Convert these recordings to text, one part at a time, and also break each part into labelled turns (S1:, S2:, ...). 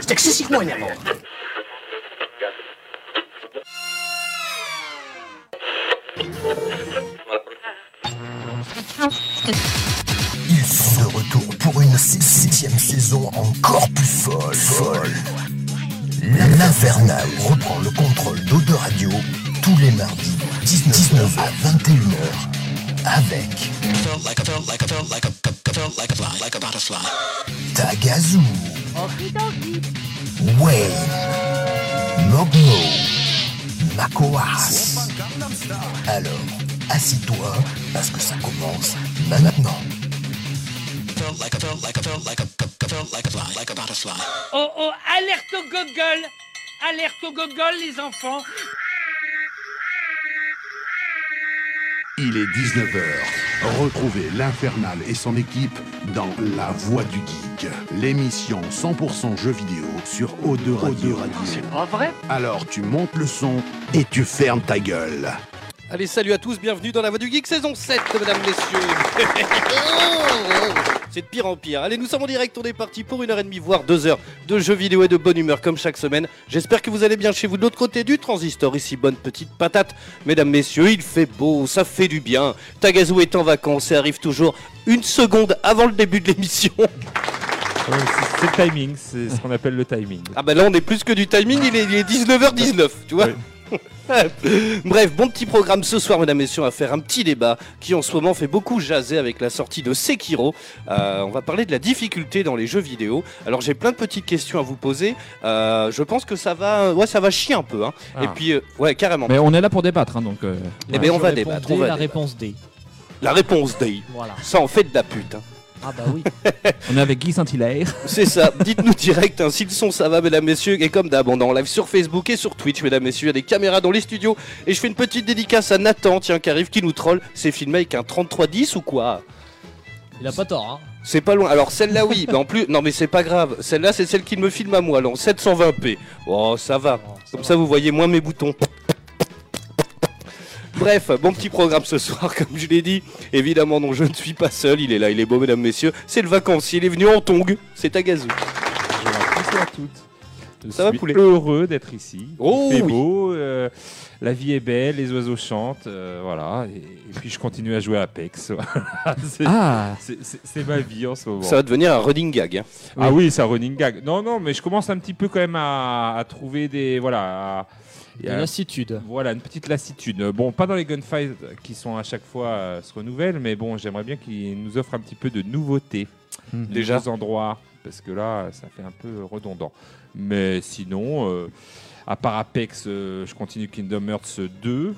S1: C'est excessivement énervant.
S2: Ils sont de retour pour une si- septième saison encore plus folle. folle. L'Infernal reprend le contrôle d'Ode Radio tous les mardis, 19 à 21h, avec Tagazu, Wayne, Mogno, Makoas. Alors, assis-toi, parce que ça commence maintenant.
S3: Oh oh, alerte au gogol Alerte au gogol, les enfants
S4: Il est 19h. Retrouvez l'Infernal et son équipe dans La Voix du Geek, l'émission 100% jeux vidéo sur O2 Radio. C'est pas vrai Alors tu montes le son et tu fermes ta gueule.
S5: Allez, salut à tous, bienvenue dans la Voix du Geek saison 7, mesdames, messieurs. C'est de pire en pire. Allez, nous sommes en direct, on est parti pour une heure et demie, voire deux heures de jeux vidéo et de bonne humeur comme chaque semaine. J'espère que vous allez bien chez vous de l'autre côté du transistor. Ici, bonne petite patate. Mesdames, messieurs, il fait beau, ça fait du bien. Tagazu est en vacances et arrive toujours une seconde avant le début de l'émission.
S6: C'est le timing, c'est ce qu'on appelle le timing.
S5: Ah bah là on est plus que du timing, il est, il est 19h19, tu vois. Bref, bon petit programme ce soir, mesdames et messieurs, on va faire un petit débat qui en ce moment fait beaucoup jaser avec la sortie de Sekiro. Euh, on va parler de la difficulté dans les jeux vidéo. Alors j'ai plein de petites questions à vous poser. Euh, je pense que ça va, ouais, ça va chier un peu. hein.
S6: Ah.
S5: Et puis, euh, ouais, carrément.
S6: Mais on est là pour débattre, hein, donc. euh,
S5: Eh
S6: voilà.
S5: ben, on va
S7: Sur réponse
S5: débattre.
S7: D,
S5: on va
S7: la
S5: débattre.
S7: réponse D.
S5: La réponse Day.
S7: Voilà.
S5: Ça en fait de la pute. hein.
S7: Ah bah oui.
S6: On est avec Guy Saint-Hilaire.
S5: C'est ça, dites-nous direct hein, si le son ça va, mesdames, messieurs, et comme d'hab, on est en live sur Facebook et sur Twitch, mesdames, messieurs, il y a des caméras dans les studios, et je fais une petite dédicace à Nathan, tiens, qui arrive, qui nous troll, c'est filmé avec un 3310 ou quoi
S7: Il a pas tort, hein.
S5: C'est pas loin, alors celle-là oui, mais en plus, non mais c'est pas grave, celle-là c'est celle qui me filme à moi, là, en 720p, oh ça va,
S7: Bon,
S5: comme ça vous voyez moins mes boutons. Bref, bon petit programme ce soir, comme je l'ai dit. Évidemment, non, je ne suis pas seul. Il est là, il est beau, mesdames, messieurs. C'est le vacancier, il est venu en tongue. C'est à gazou.
S6: Bonjour à tous et à toutes. Je
S5: Ça va,
S6: suis
S5: poulet
S6: heureux d'être ici.
S5: Oh
S6: Il fait
S5: oui.
S6: beau, euh, la vie est belle, les oiseaux chantent, euh, voilà. Et, et puis je continue à jouer à Apex. voilà. C'est-
S8: Ah
S6: c'est- C'est c'est ma vie en ce moment.
S5: Ça va devenir un running gag. hein.
S6: Ah oui, c'est un running gag. Non, non, mais je commence un petit peu quand même à, à trouver des. Voilà. à-
S7: Une
S6: à-
S7: lassitude.
S6: Voilà, une petite lassitude. Euh, Bon, pas dans les gunfights qui sont à chaque fois euh, se renouvellent, mais bon, j'aimerais bien qu'ils nous offrent un petit peu de nouveautés,
S8: Mhm.
S6: des
S5: Déjà.
S6: nouveaux endroits, parce que là, ça fait un peu redondant. Mais sinon, euh, à part Apex, euh, je continue Kingdom Hearts 2.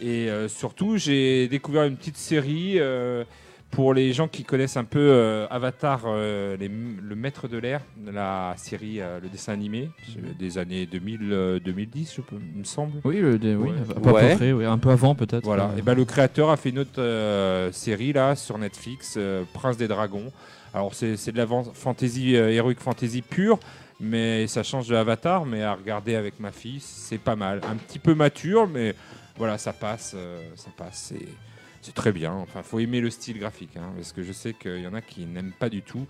S6: Et euh, surtout, j'ai découvert une petite série euh, pour les gens qui connaissent un peu euh, Avatar, euh, les m- le maître de l'air, la série, euh, le dessin animé euh, des années 2000, euh, 2010, je peux, il me semble.
S8: Oui, le, dé- oui,
S6: Ouais.
S8: à peu
S5: Ouais.
S8: près, oui, un peu avant peut-être.
S6: Voilà.
S8: Euh,
S6: Et ben le créateur a fait une autre euh, série là sur Netflix, euh, Prince des Dragons. Alors c'est c'est de la van- fantasy, euh, heroic fantasy pure, mais ça change de Avatar. Mais à regarder avec ma fille, c'est pas mal. Un petit peu mature, mais voilà, ça passe, euh, ça passe. C'est c'est très bien. Enfin, faut aimer le style graphique, hein, parce que je sais qu'il y en a qui n'aiment pas du tout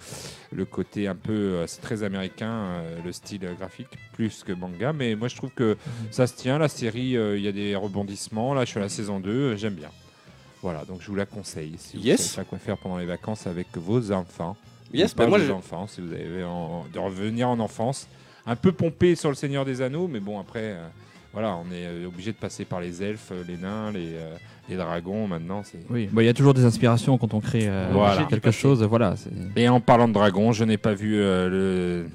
S6: le côté un peu, euh, c'est très américain, euh, le style graphique plus que manga. Mais moi, je trouve que ça se tient, la série, euh, il y a des rebondissements. Là, je suis à la saison 2, euh, j'aime bien. Voilà, donc je vous la conseille. Si vous
S5: Yes.
S6: savez pas quoi faire pendant les vacances avec vos enfants.
S5: Yes,
S6: Ou pas
S5: mais moi,
S6: vos
S5: je-
S6: enfants, si vous avez en- de revenir en enfance. Un peu pompé sur le Seigneur des Anneaux, mais bon, après, euh, voilà, on est euh, obligé de passer par les elfes, euh, les nains, les, euh, les dragons maintenant. c'est-
S8: Oui, Bah, il y a toujours des inspirations quand on crée euh,
S6: Voilà.
S8: quelque chose. Voilà, c'est-
S6: Et en parlant de dragons, je n'ai pas vu euh, le...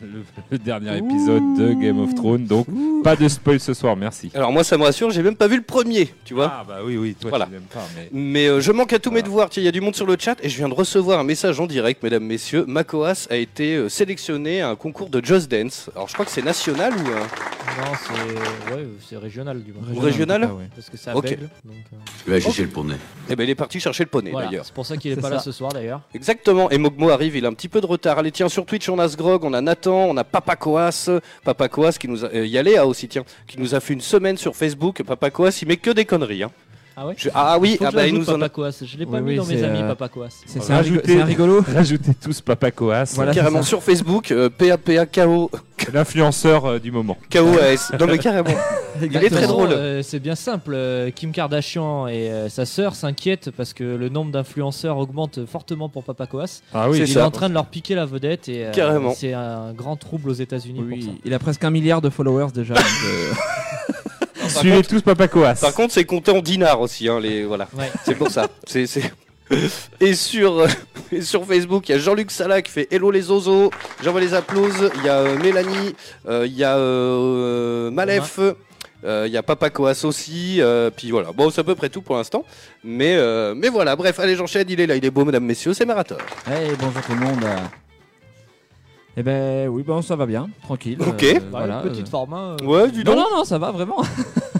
S6: le- le dernier épisode de Game of Thrones, donc pas de spoil ce soir, merci.
S5: Alors moi ça me rassure, j'ai même pas vu le premier, tu vois.
S6: Ah bah oui, oui, toi
S5: Voilà.
S6: tu n'aimes pas, mais...
S5: Mais euh, je manque à tous mes
S6: Voilà.
S5: devoirs. Tiens, il y a du monde sur le chat et je viens de recevoir un message en direct, mesdames, messieurs. Makoas a été euh, sélectionné à un concours de Just Dance. Alors je crois que c'est national ou. euh,
S7: Non, c'est. Ouais, c'est régional du moins.
S5: Régional
S8: en tout cas, oui.
S7: Parce que c'est à
S5: Ok.
S7: Bègle, donc, euh,
S9: Tu vas chercher le poney.
S5: Eh ben il est parti chercher le poney
S7: voilà.
S5: d'ailleurs.
S7: C'est pour ça qu'il est
S8: C'est
S7: pas là
S8: ça.
S7: ce soir d'ailleurs.
S5: Exactement. Et Mogmo arrive, il a un petit peu de retard. Allez, tiens, sur Twitch, on a Sgrog, on a Nathan, on a Papa Coas. Papa ah, Coas qui nous a. euh, Il y a Léa aussi, tiens, qui nous a fait une semaine sur Facebook. Papa Coas, il met que des conneries. Hein.
S7: Ah ouais
S5: Je- Ah oui,
S7: Faut
S5: ah
S7: que je
S5: bah il
S7: l'ajoute,
S5: nous en
S7: Papa
S5: a
S7: Coas. Je l'ai pas
S8: Oui,
S7: mis
S8: oui,
S7: dans mes
S8: c'est,
S7: amis,
S8: euh,
S7: Papa Coas.
S8: C'est c'est un,
S6: Rajoutez-
S8: rigolo- c'est un rigolo.
S6: Rajoutez tous Papa Coas,
S8: Voilà, c'est
S5: carrément
S8: ça.
S5: sur Facebook, euh, PAPA KO,
S6: l'influenceur euh, du moment.
S5: KOAS. non mais carrément. Il est
S7: De toute
S5: très
S7: façon,
S5: drôle.
S7: euh, c'est bien simple. euh, Kim Kardashian et euh, sa sœur s'inquiètent parce que le nombre d'influenceurs augmente fortement pour Papa Coas.
S6: Ah
S5: oui.
S7: Il
S5: C'est
S7: est
S5: ça.
S7: en train de leur piquer la vedette et euh,
S5: Carrément.
S7: c'est un grand trouble aux États-Unis
S8: Oui,
S7: pour ça.
S8: il a presque un milliard de followers déjà. donc, euh,
S5: par
S6: Suivez tous Papa Coas.
S5: Par contre, c'est compté en dinars aussi, hein, les voilà.
S8: Euh,
S7: Ouais.
S5: C'est pour ça. C'est c'est- Et sur, euh, et sur Facebook, il y a Jean-Luc Salah qui fait Hello les ozos, j'envoie les applauses. Il y a euh, Mélanie, euh, il y a euh, Malef, euh, il y a Papa Coas aussi. euh, puis voilà, bon, c'est à peu près tout pour l'instant. Mais, euh, mais voilà, bref, allez, j'enchaîne. Il est là, il est beau, mesdames, messieurs, c'est Marator.
S8: hey, bonjour tout le monde. euh. Eh ben oui, bon, ça va bien, tranquille.
S5: Ok. Bah,
S8: euh,
S7: Ouais,
S8: voilà,
S7: Bah, petite
S8: euh.
S7: forme. hein, euh.
S5: Ouais, dis
S8: Non, non, non, ça va vraiment.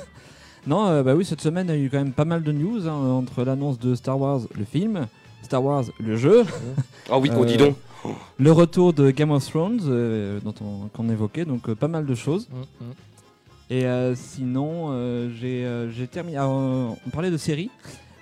S8: non, euh, bah oui, cette semaine, il y a eu quand même pas mal de news hein, entre l'annonce de Star Wars, le film, Star Wars, le jeu,
S5: Ah oui, qu'on
S8: Euh,
S5: dit donc.
S8: le retour de Game of Thrones, euh, dont on, qu'on évoquait, donc euh, pas mal de choses.
S7: Mm, mm.
S8: Et euh, sinon, euh, j'ai, euh, j'ai terminé. ah, euh, on parlait de séries.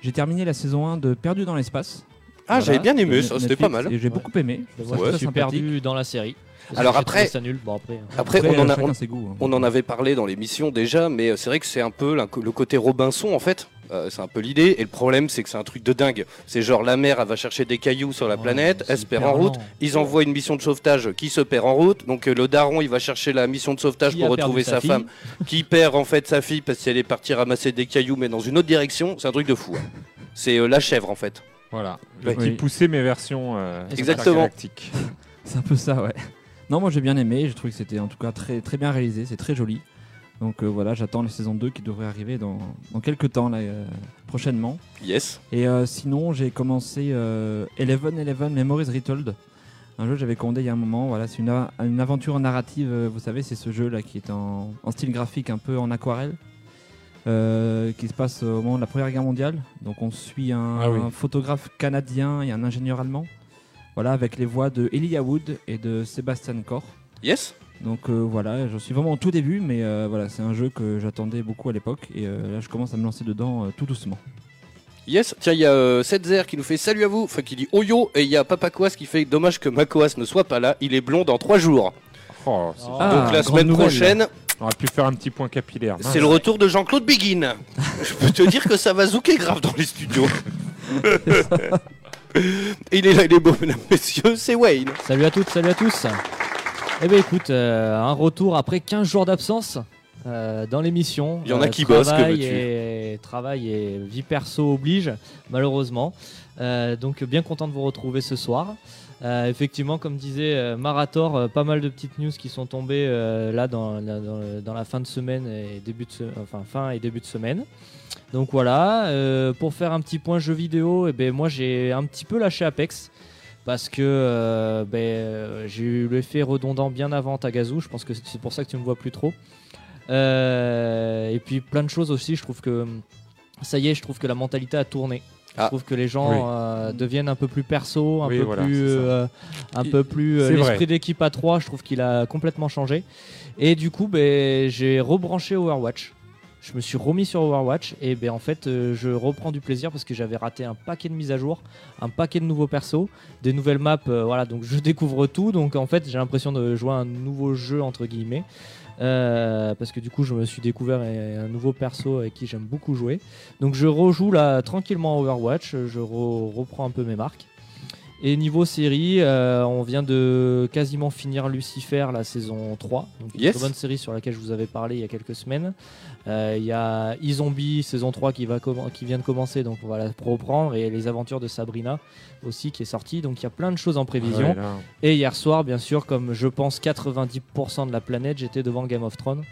S8: J'ai terminé la saison 1 de Perdu dans l'espace.
S5: Ah,
S8: Voilà,
S5: j'avais bien aimé,
S8: de
S5: ça,
S8: Net-
S5: c'était pas
S8: Netflix,
S5: mal.
S8: Et j'ai
S7: Ouais.
S8: beaucoup aimé.
S7: Je
S8: Ça,
S5: Ouais.
S8: c'est
S7: me suis
S8: sympathique.
S7: perdu dans la série. Parce
S5: Alors
S7: que j'ai
S5: après-
S7: trouvé ça nul. Bon après. hein.
S5: Après,
S8: Après,
S5: on en
S8: euh,
S5: a,
S8: chacun ses goûts, hein.
S5: On en avait parlé dans l'émission déjà, mais euh, c'est vrai que c'est un peu l'in- le côté Robinson en fait. Euh, c'est un peu l'idée. Et le problème, c'est que c'est un truc de dingue. C'est genre la mer, elle va chercher des cailloux sur la
S7: Ouais,
S5: planète,
S7: hein, c'est
S5: elle se perd
S7: hyper
S5: en route.
S7: lent.
S5: Ils envoient une mission de sauvetage qui se perd en route. Donc euh, le daron, il va chercher la mission de sauvetage
S7: Qui
S5: pour
S7: a perdu
S5: retrouver
S7: sa
S5: sa
S7: fille
S5: femme, qui perd en fait sa fille parce qu'elle est partie ramasser des cailloux, mais dans une autre direction. C'est un truc de fou. hein. C'est euh, la chèvre en fait.
S6: Voilà.
S8: Oui.
S6: J'ai petit poussé Bah, mes versions euh,
S5: Exactement.
S6: intergalactiques.
S8: C'est un peu ça, ouais. Non, moi j'ai bien aimé, j'ai trouvé que c'était en tout cas très, très bien réalisé, c'est très joli. Donc euh, voilà, j'attends la saison 2 qui devrait arriver dans, dans quelques temps, là, euh, prochainement.
S5: Yes.
S8: Et euh, sinon, j'ai commencé euh, Eleven Eleven Memories Retold. Un jeu que j'avais commandé il y a un moment, voilà, c'est une, a- une aventure narrative, euh, vous savez, c'est ce jeu là qui est en, en style graphique un peu en aquarelle, euh, qui se passe au moment de la Première Guerre mondiale. Donc on suit un,
S6: Ah oui.
S8: un photographe canadien et un ingénieur allemand, voilà, avec les voix de Elijah Wood et de Sebastian Corr.
S5: Yes.
S8: Donc euh, voilà, j'en suis vraiment au tout début, mais euh, voilà, c'est un jeu que j'attendais beaucoup à l'époque et euh, là je commence à me lancer dedans euh, tout doucement.
S5: Yes, tiens, il y a euh, Setzer qui nous fait salut à vous, enfin qui dit Oyo, et il y a Papa Coas qui fait dommage que Macoas ne soit pas là, il est blond dans trois jours.
S6: Oh, c'est-
S7: Oh.
S8: Ah,
S5: Donc la
S8: grande
S5: semaine
S8: nouvelle. Ah,
S5: prochaine,
S6: on aurait pu faire un petit point capillaire. mince.
S5: c'est le retour de Jean-Claude Béguin. Je peux te dire que ça va zouker grave dans les studios. il est là, il est beau, mesdames, messieurs, c'est Wayne.
S7: Salut à toutes, salut à tous. Eh bien écoute, euh, un retour après 15 jours d'absence euh, dans l'émission.
S5: Il y en a
S7: Euh,
S5: qui bossent, que
S7: travail
S5: veux-tu.
S7: et- Travail et vie perso oblige, malheureusement. Euh, donc bien content de vous retrouver ce soir. Euh, effectivement, comme disait euh, Marator, euh, pas mal de petites news qui sont tombées euh, là dans, la- dans le- dans la fin de semaine et début de se- enfin fin et début de semaine. Donc voilà, euh, pour faire un petit point jeu vidéo, eh ben moi j'ai un petit peu lâché Apex parce que euh, ben, euh, j'ai eu l'effet redondant bien avant Tagazu. Je pense que c'est pour ça que tu me vois plus trop. Euh, et puis plein de choses aussi. Je trouve que ça y est, je trouve que la mentalité a tourné. Je
S5: Ah.
S7: trouve que les gens
S6: Oui.
S7: euh, deviennent un peu plus perso, un
S6: Oui,
S7: peu
S6: voilà,
S7: plus,
S6: c'est ça.
S7: euh, un
S6: Il-
S7: peu plus euh,
S6: c'est vrai.
S7: l'esprit d'équipe à 3 Je trouve qu'il a complètement changé. Et du coup, ben, j'ai rebranché Overwatch. Je me suis remis sur Overwatch et ben en fait euh, je reprends du plaisir parce que j'avais raté un paquet de mises à jour, un paquet de nouveaux persos, des nouvelles maps, euh, voilà donc je découvre tout donc en fait j'ai l'impression de jouer à un nouveau jeu entre guillemets Euh, parce que du coup je me suis découvert euh, un nouveau perso avec qui j'aime beaucoup jouer donc je rejoue là tranquillement à Overwatch, je re- reprends un peu mes marques. Et niveau série, euh, on vient de quasiment finir Lucifer la saison 3. Donc une
S5: Yes.
S7: très bonne série sur laquelle je vous avais parlé il y a quelques semaines. Euh, Il y a iZombie saison 3 qui, va commen- qui vient de commencer, donc on va la reprendre. Et les aventures de Sabrina aussi qui est sortie. Donc il y a plein de choses en prévision.
S6: Ouais, là.
S7: Et hier soir, bien sûr, comme je pense 90% de la planète, j'étais devant Game of Thrones.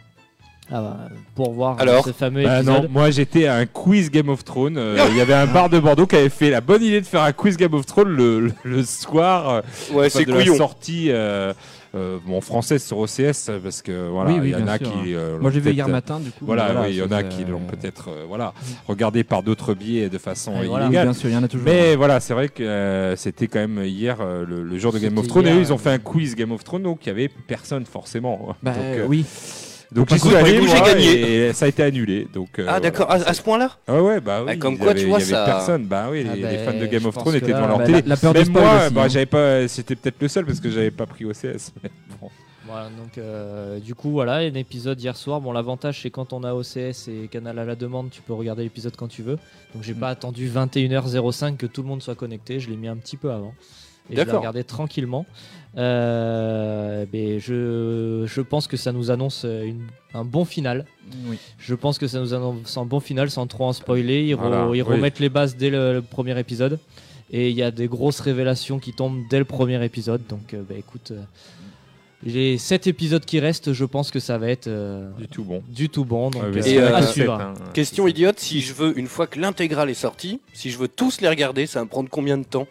S7: Ah bah, pour voir
S5: Alors
S7: ce fameux
S6: Bah
S7: épisode.
S6: non, moi j'étais à un quiz Game of Thrones. euh, Il y avait un bar de Bordeaux qui avait fait la bonne idée de faire un quiz Game of Thrones le, le- le soir euh,
S5: Ouais,
S6: enfin,
S5: c'est
S6: de la
S5: couillon.
S6: sortie euh, euh, bon, française sur OCS parce que voilà,
S8: Oui,
S6: il
S8: oui,
S6: y en
S8: bien
S6: a
S8: sûr,
S6: qui. euh,
S8: Moi j'ai vu
S6: peut-être-
S8: hier matin du coup.
S6: Voilà,
S8: mais
S6: oui, il y en a
S8: c'est-
S6: qui
S8: c'est-
S6: l'ont peut-être euh, voilà, regardé par d'autres biais et de façon
S7: Ouais,
S6: illégale.
S7: voilà.
S8: Oui, bien sûr, il y en a toujours.
S6: Mais voilà, c'est vrai que euh, c'était quand même hier euh, le, le jour de Game of
S7: C'était
S6: Thrones et
S7: hier,
S6: eux ils ont
S7: ouais.
S6: fait un quiz Game of Thrones donc il y avait personne forcément.
S8: Bah,
S6: donc, euh,
S8: oui.
S6: Donc
S5: Par
S6: j'y suis
S5: contre,
S6: allé,
S5: du coup,
S6: moi,
S5: j'ai gagné.
S6: et ça a été annulé. Donc, euh,
S5: Ah, d'accord, à, à ce point-là
S6: voilà. Ah ouais, bah oui.
S5: Ah, comme
S6: ils
S5: quoi,
S6: avaient-
S5: tu vois,
S6: il y
S5: ça-
S6: avait personne. Bah oui, les,
S7: Ah,
S6: les
S7: bah,
S6: fans de Game
S7: je
S6: of
S7: pense
S6: Thrones
S7: que là,
S6: étaient
S8: euh,
S6: devant leur
S7: bah,
S6: télé.
S7: la- la peur du
S6: Même
S7: spoil
S6: moi,
S7: aussi,
S6: bah,
S7: hein.
S6: j'avais pas. C'était peut-être le seul parce que j'avais pas pris OCS. mais bon.
S7: Voilà, donc euh, du coup, voilà, un épisode hier soir. Bon, l'avantage, c'est quand on a OCS et Canal à la demande, tu peux regarder l'épisode quand tu veux. Donc, j'ai pas attendu 21h05 que tout le monde soit connecté. Je l'ai mis un petit peu avant. Et je l'ai
S5: D'accord.
S7: regardé tranquillement. Euh, mais je, je pense que ça nous annonce une- un bon final.
S8: Oui.
S7: Je pense que ça nous annonce un bon final sans trop en spoiler. Ils, re-
S6: Voilà,
S7: ils
S6: oui.
S7: remettent les bases dès le, le premier épisode. Et il y a des grosses révélations qui tombent dès le premier épisode. Donc, euh, bah, écoute, euh, les 7 épisodes qui restent, je pense que ça va être euh,
S6: Du tout bon.
S7: du tout bon. Donc,
S6: Ah,
S7: euh,
S6: mais
S5: Et,
S6: c'est
S5: euh,
S7: à
S6: la
S7: suivre.
S6: fête, hein.
S5: Question idiote, si je veux, une fois que l'intégrale est sortie, si je veux tous les regarder, ça va me prendre combien de temps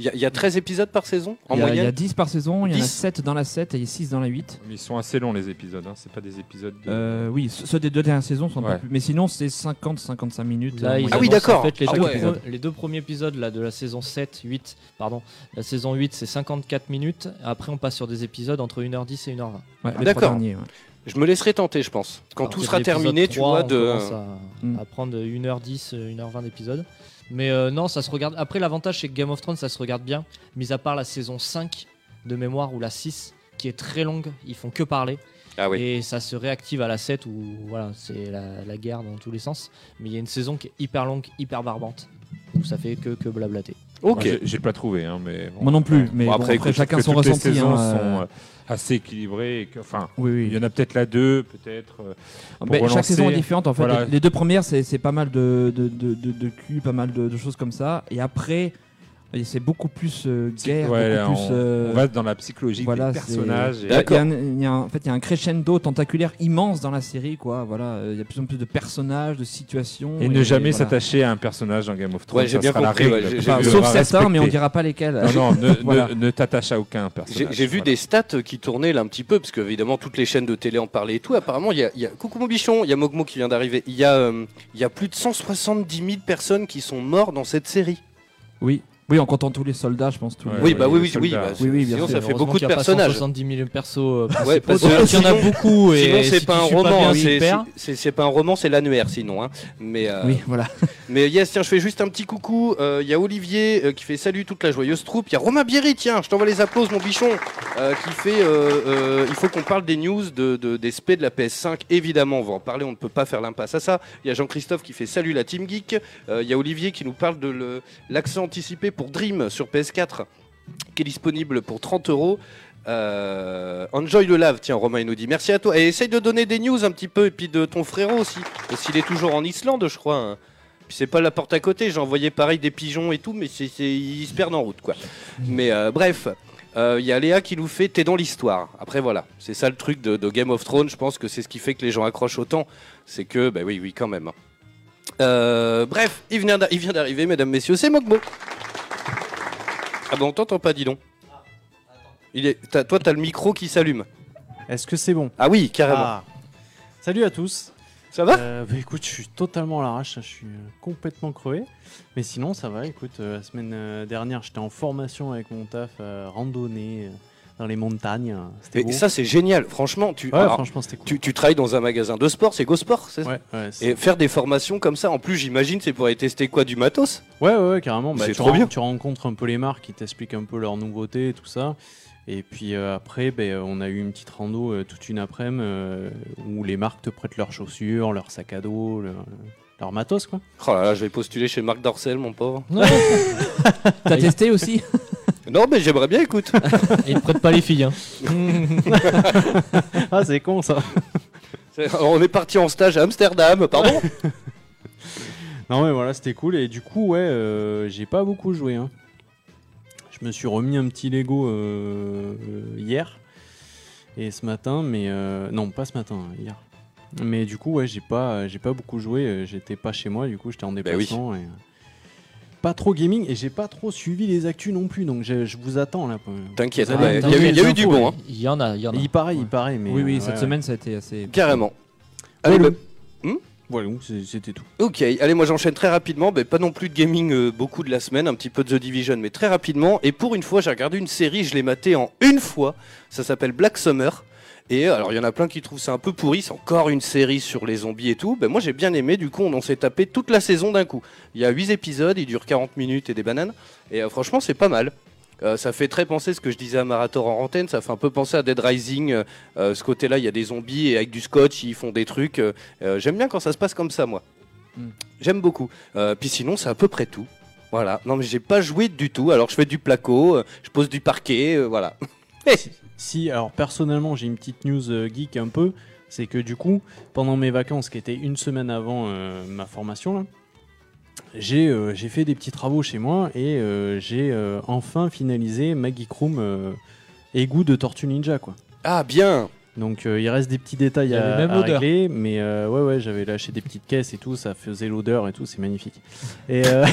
S5: Il y, a- il y a 13 épisodes par saison, en
S8: il, y a, il y a
S5: moyenne
S8: 10 par saison, il y en a
S5: 10.
S8: 7 dans la 7 et 6 dans la 8.
S6: Ils sont assez longs les épisodes. Hein. C'est pas des épisodes. De...
S8: Euh, oui, ce- ceux des deux dernières saisons sont un peu
S6: Ouais.
S8: plus- Mais sinon, c'est 50-55 minutes.
S7: Là,
S8: euh, en
S7: ils
S8: moyenne.
S5: Ah oui,
S7: annoncent,
S5: d'accord.
S7: en fait, les,
S5: Ah
S7: deux
S5: ouais.
S7: pro- les deux premiers épisodes là, de la saison 7, 8, pardon, la saison 8 c'est 54 minutes. Après, on passe sur des épisodes entre 1h10 et 1h20.
S8: Ouais, les trois
S5: D'accord.
S8: derniers, ouais.
S5: Je me laisserai tenter, je pense. Quand
S7: Alors,
S5: tout
S7: c'est
S5: sera
S7: l'épisode
S5: terminé, tu
S7: 3,
S5: vois,
S7: on
S5: de... Hmm.
S7: commence à,
S8: Mm.
S7: à prendre 1h10, euh, 1h20 d'épisode. Mais euh, non, ça se regarde. Après, l'avantage, c'est que Game of Thrones, ça se regarde bien. Mis à part la saison 5 de mémoire ou la 6, qui est très longue, ils font que parler.
S5: Ah oui.
S7: Et ça se réactive à la 7 où voilà, c'est la, la guerre dans tous les sens. Mais il y a une saison qui est hyper longue, hyper barbante. Où ça fait que, que blablater.
S5: Ok.
S6: Moi, j'ai- J'ai pas trouvé, hein, mais bon.
S8: Moi non plus, mais
S5: Bon,
S8: bon,
S5: après,
S8: après,
S5: écoute,
S8: chacun
S6: que
S8: son
S6: toutes
S8: ressenti.
S6: Les saisons
S8: hein, euh,
S6: sont euh, assez équilibrées. et que- Enfin,
S8: oui, oui.
S6: il y en a peut-être la 2, peut-être. euh, pour
S8: Mais chaque
S6: relancer.
S8: saison est différente en fait.
S6: Voilà.
S8: Les, les deux premières, c'est c'est pas mal de, de, de, de- de cul, pas mal de, de choses comme ça. Et après, et c'est beaucoup plus euh,
S6: psy-
S8: guerre,
S6: ouais,
S8: beaucoup
S6: on,
S8: plus. euh,
S6: on va dans la psychologie
S8: voilà,
S6: des
S8: c'est-
S6: personnages. et-
S8: Bah, il y a-
S5: D'accord.
S8: il y a un- il y a un- en fait, il y a un crescendo tentaculaire immense dans la série, quoi. Voilà, euh, il y a de plus en plus de personnages, de situations.
S6: Et, ne jamais
S8: voilà.
S6: s'attacher à un personnage dans Game of Thrones.
S5: Ouais, j'ai
S6: ça
S5: bien
S6: sera la
S5: compris,
S6: règle
S5: ouais, j'ai-
S6: que
S5: j'ai
S8: Enfin,
S6: tu
S5: vu.
S8: sauf
S6: devras
S8: certains, mais on
S6: respecter.
S8: dira pas lesquels.
S6: Non, non, ne, ne-
S8: Voilà.
S6: ne t'attache à aucun
S5: J'ai
S6: personnage.
S5: j'ai vu
S6: voilà.
S5: des stats qui tournaient là un petit peu, parce que évidemment toutes les chaînes de télé en parlaient et tout. Apparemment, il y a, il y a- Coucou mon bichon, il y a Mogmo qui vient d'arriver. Il y, a, euh, il y a plus de 170 000 personnes qui sont mortes dans cette série.
S8: Oui, oui, en comptant tous les soldats, je pense. Tous les-
S6: Ouais,
S5: oui, bah
S6: Euh, les
S5: oui, oui,
S6: soldats.
S5: oui. bah,
S8: Oui, oui, bien
S5: sinon,
S8: sûr.
S5: ça fait
S7: Heureusement
S5: beaucoup
S7: qu'il
S5: de
S7: y a pas
S5: personnages.
S7: 170 000 persos. euh,
S5: Ouais, parce que
S7: il y en a
S5: sinon-
S7: beaucoup. Et
S5: Sinon, c'est
S7: si
S5: pas
S7: tu
S5: un
S7: suis bien,
S5: roman, hein,
S7: tu
S5: c'est-
S7: perds.
S5: c'est c'est pas un roman, c'est l'annuaire sinon. hein. Mais, euh,
S8: Oui, voilà.
S5: mais yes, tiens, je fais juste un petit coucou. Euh, Il y a Olivier euh, qui fait salut toute la joyeuse troupe. Il y a Romain Bierry, tiens, je t'envoie les applauses, mon bichon, euh, qui fait. euh, euh, il faut qu'on parle des news de, de- des spés de la PS5. Évidemment, on va en parler. On ne peut pas faire l'impasse à ça. Il y a Jean-Christophe qui fait salut la Team Geek. Euh, Il y a Olivier qui nous parle de le- l'accès anticipé pour Dream sur PS4, qui est disponible pour 30 euros. Euh, enjoy le lave, tiens Romain il nous dit merci à toi et essaye de donner des news un petit peu et puis de ton frérot aussi parce qu'il est toujours en Islande je crois hein. Puis c'est pas la porte à côté, j'ai envoyé pareil des pigeons et tout, mais c'est, c'est- ils se perdent en route quoi. Mais euh, bref, euh, il y a Léa qui nous fait T'es dans l'histoire. Après voilà, c'est ça le truc de, de Game of Thrones, je pense que c'est ce qui fait que les gens accrochent autant. C'est que, bah oui, oui, quand même. Euh, bref, il vient, d'a- il vient d'arriver, mesdames, messieurs, c'est Mogmo. Ah bah on t'entend pas, dis donc. Il est, t'as- toi t'as le micro qui s'allume.
S1: Est-ce que c'est bon
S5: Ah oui, carrément.
S1: Ah. Salut à tous.
S5: Ça va
S1: Euh, bah, Écoute, je suis totalement à l'arrache, je suis euh, complètement crevé. Mais sinon, ça va. Écoute, euh, la semaine euh, dernière, j'étais en formation avec mon taf euh, randonnée euh, dans les montagnes. euh, C'était beau.
S5: Et ça c'est génial, franchement, tu,
S1: ouais,
S5: alors,
S1: franchement, c'était cool.
S5: tu, tu travailles dans un magasin de sport, c'est Go Sport, c'est ça
S1: Ouais, ouais, c'est-
S5: Et faire des formations comme ça, en plus, j'imagine, c'est pour aller tester quoi Du matos
S1: ouais, ouais, ouais, carrément. Bah,
S5: C'est
S1: tu,
S5: trop bien.
S1: tu rencontres un peu les marques qui t'expliquent un peu leurs nouveautés et tout ça. Et puis euh, après, ben, euh, on a eu une petite rando euh, toute une après-midi euh, où les marques te prêtent leurs chaussures, leurs sacs à dos, leur, leur matos, quoi.
S5: Oh là là, je vais postuler chez Marc Dorcel, mon pauvre.
S8: T'as testé aussi
S5: Non, mais j'aimerais bien, écoute.
S7: Et ils ne prêtent pas les filles. hein.
S1: Ah, c'est con ça
S5: C'est- alors, on est parti en stage à Amsterdam, pardon
S1: Non mais voilà, c'était cool et du coup ouais, euh, j'ai pas beaucoup joué. hein. Je me suis remis un petit Lego euh, euh, hier et ce matin, mais euh, non pas ce matin, hier. Mais du coup ouais, j'ai pas euh, j'ai pas beaucoup joué. euh, J'étais pas chez moi, du coup j'étais en
S5: Bah oui.
S1: déplacement et euh, pas trop gaming et j'ai pas trop suivi les actus non plus. Donc je, je vous attends là. pour-
S5: T'inquiète,
S1: vous
S5: ouais,
S1: allez
S5: il
S1: me
S5: y a eu,
S1: donner
S5: il y a
S1: les
S5: eu du
S1: infos,
S5: bon, hein.
S7: Il y en a, il y en a.
S1: Il paraît, il
S7: Ouais.
S1: paraît, mais
S8: Oui, oui,
S1: euh,
S8: cette
S1: ouais,
S8: semaine, ça a été assez.
S5: carrément.
S1: ouais.
S5: Allez,
S1: Voilà,
S5: bah,
S1: voilà, c'est- c'était tout.
S5: Ok, allez, moi j'enchaîne très rapidement, mais pas non plus de gaming euh, beaucoup de la semaine, un petit peu de The Division, mais très rapidement. Et pour une fois, j'ai regardé une série, je l'ai matée en une fois. Ça s'appelle Black Summer. Et euh, alors, il y en a plein qui trouvent ça un peu pourri, c'est encore une série sur les zombies et tout. Ben, moi, j'ai bien aimé, du coup, on, on s'est tapé toute la saison d'un coup. Il y a 8 épisodes, il dure 40 minutes et des bananes. Et euh, franchement, c'est pas mal. Euh, ça fait très penser ce que je disais à Marator en antenne, ça fait un peu penser à Dead Rising. euh, euh, ce côté-là, il y a des zombies et avec du scotch, ils font des trucs. euh, euh, J'aime bien quand ça se passe comme ça, moi.
S8: Mm.
S5: J'aime beaucoup. Euh, puis sinon, c'est à peu près tout. Voilà. Non, mais j'ai pas joué du tout. Alors, je fais du placo, euh, je pose du parquet, euh, voilà.
S1: Si, alors personnellement, j'ai une petite news euh, geek un peu. C'est que du coup, pendant mes vacances, qui étaient une semaine avant euh, ma formation, là, j'ai euh, j'ai fait des petits travaux chez moi et euh, j'ai euh, enfin finalisé ma geek room euh, égout de Tortue Ninja. quoi.
S5: Ah, bien
S1: Donc euh, il reste des petits détails
S7: Il y
S1: à,
S7: avait même
S1: à
S7: l'odeur.
S1: régler, mais euh, ouais ouais j'avais lâché des petites caisses et tout, ça faisait l'odeur et tout, c'est magnifique. Et euh,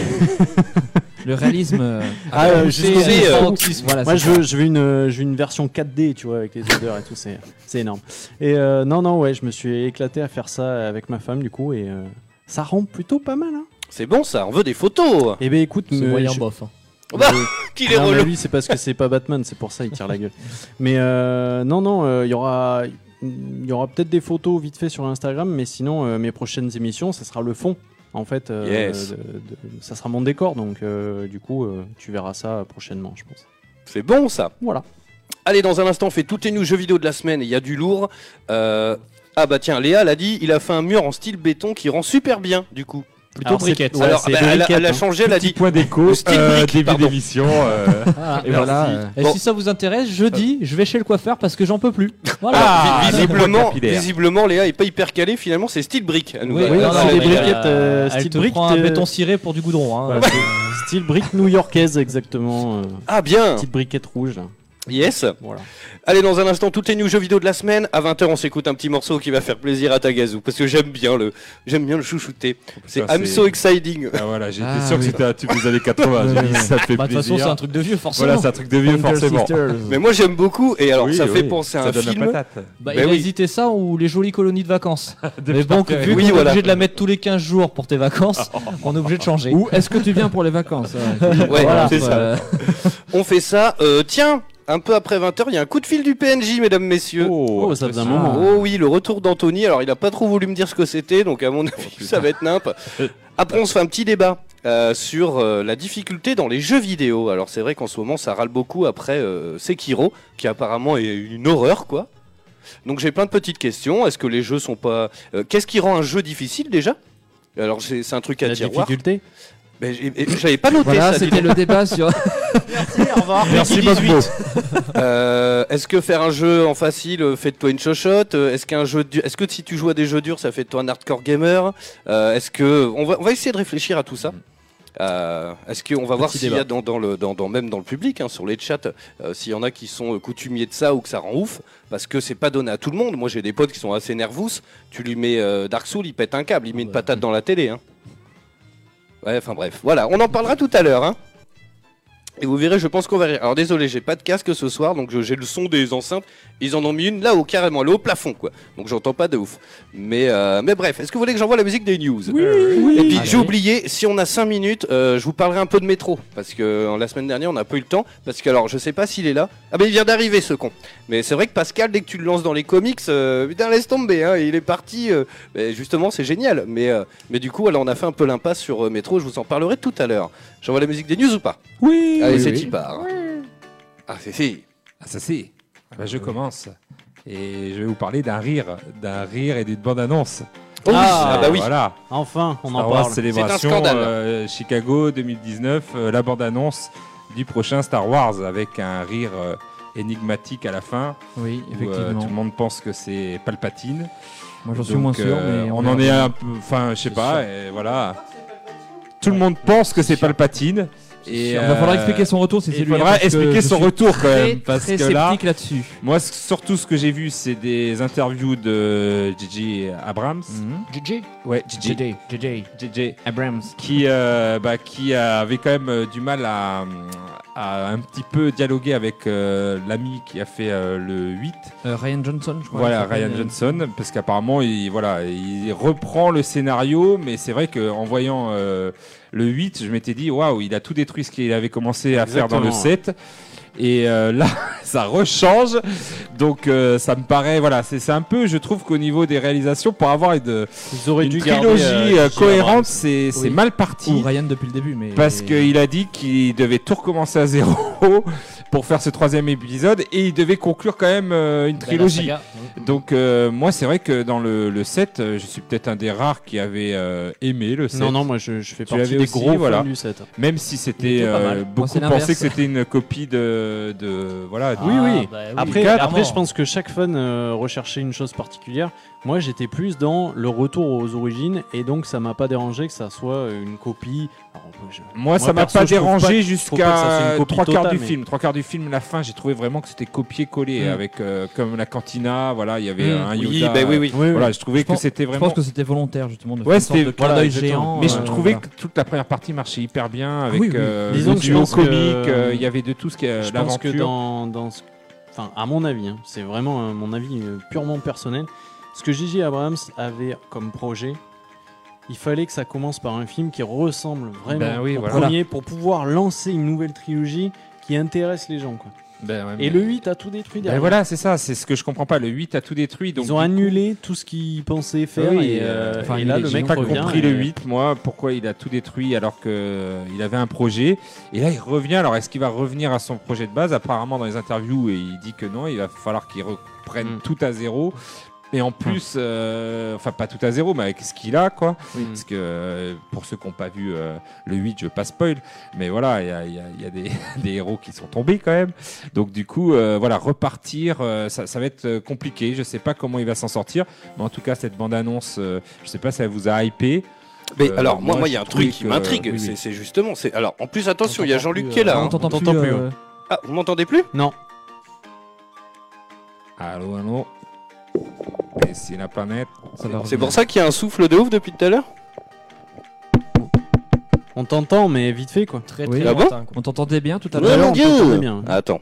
S8: Le réalisme. euh,
S1: Ah, euh,
S8: c'est-
S1: jusqu'au-
S8: c'est,
S1: euh,
S8: voilà,
S7: Ah,
S1: Moi,
S8: c'est
S1: je veux, je veux une, euh, je veux une version 4D, tu vois, avec les odeurs et tout, c'est c'est énorme. Et euh, non, non, ouais, je me suis éclaté à faire ça avec ma femme, du coup, et euh, ça rend plutôt pas mal. Hein.
S5: C'est bon, ça, on veut des photos
S1: Et ben écoute,
S7: C'est
S1: me-
S7: moyen
S1: je-
S7: bof. hein.
S5: Bah,
S1: mais-
S5: Qu'il est
S1: non, mais
S5: relou
S1: lui, c'est parce que c'est pas Batman, c'est pour ça il tire la gueule. Mais euh, non, non, euh, il y aura. Il y aura peut-être des photos vite fait sur Instagram, mais sinon, euh, mes prochaines émissions, ça sera le fond. En fait, euh,
S5: Yes.
S1: de- de- ça sera mon décor, donc euh, du coup, euh, tu verras ça prochainement, je pense.
S5: C'est bon, ça
S1: Voilà.
S5: Allez, dans un instant, on fait toutes les news jeux vidéo de la semaine. Il y a du lourd. Euh, Ah bah tiens, Léa l'a dit, il a fait un mur en style béton qui rend super bien, du coup.
S7: Plutôt
S1: Alors, c'est-
S7: briquette.
S1: ouais,
S5: Alors,
S1: c'est
S5: bah, elle, a-
S1: briquette,
S5: elle a
S1: hein.
S5: changé, elle a dit.
S6: Point d'écho,
S5: Le style
S6: euh,
S5: brick,
S6: début
S5: pardon.
S6: d'émission. euh,
S7: Voilà.
S8: Et voilà. euh,
S7: Et
S5: Bon.
S7: si ça vous intéresse, jeudi, je vais chez le coiffeur parce que j'en peux plus. Voilà.
S6: Ah,
S5: Vi- visiblement,
S6: le capillaire.
S5: visiblement, Léa est pas hyper calée. Finalement, c'est style brique. Elle nous a-
S1: Oui,
S5: elle
S1: non,
S5: nous
S1: c'est
S5: a-
S1: des
S5: elle a-
S1: briques. briquettes, euh,
S7: elle
S1: style
S7: te
S1: brique,
S7: prend un
S1: euh,
S7: béton ciré pour du goudron. hein.
S1: Voilà, c'est- style brique new-yorkaise, exactement. euh,
S5: Ah bien,
S1: petite briquette rouge. là.
S5: yes.
S1: Voilà.
S5: Allez, dans un instant, toutes les news jeux vidéo de la semaine. À 20h, on s'écoute un petit morceau qui va faire plaisir à Tagazu. Parce que j'aime bien le, j'aime bien le chouchouter. C'est
S6: Putain,
S5: I'm so exciting.
S6: Ah voilà, j'étais
S8: Ah,
S6: sûr que
S8: oui.
S6: c'était un tube des années 80. J'ai dit, ça fait
S7: Bah, De toute façon, c'est
S6: plaisir.
S7: un truc de vieux, forcément.
S6: Voilà, c'est un truc de vieux,
S8: Wonder
S6: forcément.
S8: Sisters.
S5: Mais moi, j'aime beaucoup. Et alors,
S6: Oui,
S5: ça fait
S6: oui,
S5: penser à
S6: ça
S5: un
S6: donne la
S5: film.
S6: patate.
S7: Bah,
S5: Ben
S7: il
S5: oui.
S7: a hésité ça ou les jolies colonies de vacances. Mais bon, vu
S6: Parker.
S7: qu'on
S5: Oui,
S7: est
S5: voilà.
S7: obligé de la mettre tous les 15 jours pour tes vacances, on est obligé de changer.
S8: Ou est-ce que tu viens pour les vacances ouais.
S5: Ouais,
S8: Voilà,
S5: c'est ça.
S8: euh,
S5: On fait ça. euh, tiens, un peu après 20h, il y a un coup de fil du PNJ, mesdames, messieurs. Oh.
S1: Oh, ça faisait un
S8: ça.
S1: moment.
S5: oui, le retour d'Anthony. Alors, il a pas trop voulu me dire ce que c'était, donc à
S1: Oh,
S5: mon avis, ça va être nimp. Après, on se fait un petit débat euh, sur euh, la difficulté dans les jeux vidéo. Alors, c'est vrai qu'en ce moment, ça râle beaucoup après euh, Sekiro, qui apparemment est une horreur, quoi. Donc, j'ai plein de petites questions. Est-ce que les jeux sont pas. euh, Qu'est-ce qui rend un jeu difficile déjà alors c'est c'est un
S6: Oh,
S5: truc à
S1: La
S5: tiroir.
S1: difficulté
S5: Mais j'ai- je l'avais pas noté
S8: Voilà,
S5: ça. dis
S8: c'était
S5: donc.
S8: le débat sur.
S6: Merci beaucoup.
S5: Euh, Est-ce que faire un jeu en facile, euh, fait de toi une chochotte Euh, Est-ce qu'un jeu, du- est-ce que si tu joues à des jeux durs, ça fait de toi un hardcore gamer Euh, Est-ce que on va, on va essayer de réfléchir à tout ça. Euh, Est-ce qu'on va voir s'il y a dans, dans le dans, dans- même dans le public, hein, sur les chats, euh, s'il y en a qui sont euh, coutumiers de ça ou que ça rend ouf, parce que c'est pas donné à tout le monde. Moi, j'ai des potes qui sont assez nervous. Tu lui mets euh, Dark Souls, il pète un câble, il met une patate dans la télé. Hein. Ouais, enfin bref, voilà, on en parlera tout à l'heure. Hein. Et vous verrez, je pense qu'on va rire. Alors désolé, j'ai pas de casque ce soir, donc je- j'ai le son des enceintes. Ils en ont mis une là-haut, carrément, là au plafond, quoi. Donc j'entends pas de ouf. Mais, euh, mais bref, est-ce que vous voulez que j'envoie la musique des news Et puis
S7: Allez.
S5: j'ai oublié, si on a 5 minutes, euh, je vous parlerai un peu de métro. Parce que euh, la semaine dernière, on n'a pas eu le temps. Parce que alors, je sais pas s'il est là. Ah ben il vient d'arriver ce con. Mais c'est vrai que Pascal, dès que tu le lances dans les comics, euh, putain, laisse tomber, hein, il est parti. euh, mais justement, c'est génial. Mais, euh, mais du coup, alors on a fait un peu l'impasse sur euh, métro, je vous en parlerai tout à l'heure. J'envoie la musique des news ou pas
S1: Oui
S5: Allez,
S8: Oui,
S5: c'est
S8: oui.
S5: y part. Ah, c'est si.
S6: Ah, ça c'est. Ah bah, je commence. Et je vais vous parler d'un rire, d'un rire et d'une bande-annonce.
S5: Oh, oui. ah, bah oui.
S6: Voilà.
S1: Enfin, on
S6: Star
S1: en
S6: Wars
S1: parle.
S5: C'est
S6: Célébration
S5: un scandale.
S6: euh, Chicago 2019, euh, la bande-annonce du prochain Star Wars avec un rire euh, énigmatique à la fin.
S8: Oui,
S6: où, euh,
S8: effectivement.
S6: tout le monde pense que c'est Palpatine.
S8: Moi, j'en suis
S6: Donc,
S8: moins sûr,
S6: euh,
S8: mais
S6: on, en est
S8: verra.
S6: un peu. Enfin, je sais pas, et voilà. Tout le monde pense que c'est Palpatine. Et
S8: Il va falloir
S6: euh,
S8: expliquer son retour si c'est
S6: Il
S8: lui. hein,
S6: faudra
S8: parce que
S6: expliquer
S8: je
S6: son
S8: suis
S6: retour quand
S8: Très,
S6: même. Parce
S8: très
S6: que là,
S8: sceptique là-dessus.
S6: moi, ce- surtout ce que j'ai vu, c'est des interviews de JJ Abrams.
S8: Mm.
S7: JJ
S6: Ouais, JJ.
S7: JJ.
S6: JJ
S8: Abrams.
S6: qui, euh, bah, qui avait quand même euh, du mal à, à un petit peu dialoguer avec euh, l'ami qui a fait euh, le 8.
S8: Euh, Ryan Johnson, je crois.
S6: voilà,
S8: il s'appelle,
S6: Ryan
S8: euh,
S6: Johnson, parce qu'apparemment, il, voilà, il reprend le scénario, mais c'est vrai qu'en voyant euh, le 8, je m'étais dit, waouh, il a tout détruit ce qu'il avait commencé à faire dans le
S1: Exactement.
S6: 7. Et euh, là, ça rechange. Donc euh, ça me paraît, voilà, c'est c'est un peu, je trouve qu'au niveau des réalisations, pour avoir une,
S1: Ils auraient
S6: une
S1: dû
S6: trilogie
S1: garder, euh,
S6: euh, cohérente, c'est c'est
S8: Oui.
S6: mal parti.
S8: Ou Ryan depuis le début, mais.
S6: Parce qu'il a dit qu'il devait tout recommencer à zéro pour faire ce troisième épisode et il devait conclure quand même euh, une trilogie.
S7: Bah, la saga.
S6: Donc euh, moi c'est vrai que dans le, le 7, euh, je suis peut-être un des rares qui avait euh, aimé le 7.
S1: Non, non, moi je, je fais
S6: Tu
S1: partie
S6: avais
S1: des
S6: aussi,
S1: gros
S6: voilà. Ah
S1: fans du 7.
S6: Même si c'était
S8: était pas
S6: euh,
S8: mal. Moi,
S6: beaucoup
S8: c'est
S6: pensaient
S8: l'inverse.
S6: que c'était une copie de, de voilà.
S1: Oui, oui.
S7: bah
S1: Après,
S7: clairement.
S1: après, je pense que chaque fan euh, recherchait une chose particulière. Moi, j'étais plus dans le retour aux origines, et donc ça m'a pas dérangé que ça soit euh, une copie. Alors, moi, je-
S6: Moi, ça m'a
S1: perso,
S6: pas
S1: je trouve pas-
S6: dérangé
S1: trouve pas que ça soit
S6: jusqu'à
S1: une copie
S6: trois quarts
S1: totale,
S6: du
S1: mais-
S6: film. Trois quarts du film, la fin, j'ai trouvé vraiment que c'était copié-collé
S8: Mm.
S6: avec euh, comme la cantina. Voilà, il y avait
S8: Mm.
S6: un
S5: Oui,
S6: Yoda.
S5: bah oui, oui.
S1: Oui, oui.
S6: Voilà, je trouvais
S8: Je
S6: que
S8: pense-
S6: c'était
S8: Je
S6: vraiment.
S8: pense que c'était volontaire, justement. De faire
S6: Ouais,
S8: une sorte
S6: c'était
S8: de clin
S6: voilà,
S8: d'œil
S6: exactement.
S8: géant.
S6: Mais je
S8: euh,
S6: trouvais
S8: voilà.
S6: que toute la première partie marchait hyper bien avec
S8: Oui, oui.
S6: euh,
S1: Disons
S6: le
S1: que je
S6: duo
S1: pense que-
S6: comique. euh, Il y avait de tout ce qui
S1: Je
S6: est
S1: pense que
S6: l'aventure.
S1: dans, dans ce- Enfin, à mon avis, hein, c'est vraiment euh, mon avis euh, purement personnel. Ce que Gigi Abrams avait comme projet, il fallait que ça commence par un film qui ressemble vraiment
S6: Ben oui,
S1: au
S6: voilà.
S1: premier pour pouvoir lancer une nouvelle trilogie qui intéresse les gens. quoi.
S6: Ben ouais, mais-
S1: Et le 8 a tout détruit
S6: Ben
S1: derrière.
S6: voilà, c'est ça. C'est ce que je comprends pas. Le 8 a tout détruit. Donc
S1: Ils ont
S6: du coup,
S1: annulé tout ce qu'ils pensaient faire
S6: Oui,
S1: et, euh,
S8: enfin,
S1: et là
S8: il
S1: le
S8: est-
S1: mec
S6: J'ai pas
S1: revient.
S6: compris
S1: et-
S6: le 8, moi, pourquoi il a tout détruit alors que euh, il avait un projet. Et là, il revient. Alors, est-ce qu'il va revenir à son projet de base Apparemment, dans les interviews, il dit que non. Il va falloir qu'il reprenne
S1: Mm.
S6: tout à zéro. Et en plus, euh, enfin, pas tout à zéro, mais avec ce qu'il a, quoi. Parce que euh, pour ceux qui n'ont pas vu euh, le 8, je veux pas spoil, mais voilà, il y a, il y a- il y a des, des héros qui sont tombés quand même. Donc du coup, euh, voilà, repartir, euh, ça, ça va être euh, compliqué. Je sais pas comment il va s'en sortir, mais en tout cas, cette bande-annonce, euh, je sais pas si elle vous a hypé.
S5: Mais
S6: Euh,
S5: alors, moi,
S6: moi,
S5: moi, il y a
S6: je
S5: un truc
S6: trouvais
S5: qui
S6: que-
S5: m'intrigue.
S8: euh,
S6: oui, oui.
S5: c'est- C'est justement. c'est Alors, en plus,
S8: On
S5: attention, il y a
S8: t'entend
S5: Jean-Luc
S8: plus,
S5: qui est là.
S8: euh,
S5: hein.
S8: On t'entend
S1: T'entends
S8: plus.
S1: plus,
S8: euh,
S5: Ah, vous m'entendez plus
S1: Non,
S6: Allô, allô. Et c'est la planète.
S8: ça va
S5: C'est
S8: revenir.
S5: pour ça qu'il y a un souffle de ouf depuis tout à l'heure
S1: on t'entend mais vite fait quoi.
S7: Très
S8: Oui.
S7: très
S5: Ah bon
S7: lointain, quoi.
S8: On t'entendait bien tout à
S5: Ouais,
S1: Là,
S8: l'heure.
S5: mon
S1: on
S5: Dieu
S1: t'entendait bien.
S5: Attends.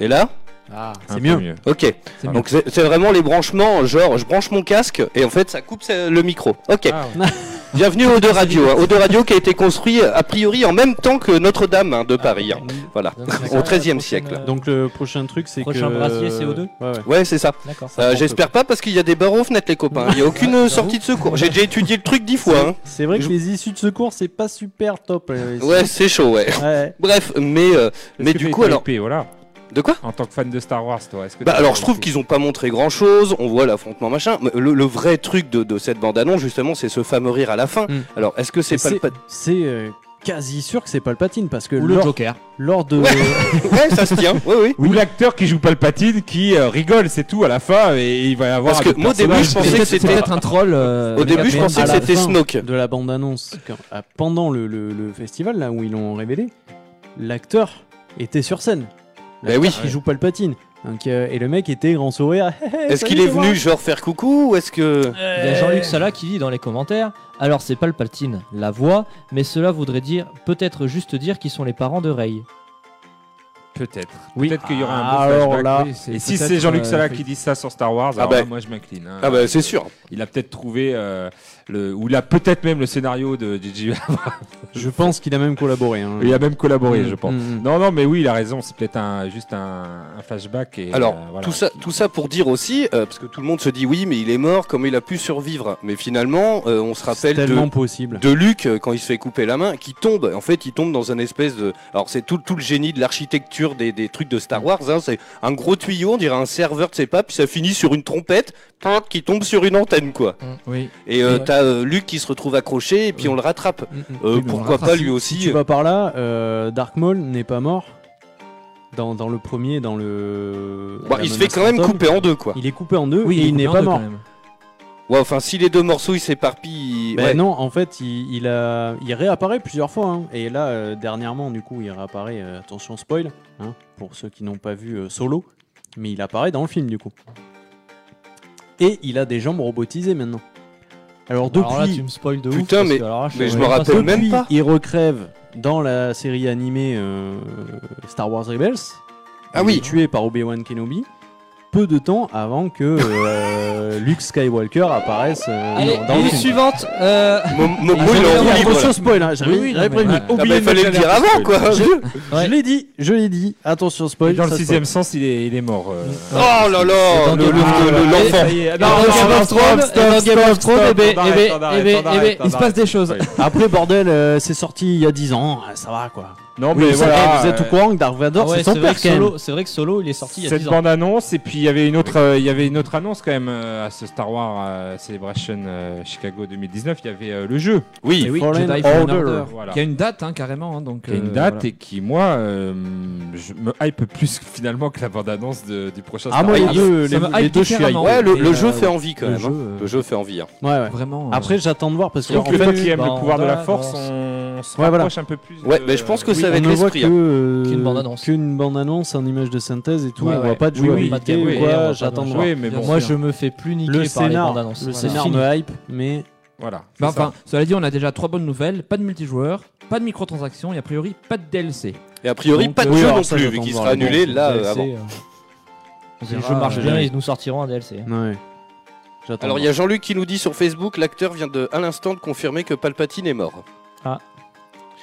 S5: Et là
S7: Ah,
S6: Un
S1: C'est
S6: peu
S1: mieux.
S5: Ok.
S8: C'est
S5: Donc, c'est c'est vraiment les branchements. Genre, je branche mon casque et en fait, ça coupe euh, le micro. Ok.
S6: Ah,
S5: Bienvenue au 2 Radio. hein. Au 2 Radio qui a été construit a priori en même temps que Notre-Dame hein, de Paris.
S8: Ah,
S5: hein. Voilà.
S7: donc c'est
S5: Au
S7: ça,
S5: 13e
S7: la
S5: siècle.
S7: prochaine, euh,
S1: Donc le prochain truc c'est que.
S7: Prochain brasier CO2.
S1: Ouais, ouais.
S5: Ouais, c'est ça.
S7: D'accord.
S5: Euh, J'espère pas parce qu'il y a des barres aux fenêtres, les copains. Il n'y a aucune euh, sortie de secours. J'ai déjà étudié le truc dix fois. hein.
S1: C'est vrai que
S5: Je-
S1: les issues de secours c'est pas super top. euh,
S5: Ouais, c'est chaud, ouais.
S1: Ouais.
S5: Bref, mais, euh, mais du coup, alors.
S6: voilà.
S5: De quoi
S6: En tant que fan de Star Wars, toi, est-ce que
S5: Bah
S6: t'as
S5: alors
S6: été
S5: je trouve
S6: hypé
S5: qu'ils ont pas montré grand chose, on voit l'affrontement machin, mais le, le vrai truc de, de cette bande-annonce justement c'est ce fameux rire à la fin.
S1: Mm.
S5: Alors est-ce que c'est
S1: Et
S5: pas le... pat-
S1: C'est euh, quasi sûr que c'est Palpatine parce que
S8: Ou le
S1: lors,
S8: Joker.
S1: lors de
S5: Ouais ça se tient, oui oui.
S6: Ou l'acteur qui joue Palpatine qui euh, rigole, c'est tout à la fin et il va y avoir.
S5: Parce que
S6: des
S5: moi, au début,
S6: personnages-
S5: je pensais
S8: C'est
S5: que
S8: peut-être- c'est
S5: c'était-
S8: peut-être un troll. euh,
S5: Au début je
S8: Batman.
S5: pensais
S1: à
S5: que
S1: la
S5: c'était
S1: fin.
S5: Snoke.
S1: de la bande-annonce quand- à- pendant le, le- le festival là où ils l'ont révélé, l'acteur était sur scène.
S5: Bah oui.
S1: Il joue Palpatine. Donc, euh, et le mec était grand sourire.
S5: Est-ce
S1: salut,
S5: qu'il est
S1: c'est moi.
S5: venu genre faire coucou ou est-ce que...
S7: Il y a Jean-Luc Salah qui dit dans les commentaires Alors, c'est pas le Palpatine, la voix, mais cela voudrait dire peut-être juste dire qu'ils sont les parents de Rey.
S6: Peut-être.
S1: Oui.
S6: Peut-être qu'il y aura un
S1: Ah,
S6: beau
S1: alors
S6: flashback.
S1: là.
S8: Oui, c'est
S6: Et si
S8: peut-être,
S6: c'est Jean-Luc
S8: euh,
S6: Salah qui dit ça sur Star Wars, alors
S5: bah.
S6: là, moi je m'incline. hein.
S5: Ah bah c'est sûr.
S6: Il a peut-être trouvé, euh, le, ou il a peut-être même le scénario de JJ.
S1: Je pense qu'il a même collaboré. hein.
S6: il a même collaboré,
S1: Mm,
S6: je pense.
S1: mm, mm.
S6: Non, non, mais oui, il a raison. C'est peut-être un, juste un, un flashback. Et,
S5: Alors,
S6: euh, voilà.
S5: tout, ça, tout ça pour dire aussi, euh, parce que tout le monde se dit oui, mais il est mort, comment il a pu survivre Mais finalement, euh, on se
S1: C'est
S5: rappelle de,
S1: tellement possible.
S5: de Luc euh, quand il se fait couper la main, qui tombe. En fait, il tombe dans un espèce de. Alors, c'est tout, tout le génie de l'architecture des, des trucs de Star Wars. hein. C'est un gros tuyau, on dirait un serveur, tu sais pas, puis ça finit sur une trompette pop, qui tombe sur une antenne, quoi.
S1: Mm,
S8: Oui.
S5: Et euh,
S8: Ouais.
S5: t'as euh, Luc qui se retrouve accroché, et puis
S8: Oui.
S5: on le rattrape.
S1: Mm, mm.
S5: Euh,
S8: Oui, mais on
S5: pourquoi
S8: le
S5: pas
S8: rattrape.
S5: lui
S1: Si
S5: aussi
S1: tu
S5: euh,
S1: vas par là, euh, Dark Maul n'est pas mort dans, dans le premier, dans le.
S5: bah,
S1: la
S5: Il se fait
S1: menace
S5: quand même
S1: fantôme.
S5: couper en deux, quoi.
S1: Il est coupé en deux
S8: Oui,
S1: et il,
S8: est coupé
S1: n'est
S8: en
S1: pas
S8: deux,
S1: mort.
S8: quand même.
S5: Ouais, enfin, si les deux morceaux ils s'éparpillent.
S1: Ben
S5: ouais.
S1: non, en fait, il, il a, il réapparaît plusieurs fois. hein. Et là, euh, dernièrement, du coup, il réapparaît. euh, attention, spoil, hein, pour ceux qui n'ont pas vu euh, Solo. Mais il apparaît dans le film, du coup. Et il a des jambes robotisées maintenant. Alors, depuis,
S7: Alors là, tu me spoil de ouf.
S5: Putain,
S7: parce que alors là,
S5: mais je
S7: savais
S5: me
S7: pas
S5: rappelle
S7: ça.
S5: même
S1: depuis,
S5: pas.
S1: il recrève dans la série animée euh, Star Wars Rebels.
S5: Ah
S1: Il
S5: oui.
S1: est tué par Obi-Wan Kenobi. peu de temps avant que euh, Luke Skywalker apparaisse euh,
S7: Allez,
S1: dans, dans le
S7: news
S1: film. Ah,
S7: suivante. euh,
S5: Mo- Momo, il est en
S1: Attention,
S5: roue libre, là.
S1: Attention spoil, hein, j'avais
S7: Oui, oui,
S1: j'avais
S7: non,
S1: prévenu.
S7: mais-
S5: Ah bah,
S1: Oubliez
S5: il
S1: de
S5: fallait le
S1: mettre
S5: dire
S1: l'alerte
S5: avant, quoi.
S1: spoil. Je,
S7: Ouais.
S1: je l'ai dit, je l'ai dit. Attention spoil.
S6: dans le
S1: ça
S6: sixième sens, il est, il est mort. euh.
S5: Oh
S1: Ah,
S5: là là,
S7: Et dans
S5: le- le-
S7: Game of
S5: le- le-
S7: Thrones.
S5: l'enfant.
S7: Et dans Game of Thrones, et dans Game of Thrones, eh ben, eh ben, eh ben, eh ben, il se passe des choses.
S1: spoil. Après bordel, euh, c'est sorti il y a 10 ans, euh, ça va quoi.
S6: Non,
S1: Oui,
S6: mais
S1: ça,
S6: voilà.
S1: eh, vous êtes au
S6: euh,
S1: courant que Dark Vador
S7: Ah ouais,
S1: c'est son
S7: c'est vrai
S1: père
S7: que
S1: quand même.
S7: Solo- C'est vrai que Solo, il est sorti il y a
S6: cette
S7: 10 ans.
S6: bande annonce et puis il y avait une autre euh, il y avait une autre annonce quand même euh, à ce Star Wars euh, Celebration euh, Chicago 2019 il y avait euh, le jeu
S5: Oui,
S7: Eh oui,
S1: Fallen
S7: Jedi Fallen
S1: Order.
S7: Order.
S6: voilà
S8: Qui a une date, hein, carrément. hein, donc,
S6: qui a une
S8: euh,
S6: date
S8: voilà.
S6: et qui moi euh, je me hype plus finalement que la bande annonce de- du prochain
S1: Ah
S6: Star
S1: moi
S6: Wars
S1: les deux,
S8: Ça
S1: les,
S8: me
S1: les
S8: hype
S1: deux je suis
S8: différemment.
S1: hype.
S5: ouais, le,
S8: Et,
S5: le
S8: euh,
S5: jeu fait envie quand
S1: le
S5: même.
S1: jeu,
S5: hein.
S1: euh,
S5: Le jeu fait envie. hein.
S1: Ouais, ouais.
S8: Vraiment. euh,
S1: Après j'attends de voir parce que
S6: donc
S1: en
S6: le
S1: fait,
S6: toi qui aime
S7: bah,
S6: le
S7: on
S6: pouvoir de la
S7: va-
S6: force
S7: on s-
S6: on se
S1: Ouais, voilà.
S6: rapproche un peu plus
S5: Ouais,
S6: de-
S5: mais je pense que
S1: Oui,
S5: ça va
S1: on
S5: être
S1: ne voit
S5: l'esprit.
S1: que,
S5: hein.
S1: euh,
S7: Qu'une bande-annonce.
S1: qu'une bande-annonce, un image de synthèse et tout.
S7: Ouais,
S1: on va
S7: ouais.
S1: pas de
S6: Oui, oui,
S1: jouabilité
S6: pas de
S1: ou
S6: gameplay,
S7: on va
S1: quoi.
S7: pas
S1: J'attends de
S7: de
S1: voir.
S6: oui euh, mais
S8: Bien
S6: bon
S8: sûr.
S7: Moi, je me fais plus niquer
S1: Le
S7: par les
S1: scénar,
S7: bandes annonces.
S1: le
S7: Voilà.
S1: scénar
S7: Fini.
S1: me hype, mais
S6: voilà c'est
S8: bah,
S6: ça.
S8: enfin, cela dit, on a déjà trois bonnes nouvelles pas de multijoueur, pas de microtransactions et a priori pas de DLC.
S6: Ah,
S5: Et a priori,
S1: Donc,
S5: pas de
S1: euh, oui,
S5: jeu
S1: alors
S5: non
S1: ça,
S5: plus,
S1: j'attends
S5: vu
S1: de
S5: qu'il
S1: voir
S5: sera
S1: les
S5: annulé là
S7: DLC,
S5: euh, avant.
S7: euh, Si
S1: verra,
S7: le jeu marche
S1: euh,
S7: bien,
S1: jamais.
S7: ils nous sortiront un DLC.
S1: ouais. J'attends.
S5: Alors
S1: de
S5: il y a Jean-Luc qui nous dit sur Facebook, l'acteur vient de à l'instant de confirmer que Palpatine est mort.
S7: Ah.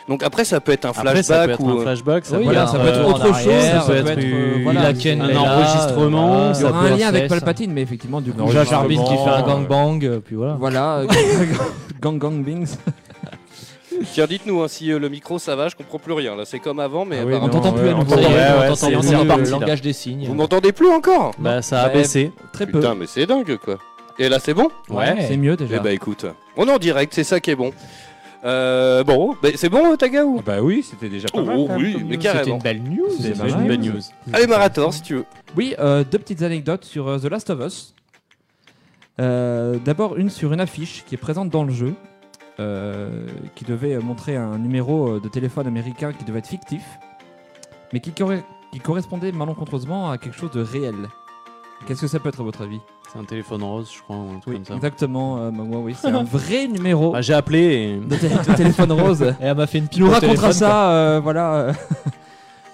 S5: Donc après ça peut être un
S1: voir. Après, ça peut
S5: flashback
S1: être un
S5: ou euh,
S1: flashback, ça
S7: Oui,
S1: peut
S7: voilà,
S1: être,
S7: ça peut être
S1: euh,
S7: autre chose,
S1: ça
S7: ça
S1: peut
S7: peut
S1: être,
S7: être,
S1: euh,
S7: euh, voilà,
S1: une-
S7: Ken
S1: un
S7: Bella,
S1: enregistrement,
S7: euh,
S8: Il y
S1: ça
S8: aura
S1: peut
S8: un
S1: être-
S8: lien avec
S7: process.
S8: Palpatine, mais effectivement, du coup.
S6: Non,
S7: Jar
S6: Jar
S8: je-
S7: Jar
S6: Jar
S7: Binks qui fait un
S6: Binks.
S7: gangbang, euh, puis voilà.
S8: Voilà, euh, Gang Gang Bings.
S5: Tiens dites-nous hein, si euh, le micro ça va, je comprends plus rien là, c'est comme avant mais
S6: Ah oui,
S5: apparemment-
S7: On t'entend
S6: ouais,
S7: plus à
S6: on
S7: nouveau.
S6: t'entend-
S7: ça y est,
S1: ouais,
S7: on
S1: ouais,
S7: t'entend
S1: c'est-
S7: plus,
S1: c'est
S7: le
S1: reparti, là.
S7: langage des signes.
S5: Vous m'entendez plus encore
S1: Bah, ça a
S7: Ouais.
S1: baissé.
S8: Très peu.
S5: Putain mais c'est dingue quoi. Et là c'est bon
S1: Ouais.
S8: C'est mieux
S5: Eh
S8: déjà.
S5: bah
S1: ben,
S5: écoute, on est en direct, c'est ça qui est bon. Euh, bon, bah, c'est bon euh, Taga ou
S6: Ah bah oui c'était déjà pas
S5: Oh,
S6: mal quand même,
S5: oui,
S6: comme
S5: mais
S6: news.
S5: carrément.
S7: belle news. Eh ben,
S1: C'est
S8: pas mal.
S1: une bonne news.
S5: Allez Marator si tu veux.
S8: Oui, euh, deux petites anecdotes sur euh, The Last of Us. Euh, D'abord, une sur une affiche qui est présente dans le jeu, euh, qui devait euh, montrer un numéro euh, de téléphone américain qui devait être fictif, mais qui, corre- qui correspondait malencontreusement à quelque chose de réel. Qu'est-ce que ça peut être à votre avis
S1: C'est un téléphone rose, je crois, ou un truc comme ça.
S8: exactement. euh, bah, ouais, oui, c'est un vrai numéro
S1: Bah, j'ai appelé
S8: de, tél- de téléphone rose.
S7: Et eh, elle m'a fait une
S8: Qui
S7: pile
S8: nous
S7: au
S8: racontera
S7: téléphone, quoi.
S8: ça, euh, voilà.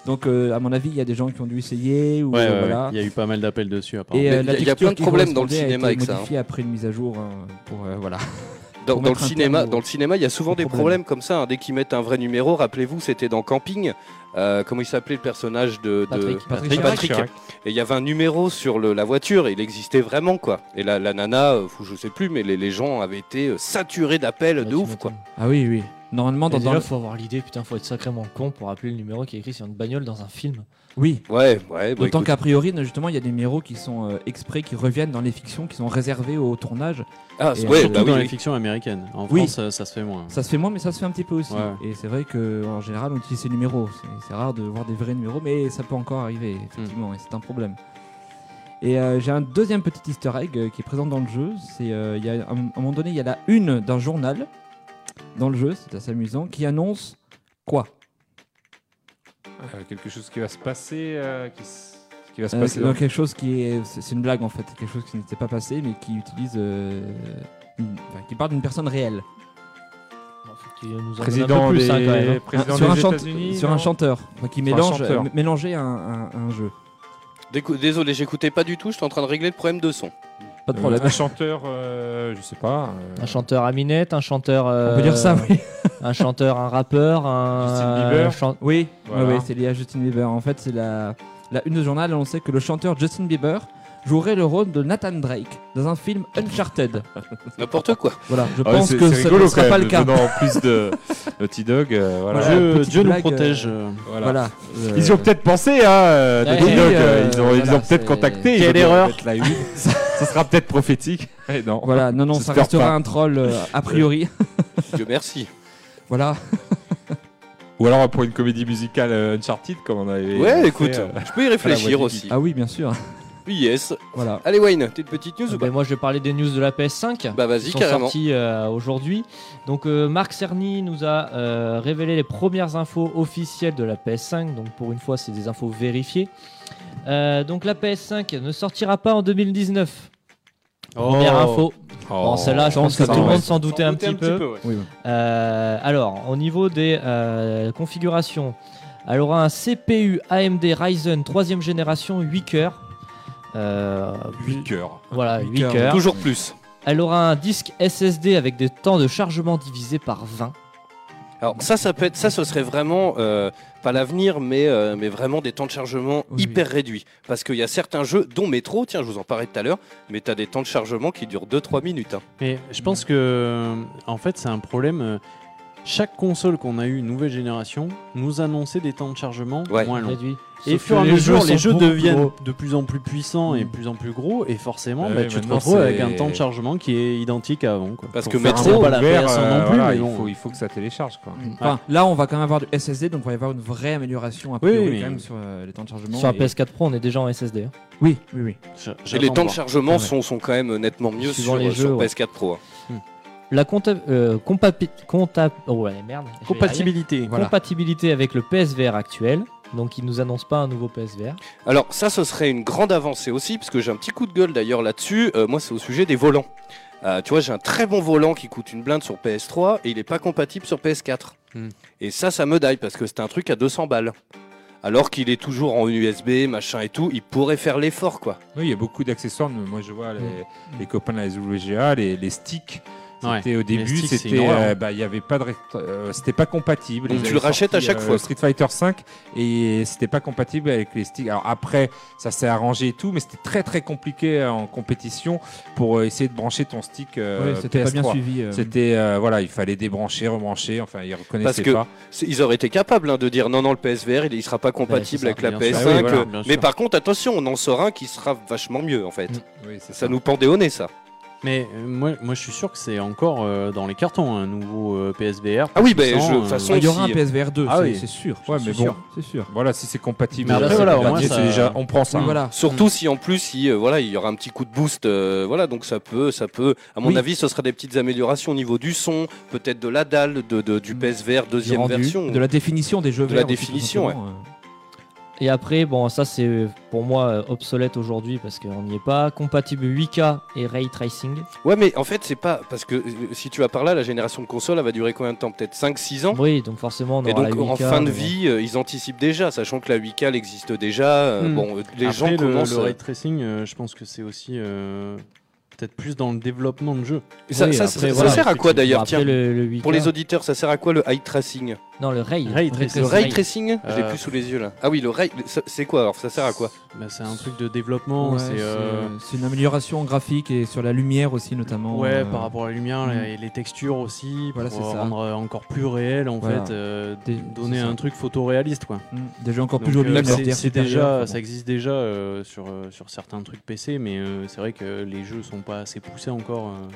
S8: Donc, euh, à mon avis, il y a des gens qui ont dû essayer ou
S1: et. Ouais, ouais,
S8: euh,
S1: ouais.
S8: voilà.
S1: Il y a eu pas mal d'appels dessus, apparemment.
S8: Et
S5: Mais
S8: euh, la
S5: il y a- il y a
S8: texture
S5: plein de
S8: qui
S5: problèmes dans le
S8: correspondait a
S5: cinéma
S8: été
S5: avec ça, hein.
S8: modifiée après une mise à jour hein, pour euh, voilà.
S5: Dans,
S8: Pour
S5: dans le
S8: mettre un
S5: cinéma,
S8: terme au-
S5: dans le cinéma, il y a souvent
S8: au
S5: des
S8: problème.
S5: problèmes comme ça. hein. Dès qu'ils mettent un vrai numéro, rappelez-vous, c'était dans Camping. Euh, comment il s'appelait le personnage de, de-
S7: Patrick.
S8: Patrick
S5: Patrick,
S8: Chirac.
S5: Patrick. Et il y avait un numéro sur le- la voiture, et il existait vraiment quoi. Et la, la nana, euh, fou, je sais plus, mais les, les gens avaient été euh, saturés d'appels de
S7: Ouais,
S5: ouf
S7: tu
S5: quoi.
S7: m'étonnes.
S8: Ah oui oui. Normalement
S7: Mais
S8: dans, dans
S7: déjà,
S8: le...
S7: faut avoir l'idée, putain, faut être sacrément con pour appeler le numéro qui est écrit sur une bagnole dans un film.
S8: oui.
S5: Ouais, ouais. bah,
S8: D'autant
S5: écoute,
S8: qu'a priori justement il y a des numéros qui sont euh, exprès qui reviennent dans les fictions qui sont réservés au tournage.
S5: ah,
S8: et
S5: ouais,
S1: Surtout
S5: bah oui,
S1: dans
S5: oui.
S1: les fictions américaines. En
S8: Oui.
S1: France, ça, ça se fait moins.
S8: Ça se fait moins mais ça se fait un petit peu aussi.
S1: Ouais.
S8: Et c'est vrai que en général on utilise ces numéros. C'est- C'est rare de voir des vrais numéros mais ça peut encore arriver effectivement et c'est un problème. Et euh, j'ai un deuxième petit easter egg euh, qui est présent dans le jeu. C'est euh, il y a, à un moment donné il y a la une d'un journal dans le jeu, c'est assez amusant, qui annonce quoi
S6: Euh, quelque chose qui va se passer euh, qui, s- qui va se
S8: Euh,
S6: passer
S8: dans
S6: dans-
S8: quelque chose qui est c'est c'est une blague en fait quelque chose qui n'était pas passé mais qui utilise euh, une- enfin, qui parle d'une personne réelle
S7: Bon, faut qu'il nous en donne un peu
S6: président
S7: plus, hein, quand même,
S6: des
S7: hein.
S6: président
S8: Un- sur,
S6: des
S8: un chante-
S6: États-Unis,
S8: sur un
S6: non
S8: chanteur enfin, qui
S6: Sur un
S8: mélange
S6: chanteur.
S8: m- mélanger un, un- un jeu
S5: Décou- Désolé, j'écoutais pas du tout. J'étais en train de régler le problème de son.
S8: pas de
S6: Euh,
S8: problème
S6: un chanteur euh, je sais pas euh,
S7: Un chanteur à minette, un chanteur.
S8: on peut dire ça
S7: euh,
S8: oui
S7: Un chanteur, un rappeur, un.
S6: Justin Bieber.
S7: chan-
S8: oui
S6: Voilà.
S8: ouais, ouais, c'est lié à Justin Bieber en fait c'est la la une de journal on sait que le chanteur Justin Bieber jouerait le rôle de Nathan Drake dans un film Uncharted
S5: N'importe quoi.
S8: voilà je
S6: Ah ouais,
S8: pense
S6: c'est-
S8: que
S6: c'est
S8: ce
S6: rigolo
S8: ne sera
S6: quand
S8: pas
S6: même,
S8: le cas
S6: donnant en plus de Naughty Dog, euh, voilà.
S8: Voilà,
S1: Dieu,
S8: petite
S1: Dieu nous
S8: blague,
S1: protège.
S8: euh,
S1: euh.
S6: Voilà.
S8: voilà
S6: Ils y ont peut-être pensé, hein, euh,
S7: Ouais,
S6: Naughty
S7: oui,
S6: Dog,
S8: euh,
S6: ils ont, ils
S8: voilà,
S6: ont peut-être
S8: c'est-
S6: contacté. ils
S1: Quelle
S6: ont dit,
S1: erreur.
S6: peut-être la huile. ça, ça sera peut-être prophétique. Eh non.
S8: Voilà, non, non, ça
S6: J'espère
S8: restera
S6: pas.
S8: un troll euh, a priori.
S5: Dieu merci.
S8: voilà.
S6: Ou alors pour une comédie musicale euh, Uncharted, comme on avait.
S5: Ouais,
S6: fait,
S5: écoute,
S6: euh,
S5: je peux y réfléchir
S6: voix
S5: aussi.
S8: Ah oui, bien sûr.
S5: Oui, yes.
S8: Voilà.
S5: Allez Wayne, t'es une petite news ou pas
S7: Ben, moi, je vais parler des news de la PS5.
S5: Bah
S7: qui
S5: vas-y
S7: sont
S5: carrément.
S7: sortis euh, aujourd'hui. Donc euh, Marc Cerny nous a euh, révélé les premières infos officielles de la PS5. Donc pour une fois, c'est des infos vérifiées. Euh, donc la PS5 ne sortira pas en 2019. Première
S5: Oh.
S7: info. Bon, Oh, celle-là, je pense que
S8: ça,
S7: tout le
S8: ouais.
S7: monde s'en doutait un petit peu.
S8: Oui, oui.
S7: Euh, alors, au niveau des euh, configurations, elle aura un CPU AMD Ryzen 3ème génération 8 cœurs. euh,
S6: 8 cœurs.
S7: voilà,
S8: Huit
S7: 8
S8: heures.
S7: cœurs.
S5: Toujours plus.
S7: Elle aura un disque SSD avec des temps de chargement divisés par 20.
S5: Alors ça, ça peut être, ça, ce serait vraiment euh, pas l'avenir, mais euh, mais vraiment des temps de chargement
S8: Oui,
S5: hyper réduits, parce qu'il y a certains jeux, dont Metro, tiens, je vous en parlais tout à l'heure, mais t'as des temps de chargement qui durent 2-3 minutes. hein.
S1: Mais je pense que, en fait, c'est un problème. euh, Chaque console qu'on a eu, nouvelle génération, nous annonçait des temps de chargement
S5: Ouais.
S1: moins longs.
S7: Réduit.
S1: Et au
S7: Sauf
S1: fur et
S7: que
S1: à
S7: les
S1: mesure,
S7: jeux
S1: les
S7: sont
S1: jeux
S7: beaucoup
S1: deviennent
S7: gros.
S1: de plus en plus puissants et
S7: Mm.
S1: de plus en plus gros, et forcément,
S6: Ah
S1: bah,
S6: oui,
S1: tu te
S6: maintenant,
S1: retrouves avec
S6: c'est-
S1: un temps de chargement qui est identique à avant. Quoi.
S5: Parce
S1: Pour
S5: que
S1: faire un
S5: Metro,
S1: peu pas la
S6: Ouvert,
S1: PS1
S6: euh,
S1: non plus,
S6: voilà,
S1: mais
S6: il,
S1: bon.
S6: faut, il faut que ça télécharge. Quoi.
S8: Enfin, Là, on va quand même avoir du SSD, donc on va y avoir une vraie amélioration a
S1: Oui,
S8: priori,
S1: mais-
S8: quand même sur euh, les temps de chargement.
S7: Sur la
S8: et-
S7: PS4 Pro, on est déjà en SSD. hein.
S8: Oui, oui, oui.
S1: J'a-
S5: Et
S1: j'attends
S5: les temps de
S1: voir.
S5: chargement
S8: Ouais.
S5: sont, sont quand même nettement mieux
S7: Suivant
S5: sur,
S7: les
S5: sur
S7: jeux, ouais.
S5: PS4 Pro. hein.
S7: La compta euh, compapi- compta- oh ouais, merde, je vais y arriver.
S1: Compatibilité.
S8: Voilà.
S7: compatibilité avec le PSVR actuel. Donc, il nous annonce pas un nouveau PSVR.
S5: Alors ça, ce serait une grande avancée aussi, parce que j'ai un petit coup de gueule d'ailleurs là-dessus. Euh, moi, c'est au sujet des volants. Euh, tu vois, j'ai un très bon volant qui coûte une blinde sur PS3 et il n'est pas compatible sur PS4.
S1: Hmm.
S5: Et ça, ça me daille parce que c'est un truc à 200 balles. Alors qu'il est toujours en USB, machin et tout, il pourrait faire l'effort, quoi.
S6: Oui, il y a beaucoup d'accessoires. mais Moi, je vois les,
S1: Mm.
S6: les copains de la SWGA, les, les sticks. C'était au début,
S1: sticks, c'est une
S6: c'était,
S1: horreur. hein.
S6: euh, bah, il y avait pas de, rect- euh, c'était pas compatible.
S5: Donc
S6: Ils
S5: tu
S6: avaient
S5: le rachètes
S6: sorti,
S5: à chaque
S6: euh,
S5: fois.
S6: Street Fighter 5 et c'était pas compatible avec les sticks. Alors après, ça s'est arrangé et tout, mais c'était très très compliqué euh, en compétition pour euh, essayer de brancher ton stick. euh,
S8: Ouais, c'était pas bien
S6: PS3.
S8: suivi. euh.
S6: C'était euh, voilà, il fallait débrancher, rebrancher. Enfin, ils reconnaissaient
S5: que-
S6: pas.
S5: C'est- Ils auraient été capables hein, de dire non, non, le PSVR, il ne sera pas compatible
S1: Ouais,
S5: avec la
S1: c'est ça,
S5: PS5.
S1: bien sûr.
S6: Ah oui, voilà,
S5: euh,
S1: bien sûr.
S5: mais par contre, attention, on en sort un qui sera vachement mieux, en fait.
S1: Mm.
S6: Oui, c'est
S5: Ça nous pendait au nez, ça.
S1: Mais euh, moi, moi, je suis sûr que c'est encore euh, dans les cartons un nouveau euh, PSVR.
S5: Ah oui,
S1: plus
S5: ben,
S1: puissant,
S5: je- de
S1: euh,
S5: toute façon,
S8: Ah, Il y aura un
S5: si-
S8: PSVR 2,
S1: Ah
S8: c'est
S1: oui.
S8: c'est sûr.
S6: Ouais,
S8: c'est
S6: mais
S8: sûr,
S6: bon.
S8: C'est sûr.
S6: Voilà, si c'est compatible.
S1: Mais après,
S6: là, c'est
S1: voilà, au
S6: le
S1: moins,
S6: dernier,
S1: ça-
S6: c'est déjà, on prend ça. hein.
S8: Oui, voilà.
S5: Surtout
S7: Mm.
S5: si en plus il, euh, voilà, il y aura un petit coup de boost, euh, voilà, donc ça peut, ça peut, à mon
S8: Oui.
S5: avis, ce sera des petites améliorations au niveau du son, peut-être de la dalle, de, de- du
S8: Mm.
S5: PSVR
S8: Du
S5: deuxième
S8: rendu,
S5: version.
S8: De la définition des jeux
S5: De la
S8: VR aussi, tout
S5: définition,
S8: simplement, euh.
S7: Et après, bon, ça c'est pour moi euh, obsolète aujourd'hui parce qu'on n'y est pas. Compatible 8K et ray tracing.
S5: Ouais, mais en fait, c'est pas parce que euh, si tu vas par là, la génération de console, elle va durer combien de temps Peut-être 5-6 ans.
S7: Oui, donc forcément, on aura
S5: Et donc
S7: la 8K,
S5: en fin de
S7: mais bon.
S5: vie, euh, ils anticipent déjà, sachant que la 8K elle existe déjà. euh,
S1: Mm.
S5: Bon, euh, les
S1: Après,
S5: gens
S1: le,
S5: commencent.
S1: le
S5: euh,
S1: ray tracing, euh, je pense que c'est aussi euh, peut-être plus dans le développement de jeu.
S5: ça,
S7: Oui,
S5: ça-
S7: après,
S5: ça- ça
S7: voilà,
S5: sert à quoi d'ailleurs
S7: Bon, après,
S5: Tiens,
S7: le, le 8K.
S5: pour les auditeurs, ça sert à quoi le eye tracing
S7: Non, le ray.
S1: Ray tracing.
S5: Le
S1: Ray-
S5: ray tracing Je l'ai
S1: Euh,
S5: plus sous les yeux là. Ah oui, le ray, ça- c'est quoi alors Ça sert à quoi
S1: Bah, c'est un truc de développement.
S8: Ouais,
S1: c'est,
S8: c'est
S1: euh,
S8: c'est une amélioration graphique et sur la lumière aussi, notamment.
S1: Ouais,
S8: euh,
S1: par rapport à la lumière
S8: mm.
S1: et les textures aussi,
S8: Voilà,
S1: pour
S8: c'est ça.
S1: rendre euh, encore plus réel en
S8: Voilà.
S1: fait, euh,
S8: Des-
S1: donner
S8: c'est ça.
S1: un truc photoréaliste quoi.
S8: mm, Des jeux encore
S1: Donc,
S8: plus jolis.
S1: euh,
S8: une
S1: c'est-
S8: RTR
S1: c'est
S8: supérieure,
S1: déjà,
S8: enfin, bon.
S1: ça existe déjà euh, sur, euh, sur certains trucs PC, mais euh, c'est vrai que les jeux sont pas assez poussés encore euh,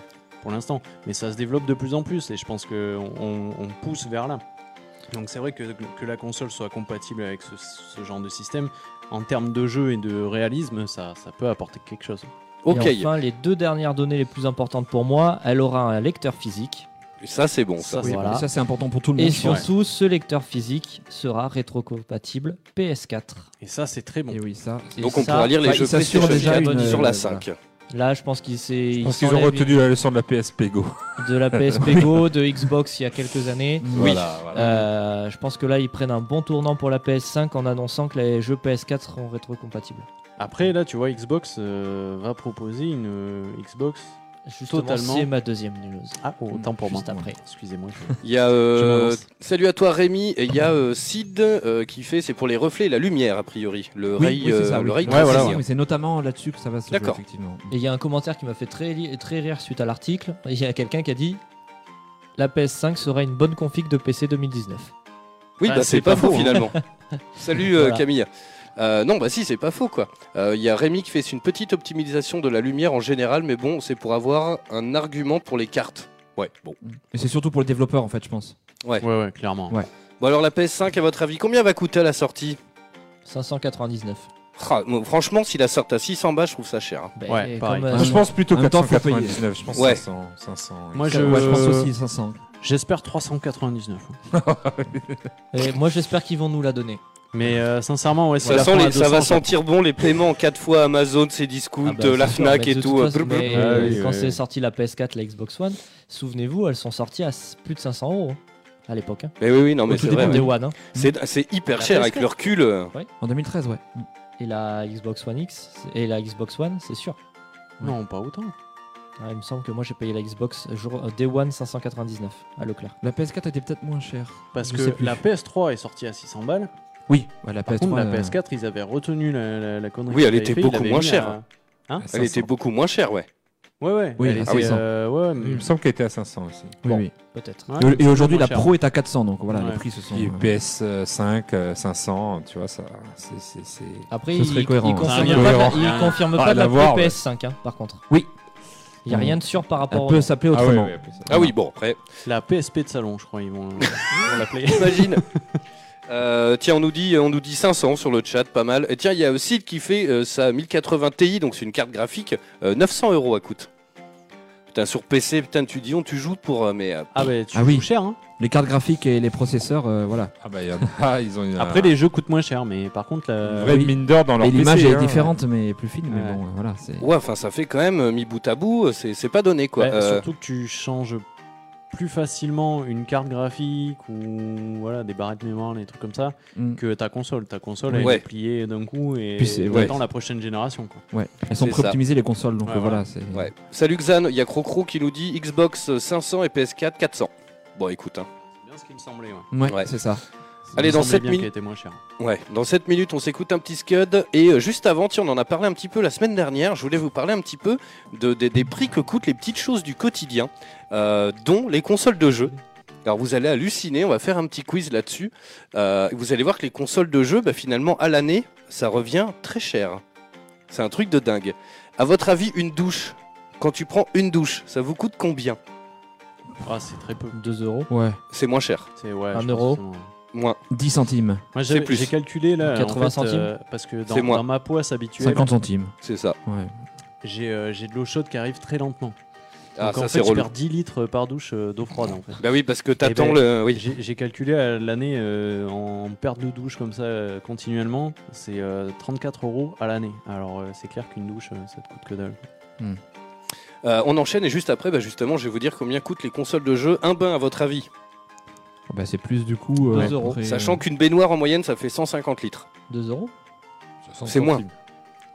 S1: pour l'instant. Mais ça se développe de plus en plus et je pense qu'on on, on pousse vers là. Donc c'est vrai que, que la console soit compatible avec ce, ce genre de système, en termes de jeu et de réalisme, ça, ça peut apporter quelque chose.
S5: Ok,
S7: Et enfin, les deux dernières données les plus importantes pour moi, elle aura un lecteur physique.
S5: ça c'est bon. Ça.
S1: Ça,
S8: Oui,
S1: c'est-
S7: voilà.
S8: Ça, c'est important pour tout le monde.
S7: Et
S8: je pense.
S7: surtout, ce lecteur physique sera rétrocompatible PS4.
S1: Et ça, c'est très bon.
S8: Et oui, ça.
S7: Et
S5: Donc on
S7: ça,
S5: pourra lire les
S8: bah,
S5: jeux
S8: ils s'assurent
S5: PlayStation
S8: déjà
S5: 4
S8: une-
S5: sur la
S8: euh,
S5: 5.
S7: Là, je pense qu'il s'est. il
S6: Parce qu'ils ont
S7: s'enlève
S6: retenu la leçon de la PSP Go.
S7: une- de la PSP Go, de Xbox il y a quelques années.
S5: Voilà, voilà.
S7: Euh, je pense que là, ils prennent un bon tournant pour la PS5 en annonçant que les jeux PS4 seront rétrocompatibles.
S1: Après, là, tu vois, Xbox euh, va proposer une euh, Xbox.
S7: Justement,
S1: Totalement.
S7: c'est ma deuxième news.
S1: Ah, oh, autant pour moi.
S7: Juste après.
S1: Excusez-moi.
S5: Il y a euh,
S1: Je m'avance.
S5: salut à toi Rémi et il y a euh, Sid euh, qui fait c'est pour les reflets et la lumière a priori le
S8: Oui,
S5: ray
S8: oui, c'est
S5: euh,
S8: ça.
S5: le
S8: oui.
S5: ray
S8: Ouais,
S5: tracing.
S8: voilà, ouais. Mais c'est notamment là-dessus que ça va se jouer,
S5: D'accord.
S8: effectivement.
S7: Et il y a un commentaire qui m'a fait très, li- très rire suite à l'article. Il y a quelqu'un qui a dit La PS5 sera une bonne config de PC 2019.
S5: Oui
S1: Ah,
S5: bah, c'est pas, faux
S8: hein.
S5: finalement. salut euh,
S7: Voilà.
S5: Camille. Euh, non bah si c'est pas faux quoi. Euh, Il y a Rémi qui fait c'est une petite optimisation de la lumière en général mais bon c'est pour avoir un argument pour les cartes. Ouais bon.
S8: Mais c'est surtout pour le développeur, en fait, je pense.
S1: Ouais, ouais, clairement.
S5: Bon alors la PS5 à votre avis combien va coûter à la sortie
S7: 599.
S5: Ah, moi, Franchement si la sortent à 600 bas je trouve ça cher. hein.
S7: Ben,
S1: Ouais, pareil.
S7: comme, euh,
S6: je pense plutôt
S8: en même temps, faut
S6: 499.
S8: Oh,
S6: Je pense
S5: Ouais.
S6: 500, 500.
S1: Moi, je,
S8: Ouais, je pense aussi 500.
S1: J'espère 399.
S7: et moi, j'espère qu'ils vont nous la donner.
S1: Mais euh, sincèrement, ouais,
S5: Ça, sent les- ça va sentir bon les paiements 4 fois Amazon, Cdiscount,
S7: Ah ben,
S5: euh, la
S7: c'est sûr,
S5: Fnac
S7: mais
S5: et
S7: de
S5: tout.
S7: toute
S5: euh,
S7: façon,
S5: blablabla.
S7: mais,
S1: Ah
S7: euh,
S1: oui,
S7: quand
S1: oui,
S7: c'est
S1: oui.
S7: sorti la PS4, la Xbox One, souvenez-vous, elles sont sorties à s- plus de 500 euros. à l'époque. hein.
S5: Mais oui, oui, non, mais
S7: Au tout
S5: c'est
S7: début
S5: vrai.
S7: de Day
S5: ouais.
S7: One. hein.
S5: C'est c'est hyper
S7: La
S5: cher avec
S7: PS4.
S5: le recul. euh,
S8: En 2013, ouais.
S7: Et la Xbox One X c'est- et la Xbox One, c'est sûr.
S1: Non, pas autant.
S7: Ah, il me semble que moi j'ai payé la Xbox jour, euh, Day One 599 à Leclerc.
S8: La PS4 était peut-être moins chère.
S1: Parce
S8: Je
S1: que
S8: sais plus.
S1: la PS3 est sortie à 600 balles.
S8: Oui, ouais, la
S1: Par
S8: PS3.
S1: contre, la
S8: euh,
S1: PS4, ils avaient retenu la, la, la connerie.
S5: Oui, elle
S1: qu'ils
S5: était
S1: avaient fait, ils
S5: beaucoup
S1: l'avaient
S5: moins
S1: mis à-
S5: chère.
S1: Hein
S8: à
S5: Elle
S8: 500.
S5: était beaucoup moins chère, ouais.
S1: Ouais, ouais.
S8: Oui,
S1: elle
S8: à
S1: était,
S8: 600.
S1: euh, ouais,
S6: Il
S1: mais-
S6: me semble qu'elle était à 500 aussi.
S8: Oui,
S7: Bon.
S8: oui.
S7: Peut-être.
S1: euh, ouais,
S8: Et-
S1: mais
S8: Et,
S1: c'est
S8: aujourd'hui,
S1: moins
S8: la
S1: cher.
S8: Pro est à 400, donc voilà, les
S1: Ouais.
S8: prix se sont.
S6: Puis
S8: euh,
S6: PS5, euh, 500, tu vois, ça, c'est- c'est. c'est-
S7: Après,
S8: Ce serait
S7: il,
S8: cohérent. hein.
S7: il confirme
S1: Ah,
S7: pas,
S6: cohérent.
S7: la- il
S1: Ah,
S7: confirme
S6: ah,
S7: pas la
S6: l'avoir, ouais.
S7: PS5, hein, par contre.
S8: Oui.
S7: Il n'y a
S8: Mm.
S7: rien de sûr par rapport
S8: Elle
S7: au
S8: peut
S7: nom.
S8: s'appeler
S6: Ah oui,
S8: autrement.
S6: oui, après ça.
S5: Ah oui, bon, après,
S1: La PSP de salon, je crois, ils vont, ils vont l'appeler.
S8: Ah
S5: imagine. Euh, tiens, on nous dit, on nous dit 500 sur le chat, pas mal. Et tiens, il y a aussi qui fait euh, sa 1080 Ti, donc c'est une carte graphique, euh, 900 euros à coûte. Putain, sur PC, putain, tu dis on, tu joues pour, euh, mais euh,
S1: Ah, bah, tu
S8: Ah oui.
S1: joues cher, hein.
S8: Les cartes graphiques et les processeurs, euh, voilà.
S6: Ah bah, il y en a, ils
S5: Ah.
S6: ont une.
S1: Après, les jeux coûtent moins cher, mais par contre,
S6: une
S1: la...
S6: vraie
S8: oui.
S6: mine d'or dans leur
S8: Et l'image
S6: PC,
S8: est
S6: hein.
S8: différente, mais plus fine, mais
S1: Ouais.
S8: bon, euh, voilà. c'est-
S5: ouais, enfin, ça fait quand même euh, mis bout à bout, euh, c'est c'est pas donné quoi.
S1: Ouais,
S5: Euh,
S1: Surtout que tu changes plus facilement une carte graphique ou voilà, des barrettes mémoire, des trucs comme ça,
S8: Mm.
S1: que ta console. Ta console, elle
S5: Ouais.
S1: est pliée d'un coup et
S8: Puis c'est-
S1: t'attends
S5: ouais.
S1: la prochaine génération. Quoi.
S8: Ouais. Elles sont
S5: C'est
S8: pré-optimisées, les consoles, donc
S1: Ouais,
S8: euh, voilà. c'est-
S5: ouais. Salut Xan, il y a Crocro qui nous dit Xbox 500 et PS4 400. Bon, écoute, hein.
S1: C'est bien ce qui me semblait. Ouais.
S5: Ouais.
S8: Ouais, c'est ça.
S5: Allez, dans 7
S1: 7
S5: minutes.
S1: minutes. était moins cher.
S5: Ouais, dans 7 minutes, on s'écoute un petit scud. Et euh, juste avant, tiens, on en a parlé un petit peu la semaine dernière. Je voulais vous parler un petit peu de, des- des prix que coûtent les petites choses du quotidien, euh, dont les consoles de jeu. Alors vous allez halluciner, on va faire un petit quiz là-dessus. Euh, vous allez voir que les consoles de jeu, bah, finalement, à l'année, ça revient très cher. C'est un truc de dingue. À votre avis, une douche, quand tu prends une douche, ça vous coûte combien
S1: Ah, c'est très peu.
S7: 2 euros.
S8: Ouais.
S5: C'est moins cher.
S1: C'est ouais,
S7: Un
S1: je pense
S7: euro.
S1: que c'est moins.
S5: Moins.
S8: 10 centimes,
S1: Moi,
S5: C'est
S1: j'avais-
S5: plus.
S1: j'ai calculé là. en
S7: 80
S1: fait,
S7: centimes.
S1: euh, parce que dans,
S5: C'est moins.
S1: dans ma poisse habituelle,
S8: 50 centimes.
S5: C'est ça.
S8: Ouais.
S1: j'ai euh, j'ai de l'eau chaude qui arrive très lentement.
S5: Ah,
S1: Donc en
S5: ça c'est
S1: fait, je
S5: relou.
S1: perds 10 litres par douche euh, d'eau froide. En fait.
S5: Bah oui, parce que t'attends
S1: ben,
S5: le. Oui.
S1: J'ai j'ai calculé à l'année euh, en perte de douche comme ça euh, continuellement, c'est euh, 34 euros à l'année. Alors euh, c'est clair qu'une douche, euh, ça te coûte que dalle.
S5: Euh, on enchaîne et juste après, bah, justement, je vais vous dire combien coûtent les consoles de jeu. Un bain, à votre avis
S8: Bah, c'est plus du coup.
S7: Deux
S8: à peu
S7: euros.
S8: près,
S5: Sachant qu'une baignoire en moyenne, ça fait 150 litres.
S7: 2 euros
S5: C'est moins.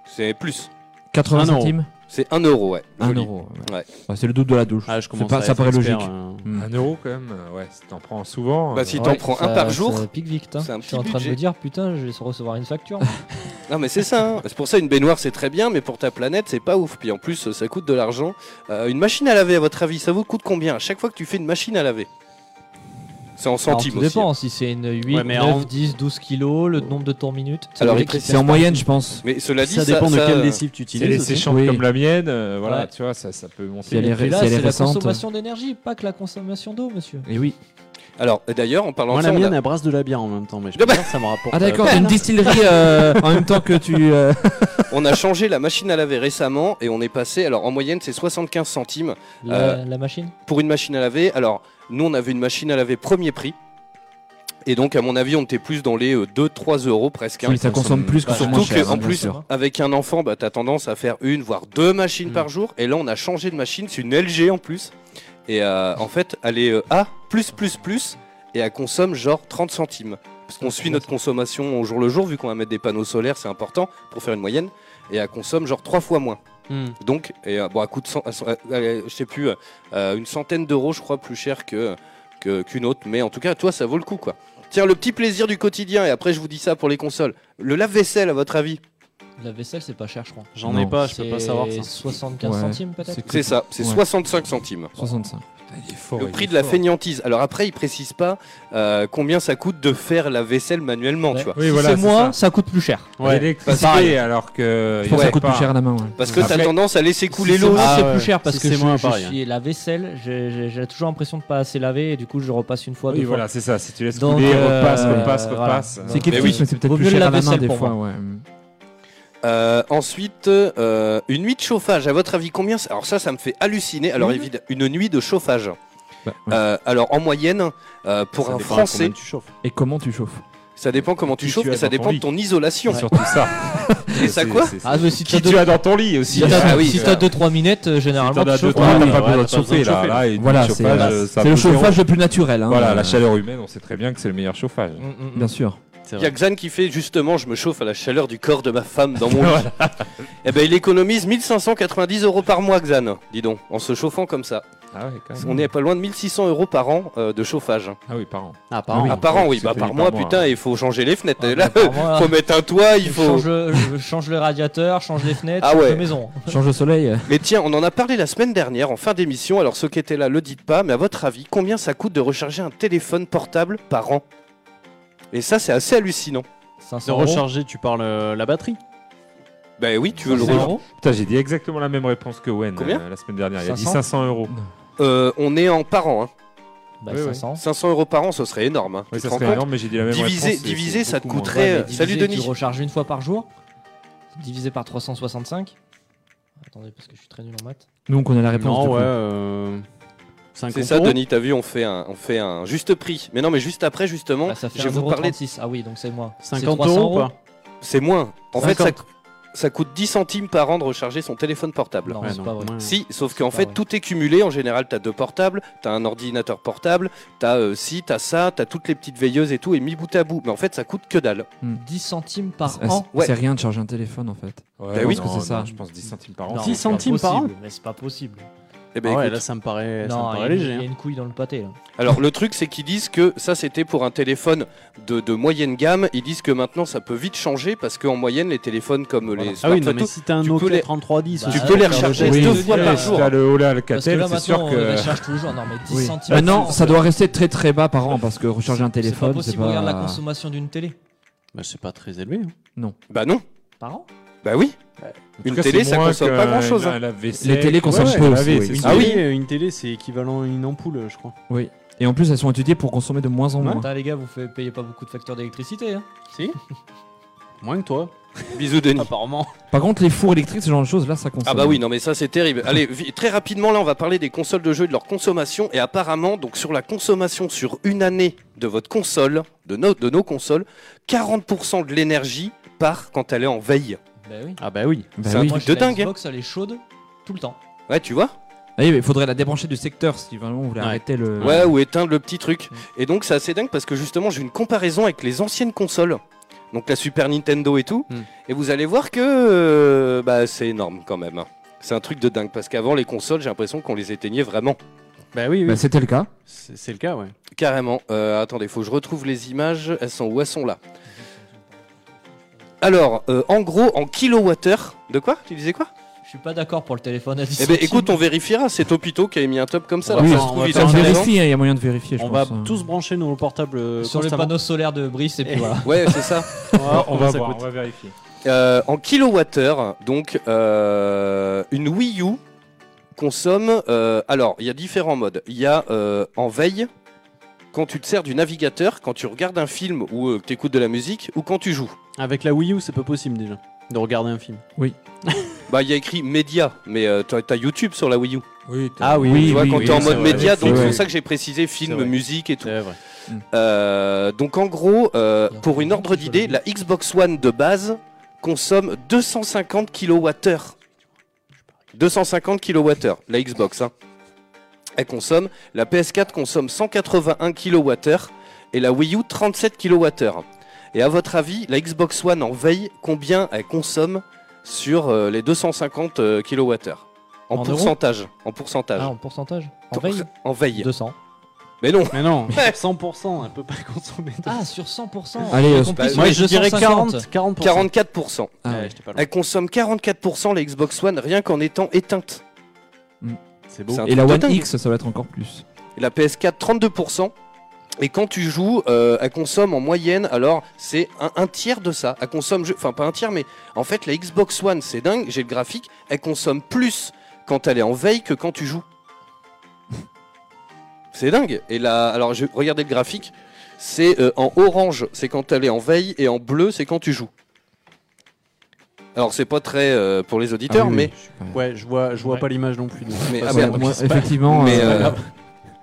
S5: C'est plus.
S1: Un
S8: 80
S1: euro.
S8: centimes
S5: C'est 1 euro, ouais.
S8: 1
S5: Joli.
S8: euro. ouais.
S5: Ouais.
S8: Bah, c'est le double de la douche.
S1: Ah, je
S8: C'est
S1: commence
S8: pas-
S1: à
S8: ça
S1: être
S8: paraît
S1: expert,
S8: logique.
S1: hein.
S8: Mm.
S6: Un euro quand même, euh, ouais, si t'en prends souvent.
S5: Bah,
S6: euh,
S5: si t'en prends un par jour.
S7: Ça pique vite. hein.
S5: c'est un
S7: Je suis
S5: petit
S7: en train de
S5: budget.
S7: me dire, putain, je vais recevoir une facture.
S5: Non, mais c'est ça. hein. C'est pour ça une baignoire, c'est très bien, mais pour ta planète, c'est pas ouf. Puis en plus, ça coûte de l'argent. Euh, une machine à laver, à votre avis, ça vous coûte combien à chaque fois que tu fais une machine à laver C'est en
S7: Alors,
S5: centimes
S7: tout
S5: aussi. hein.
S7: dépend si c'est une 8,
S1: Ouais, mais
S7: 9,
S1: en-
S7: 10, 12 kilos, le nombre de temps minutes.
S5: Alors,
S7: Ça
S5: l'électricité,
S8: C'est en moyenne, je pense.
S5: Mais cela dit,
S1: Ça dépend de
S5: ça- euh,
S1: quelle lessive tu
S6: Si elle est
S1: utilises. aussi.
S6: séchante
S8: Oui.
S6: comme la mienne, euh, voilà,
S7: Ouais.
S6: tu vois, ça, ça peut monter.
S8: Si elle est,
S7: Et puis
S8: ré-
S7: là,
S8: si elle est
S7: c'est la
S8: récente.
S7: consommation d'énergie, pas que la consommation d'eau, monsieur.
S8: Et oui.
S5: Alors, d'ailleurs, en parlant
S1: Moi
S5: de
S1: la
S5: ça, on a-
S1: mienne, elle brasse de la bière en même temps, mais je
S5: Ah
S1: peux
S5: bah-
S1: dire, ça me rapporte.
S8: Ah d'accord,
S1: euh,
S8: une distillerie euh, en même temps que tu. euh,
S5: on a changé la machine à laver récemment et on est passé. Alors, en moyenne, c'est 75 centimes.
S7: La,
S5: Euh,
S7: la machine
S5: pour une machine à laver. Alors, nous, on avait une machine à laver premier prix. Et donc, à mon avis, on était plus dans les 2-3 euros presque. hein.
S8: Oui, ça consomme plus que
S5: Surtout
S8: sur moins
S5: que,
S8: cher. hein,
S5: en
S8: bien
S5: plus,
S8: sûr.
S5: avec un enfant, bah, t'as tendance à faire une, voire deux machines
S1: Mm.
S5: par jour. Et là, on a changé de machine. C'est une LG en plus. Et euh, en fait, elle est euh, A, plus, plus, plus. Et elle consomme genre 30 centimes. Parce qu'on suit notre consommation au jour le jour, vu qu'on va mettre des panneaux solaires, c'est important pour faire une moyenne. Et elle consomme genre trois fois moins.
S1: hmm.
S5: Donc, et, euh, bon, elle coûte, cent- euh, euh, euh, je sais plus, euh, euh, une centaine d'euros, je crois, plus cher que que- qu'une autre. Mais en tout cas, toi, ça vaut le coup, quoi. Tiens, le petit plaisir du quotidien, et après, je vous dis ça pour les consoles. Le lave-vaisselle, à votre avis
S7: La vaisselle, c'est pas cher, je crois.
S1: J'en
S8: Non.
S1: ai pas, je peux pas
S7: C'est
S1: savoir ça.
S7: 75
S8: Ouais.
S7: centimes, peut-être
S5: C'est ça, c'est
S8: Ouais.
S5: 65 centimes.
S8: 65.
S5: Le prix de la fainéantise. Alors après, il précise pas euh, combien ça coûte de faire la vaisselle manuellement,
S7: Ouais.
S5: tu vois.
S6: Oui,
S7: Si
S6: voilà,
S7: c'est
S6: c'est
S7: moi,
S6: ça.
S7: ça coûte plus cher.
S1: Ouais.
S6: L'électricité,
S5: Pareil.
S6: alors que. il
S8: Je
S6: y
S8: pense que
S6: a
S8: ça coûte
S6: pas-
S8: plus cher à la main. ouais.
S5: Parce que t'as
S6: Après-
S5: tendance à laisser couler
S7: Si
S5: l'eau.
S7: c'est moi,
S1: Ah
S7: c'est
S1: ouais.
S7: plus cher parce
S1: Si
S7: que
S1: c'est
S7: je,
S1: moi,
S7: je
S1: pareil,
S5: hein.
S7: suis la vaisselle, j'ai- j'ai j'ai toujours l'impression de pas assez laver et du coup je repasse une fois,
S6: Oui,
S7: deux
S6: voilà, c'est ça. Si tu laisses
S7: Donc,
S6: couler,
S7: euh,
S6: repasse, repasse,
S7: voilà.
S6: repasse.
S7: C'est
S8: C'est
S7: Mais
S8: quelque
S5: oui.
S8: chose, mais c'est
S7: Vaut
S8: peut-être plus
S7: mieux le
S8: cher à la main
S7: lave-vaisselle
S8: des
S7: pour
S8: fois. ouais. mm.
S5: Euh, ensuite, euh, une nuit de chauffage, à votre avis, combien ça- Alors ça, ça me fait halluciner. Alors évidemment, une nuit de chauffage.
S8: Bah, ouais.
S5: Euh, alors en moyenne, euh, pour
S1: Ça
S5: un
S1: dépend à
S5: Français,
S1: combien tu chauffes.
S8: Et comment tu chauffes
S5: Ça dépend comment tu
S6: Qui tu
S5: chauffes
S6: as
S5: et ça
S6: dans ton
S5: dépend de
S6: lit.
S5: ton isolation.
S6: Surtout ça.
S5: Et ça quoi
S6: C'est- c'est-
S7: Ah, mais si t'as
S9: Qui
S7: deux,
S9: tu as dans ton lit aussi.
S7: si t'as-
S5: Ah oui,
S7: si
S5: ça.
S7: t'as deux, trois minettes, euh,
S6: Si
S7: généralement,
S6: t'en as
S7: tu
S6: deux,
S7: chauffes.
S6: trois,
S7: Ouais,
S6: t'as
S7: ouais,
S6: pas
S7: ouais,
S6: besoin de
S7: t'as
S6: chauffer là. là, et le
S8: Ah, Voilà, c'est
S6: chauffage, euh, ça
S8: c'est le
S6: peut zéro.
S8: chauffage le plus naturel. hein.
S6: Voilà,
S8: Euh,
S6: la chaleur humaine, on sait très bien que c'est le meilleur chauffage.
S7: Mm, mm, mm.
S8: Bien sûr.
S5: Il y a Xan qui fait justement je me chauffe à la chaleur du corps de ma femme dans mon lit. Eh ben il économise 1590 euros par mois Xan, dis donc, en se chauffant comme ça.
S6: Ah oui, quand même.
S5: On est pas loin de 1600 euros par an euh, de chauffage.
S6: Ah oui, par an.
S1: Ah, par
S6: Oui.
S5: Ah, par an, oui,
S6: c'est
S5: bah
S6: payé
S5: par
S6: par
S5: mois,
S6: mois,
S5: putain,
S6: hein. bah,
S5: il faut changer les fenêtres.
S7: Ah,
S5: là,
S7: par mois,
S5: faut mettre un toit, il faut.
S7: Change, euh, change le radiateur, change les fenêtres,
S5: Ah
S7: change
S5: ouais.
S7: la maison.
S8: Change de soleil. euh,
S5: Mais tiens, on en a parlé la semaine dernière en fin d'émission, alors ceux qui étaient là le dites pas, mais à votre avis, combien ça coûte de recharger un téléphone portable par an Et ça, c'est assez hallucinant.
S7: 500
S1: De recharger, tu parles euh, la batterie
S5: Ben oui, tu veux le
S7: euros. 500 euros.
S6: Putain, j'ai dit exactement la même réponse que Wen
S5: Combien
S6: euh, la semaine dernière. Il a dit
S7: 500.
S6: 500 euros.
S5: Euh, on est en par an, hein.
S7: Bah,
S6: Oui, oui.
S7: 500.
S5: 500 euros par an, ce serait énorme. hein. tu
S6: Oui,
S5: te
S6: ça
S5: rends
S6: serait
S5: compte
S6: énorme, mais j'ai dit la même
S5: Divisé-
S6: réponse. et
S5: divisé,
S6: c'est
S5: ça te
S6: beaucoup moins.
S5: coûterait-
S7: Ouais, mais
S5: Euh, salut,
S7: divisé,
S5: Denis.
S7: Tu recharges une fois par jour, divisé par 365. Attendez, parce que je suis très nul en maths.
S8: Donc on a la réponse. du
S1: Non,
S8: coup.
S1: ouais. euh, 50
S5: C'est ça,
S1: euros.
S5: Denis, t'as vu, on fait, un, on fait un juste prix. Mais non, mais juste après, justement,
S7: Bah, ça fait
S5: je vais vous parler.
S7: 1,36€. Ah oui, donc c'est moi. C'est
S1: 50
S7: 300
S1: euros ou pas
S5: C'est moins. En fait, ça,
S1: 50.
S5: ça coûte 10 centimes par an de recharger son téléphone portable.
S7: Non,
S1: Ouais,
S7: c'est
S1: non,
S7: pas vrai.
S1: moins.
S5: Si, sauf
S7: C'est
S5: qu'en
S7: pas
S5: fait,
S7: vrai.
S5: tout est cumulé. En général, t'as deux portables, t'as un ordinateur portable, t'as euh, ci, t'as ça, t'as toutes les petites veilleuses et tout, et mis bout à bout. Mais en fait, ça coûte que dalle.
S7: 10 centimes
S8: Ah,
S7: par
S8: C'est
S7: an.
S5: ouais.
S8: c'est rien de charger un téléphone en fait.
S6: Ouais,
S5: Bah oui.
S6: non,
S8: Parce que c'est
S6: non,
S8: ça.
S6: Je pense 10 centimes par
S7: Non,
S6: an.
S1: Six
S7: c'est pas
S1: centimes par an
S7: possible, Mais c'est pas possible.
S5: Eh ben,
S1: Ah ouais,
S5: écoute.
S1: là ça me paraît, ça me
S7: Non, il y,
S1: paraît
S7: a une-
S1: léger.
S7: il y a
S1: hein.
S7: une couille dans le pâté là.
S5: Alors, le truc, c'est qu'ils disent que ça, c'était pour un téléphone de, de moyenne gamme. Ils disent que maintenant, ça peut vite changer parce qu'en moyenne, les téléphones comme les
S1: Ah oui,
S5: smartphones,
S1: non,
S5: tout,
S1: mais si t'as un
S5: tu peux
S1: Nokia euh,
S5: les-
S1: 3310,
S7: Bah,
S5: tu
S1: aussi,
S5: peux les
S7: d'accord,
S5: recharger
S7: oui.
S5: deux
S7: Oui.
S5: fois par
S7: Oui.
S5: jour.
S6: T'as le
S7: Parce
S6: Ola
S7: que
S6: Alcatel,
S7: là
S6: c'est sûr
S7: maintenant, on
S6: que.
S7: les charge tous les jours. Non, mais 10
S8: Oui.
S7: centimes.
S8: Maintenant,
S7: c'est-
S8: ça doit rester très très bas par an parce que recharger un
S7: C'est
S8: téléphone,
S7: pas possible. Regarde la consommation d'une télé
S1: bah, c'est pas très élevé. hein.
S5: Bah non,
S7: par an.
S5: bah oui.
S6: En tout
S5: Une
S6: cas,
S5: télé,
S6: c'est
S5: ça
S6: moins
S5: consomme
S6: qu'un-
S5: pas hein. grand chose.
S6: un lave-vaisselle.
S8: Les télés consomment peu
S6: un
S8: aussi,
S6: lave-vaisselle,
S8: oui.
S6: c'est
S1: Une
S5: Ah
S6: sûr.
S1: télé, euh, une télé, c'est équivalent à une ampoule, euh, je crois.
S8: Et en plus, elles sont étudiées pour consommer de moins en moins.
S7: Putain, les gars, vous fait- payez pas beaucoup de facteurs d'électricité. hein.
S1: Si Moins que toi,
S5: Bisous, Denis.
S1: apparemment.
S8: Par contre, les fours électriques, ce genre de choses, là, ça consomme.
S5: Ah bah oui, non mais ça c'est terrible. Allez, vi- très rapidement là, on va parler des consoles de jeux et de leur consommation. Et apparemment, donc sur la consommation sur une année de votre console, de nos, de nos consoles, 40% de l'énergie part quand elle est en veille.
S7: Bah oui.
S1: Ah bah oui.
S8: Bah
S5: c'est un
S8: oui.
S5: truc
S7: Moi, j'ai
S5: de
S7: la
S5: dingue, hein.
S7: Xbox, elle est chaude tout le temps.
S5: Ouais, tu vois
S8: Ah oui, mais il faudrait la débrancher du secteur si vraiment vous voulez
S1: Ouais.
S8: arrêter le.
S5: Ouais, ou éteindre le petit truc. Et donc c'est assez dingue parce que justement j'ai une comparaison avec les anciennes consoles. Donc la Super Nintendo et tout.
S1: Mm.
S5: Et vous allez voir que euh, bah, c'est énorme quand même. C'est un truc de dingue parce qu'avant les consoles, j'ai l'impression qu'on les éteignait vraiment.
S1: Bah oui, oui.
S8: Bah, c'était le cas.
S1: c'est c'est le cas, ouais.
S5: Carrément. Euh, attendez, faut que je retrouve les images. Elles sont où Elles sont là. Alors, euh, en gros, en kilowattheure. De quoi Tu disais quoi
S7: Je suis pas d'accord pour le téléphone à 10
S5: Eh ben,
S7: centimes.
S5: écoute, on vérifiera. C'est Topito qui a mis un top comme ça. Alors,
S1: Oui,
S5: ça
S1: on
S5: se trouve,
S1: va
S5: il
S1: faire
S5: a
S8: On
S1: un
S5: raison.
S8: vérifie, hein, il y a moyen de vérifier. je
S1: On va
S8: pense, hein.
S1: tous brancher nos portables euh,
S7: sur le
S1: constamment.
S7: panneau solaire de Brice et puis
S1: Eh.
S7: voilà.
S5: Ouais, c'est ça.
S1: On va
S6: Ah, On
S1: voir comment
S6: va
S1: ça
S6: voir, on
S1: coûte.
S6: va vérifier.
S5: Euh, en kilowattheure, donc euh, une Wii U consomme. euh, alors, il y a différents modes. Il y a euh, en veille, quand tu te sers du navigateur, quand tu regardes un film ou euh, que tu écoutes de la musique, ou quand tu joues.
S1: Avec la Wii U, c'est pas possible déjà de regarder un film.
S5: Bah, il y a écrit média, mais euh, t'as t'as YouTube sur la Wii U.
S6: Oui,
S1: Ah oui,
S5: tu vois, quand t'es en
S1: c'est
S5: mode
S1: vrai,
S5: média,
S1: c'est
S5: donc c'est
S1: vrai.
S5: pour ça que j'ai précisé
S1: C'est
S5: film,
S1: vrai.
S5: musique et tout.
S1: C'est vrai.
S5: Euh, donc en gros, euh,
S7: Il y a
S5: pour une
S7: encore
S5: ordre
S7: des
S5: d'idée, la
S7: choses
S5: Xbox One de base consomme 250 kWh. 250 kWh, la Xbox. hein. Elle consomme, la PS4 consomme 181 kWh et la Wii U 37 kWh. Et à votre avis, la Xbox One en veille, combien elle consomme sur euh, les 250 kWh euh,
S7: En
S5: en,
S7: euros
S5: pourcentage, en pourcentage.
S7: Ah, en pourcentage En veille
S5: En veille.
S7: 200.
S5: Mais non.
S1: Mais non, 100%, elle peut pas consommer. de-
S7: Ah, sur 100%.
S8: Allez,
S7: J'ai
S8: euh,
S7: compris,
S5: bah,
S1: Moi,
S7: sur
S1: je dirais
S7: 250.
S1: 40. 40%.
S5: 44%.
S8: Ah,
S1: Ouais,
S8: ouais.
S1: j'étais pas loin.
S5: Elle consomme 44% la Xbox One rien qu'en étant éteinte.
S1: C'est beau.
S5: c'est un
S8: Et la
S5: truc de
S8: One
S5: dingue.
S8: X, ça va être encore plus.
S5: Et la PS4 32%. Et quand tu joues, euh, elle consomme en moyenne, alors c'est un, un tiers de ça. Elle consomme, je- enfin pas un tiers, mais en fait la Xbox One, c'est dingue, j'ai le graphique, elle consomme plus quand elle est en veille que quand tu joues. c'est dingue. Et là, alors je, regardez le graphique, c'est euh, en orange, c'est quand elle est en veille, et en bleu, c'est quand tu joues. Alors c'est pas très euh, pour les auditeurs,
S8: Ah oui,
S5: mais
S8: oui, je sais pas.
S1: Ouais, je vois, je vois
S6: Ouais.
S1: pas l'image non plus. donc.
S5: Mais-
S1: Pas
S5: ah,
S1: ça,
S8: Ouais,
S5: merde,
S1: donc
S8: moi,
S1: c'est pas-
S8: effectivement.
S5: Mais
S8: euh,
S5: euh,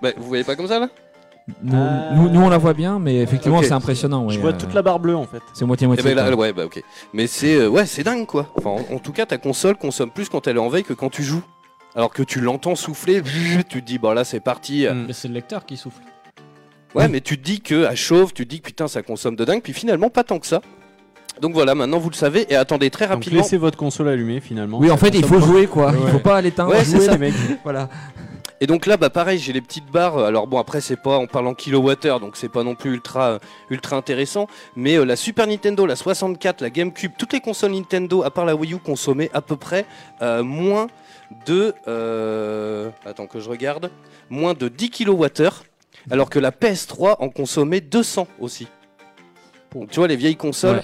S5: bah, vous voyez pas comme ça là
S8: Nous,
S1: Ah.
S8: nous, nous, on la voit bien, mais effectivement,
S5: Ok.
S8: c'est impressionnant.
S1: Je
S8: ouais,
S1: vois
S8: euh,
S1: toute la barre bleue en fait.
S8: C'est moitié-moitié.
S5: Eh ben là,
S8: quoi.
S5: ouais, bah ok. Mais c'est euh, ouais, c'est dingue quoi. Enfin, en, en tout cas, ta console consomme plus quand elle est en veille que quand tu joues. Alors que tu l'entends souffler, tu te dis bah là c'est parti.
S1: Mm.
S9: Mais c'est le lecteur qui souffle.
S5: Ouais, mais tu te dis que à chauffe, tu te dis que putain ça consomme de dingue, puis finalement pas tant que ça. Donc voilà, maintenant vous le savez et attendez très
S1: Donc
S5: rapidement.
S1: laissez votre console allumée finalement.
S8: Oui, en fait, il faut jouer quoi. Il faut
S6: Ouais.
S8: pas l'éteindre.
S5: Ouais,
S8: jouer,
S5: c'est ça.
S8: les mecs. Voilà.
S5: Et donc là, bah pareil, j'ai les petites barres. Alors bon, après c'est pas, on parle en kilowattheure, donc c'est pas non plus ultra, euh, ultra intéressant. Mais euh, la Super Nintendo, la 64, la GameCube, toutes les consoles Nintendo, à part la Wii U, consommaient à peu près euh, moins de, euh, attends que je regarde, moins de 10 kilowattheures, alors que la PS3 en consommait 200 aussi. Donc, tu vois les vieilles consoles.
S9: Ouais.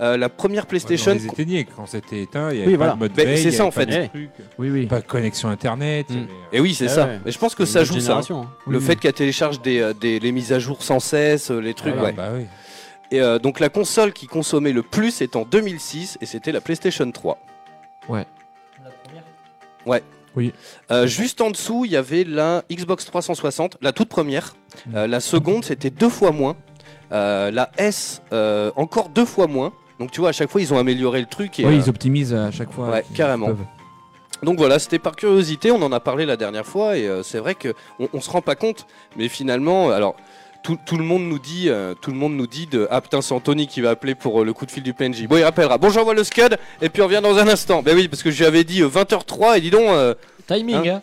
S5: euh, la première PlayStation,
S6: On les éteignait quand c'était éteint, il y avait
S1: Oui,
S6: pas
S1: voilà.
S6: de mode
S5: Mais
S6: veille,
S5: c'est
S6: il y
S5: ça,
S6: avait
S5: en
S6: pas
S5: fait.
S6: de truc,
S8: Oui, oui.
S6: Pas de connexion internet. il y
S1: Mm.
S6: avait, euh,
S5: et Eh oui c'est
S1: Ah
S5: ça.
S1: ouais.
S5: Mais je pense que ça joue ça. hein. Le fait qu'elle télécharge des, euh, des- les mises à jour sans cesse, euh, les trucs.
S6: ah,
S5: ouais.
S6: bah oui.
S5: Et euh, donc la console qui consommait le plus est en 2006 et c'était la PlayStation 3. Euh, juste en dessous, il y avait la Xbox 360, la toute première.
S8: Mm.
S5: Euh, la seconde, c'était deux fois moins. Euh, la S, euh, encore deux fois moins. Donc tu vois, à chaque fois, ils ont amélioré le truc. Et,
S8: Oui,
S5: euh,
S8: ils optimisent à chaque fois.
S5: Ouais,
S8: qu'ils
S5: carrément.
S8: peuvent.
S5: Donc voilà, c'était par curiosité, on en a parlé la dernière fois et euh, c'est vrai que on, on se rend pas compte, mais finalement, euh, alors tout, tout le monde nous dit, euh, tout le monde nous dit de ah putain c'est Anthony qui va appeler pour euh, le coup de fil du PNJ. Bon il rappellera. Bon j'envoie le scud et puis on revient dans un instant. Ben oui parce que j'avais dit 20h03 et dis donc euh,
S9: Timing, hein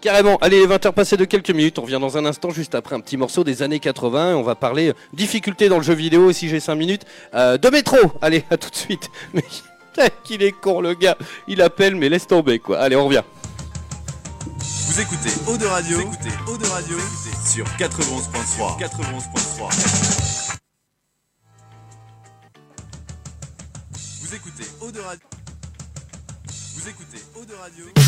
S5: carrément. Allez les 20h passées de quelques minutes, on revient dans un instant juste après un petit morceau des années 80 et on va parler euh, difficulté dans le jeu vidéo si j'ai 5 minutes euh, de métro. Allez à tout de suite. Mais qu'il est con le gars, il appelle mais laisse tomber quoi. Allez on revient.
S10: Vous écoutez Eau de Radio, écoutez Eau de Radio sur 91.3. 91.3. Vous écoutez Eau de Radio. Vous écoutez Eau de Radio.
S1: Oh,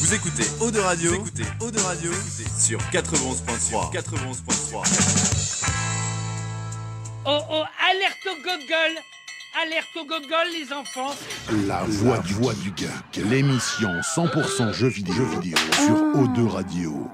S11: Vous écoutez Eau de Radio, vous écoutez Eau de Radio sur 91.3. 91.3.
S3: Oh oh, alerte au gogol Alerte au gogol, les enfants
S4: La voix du, voix du geek, l'émission 100% jeux vidéo, jeux vidéo sur O2 Radio.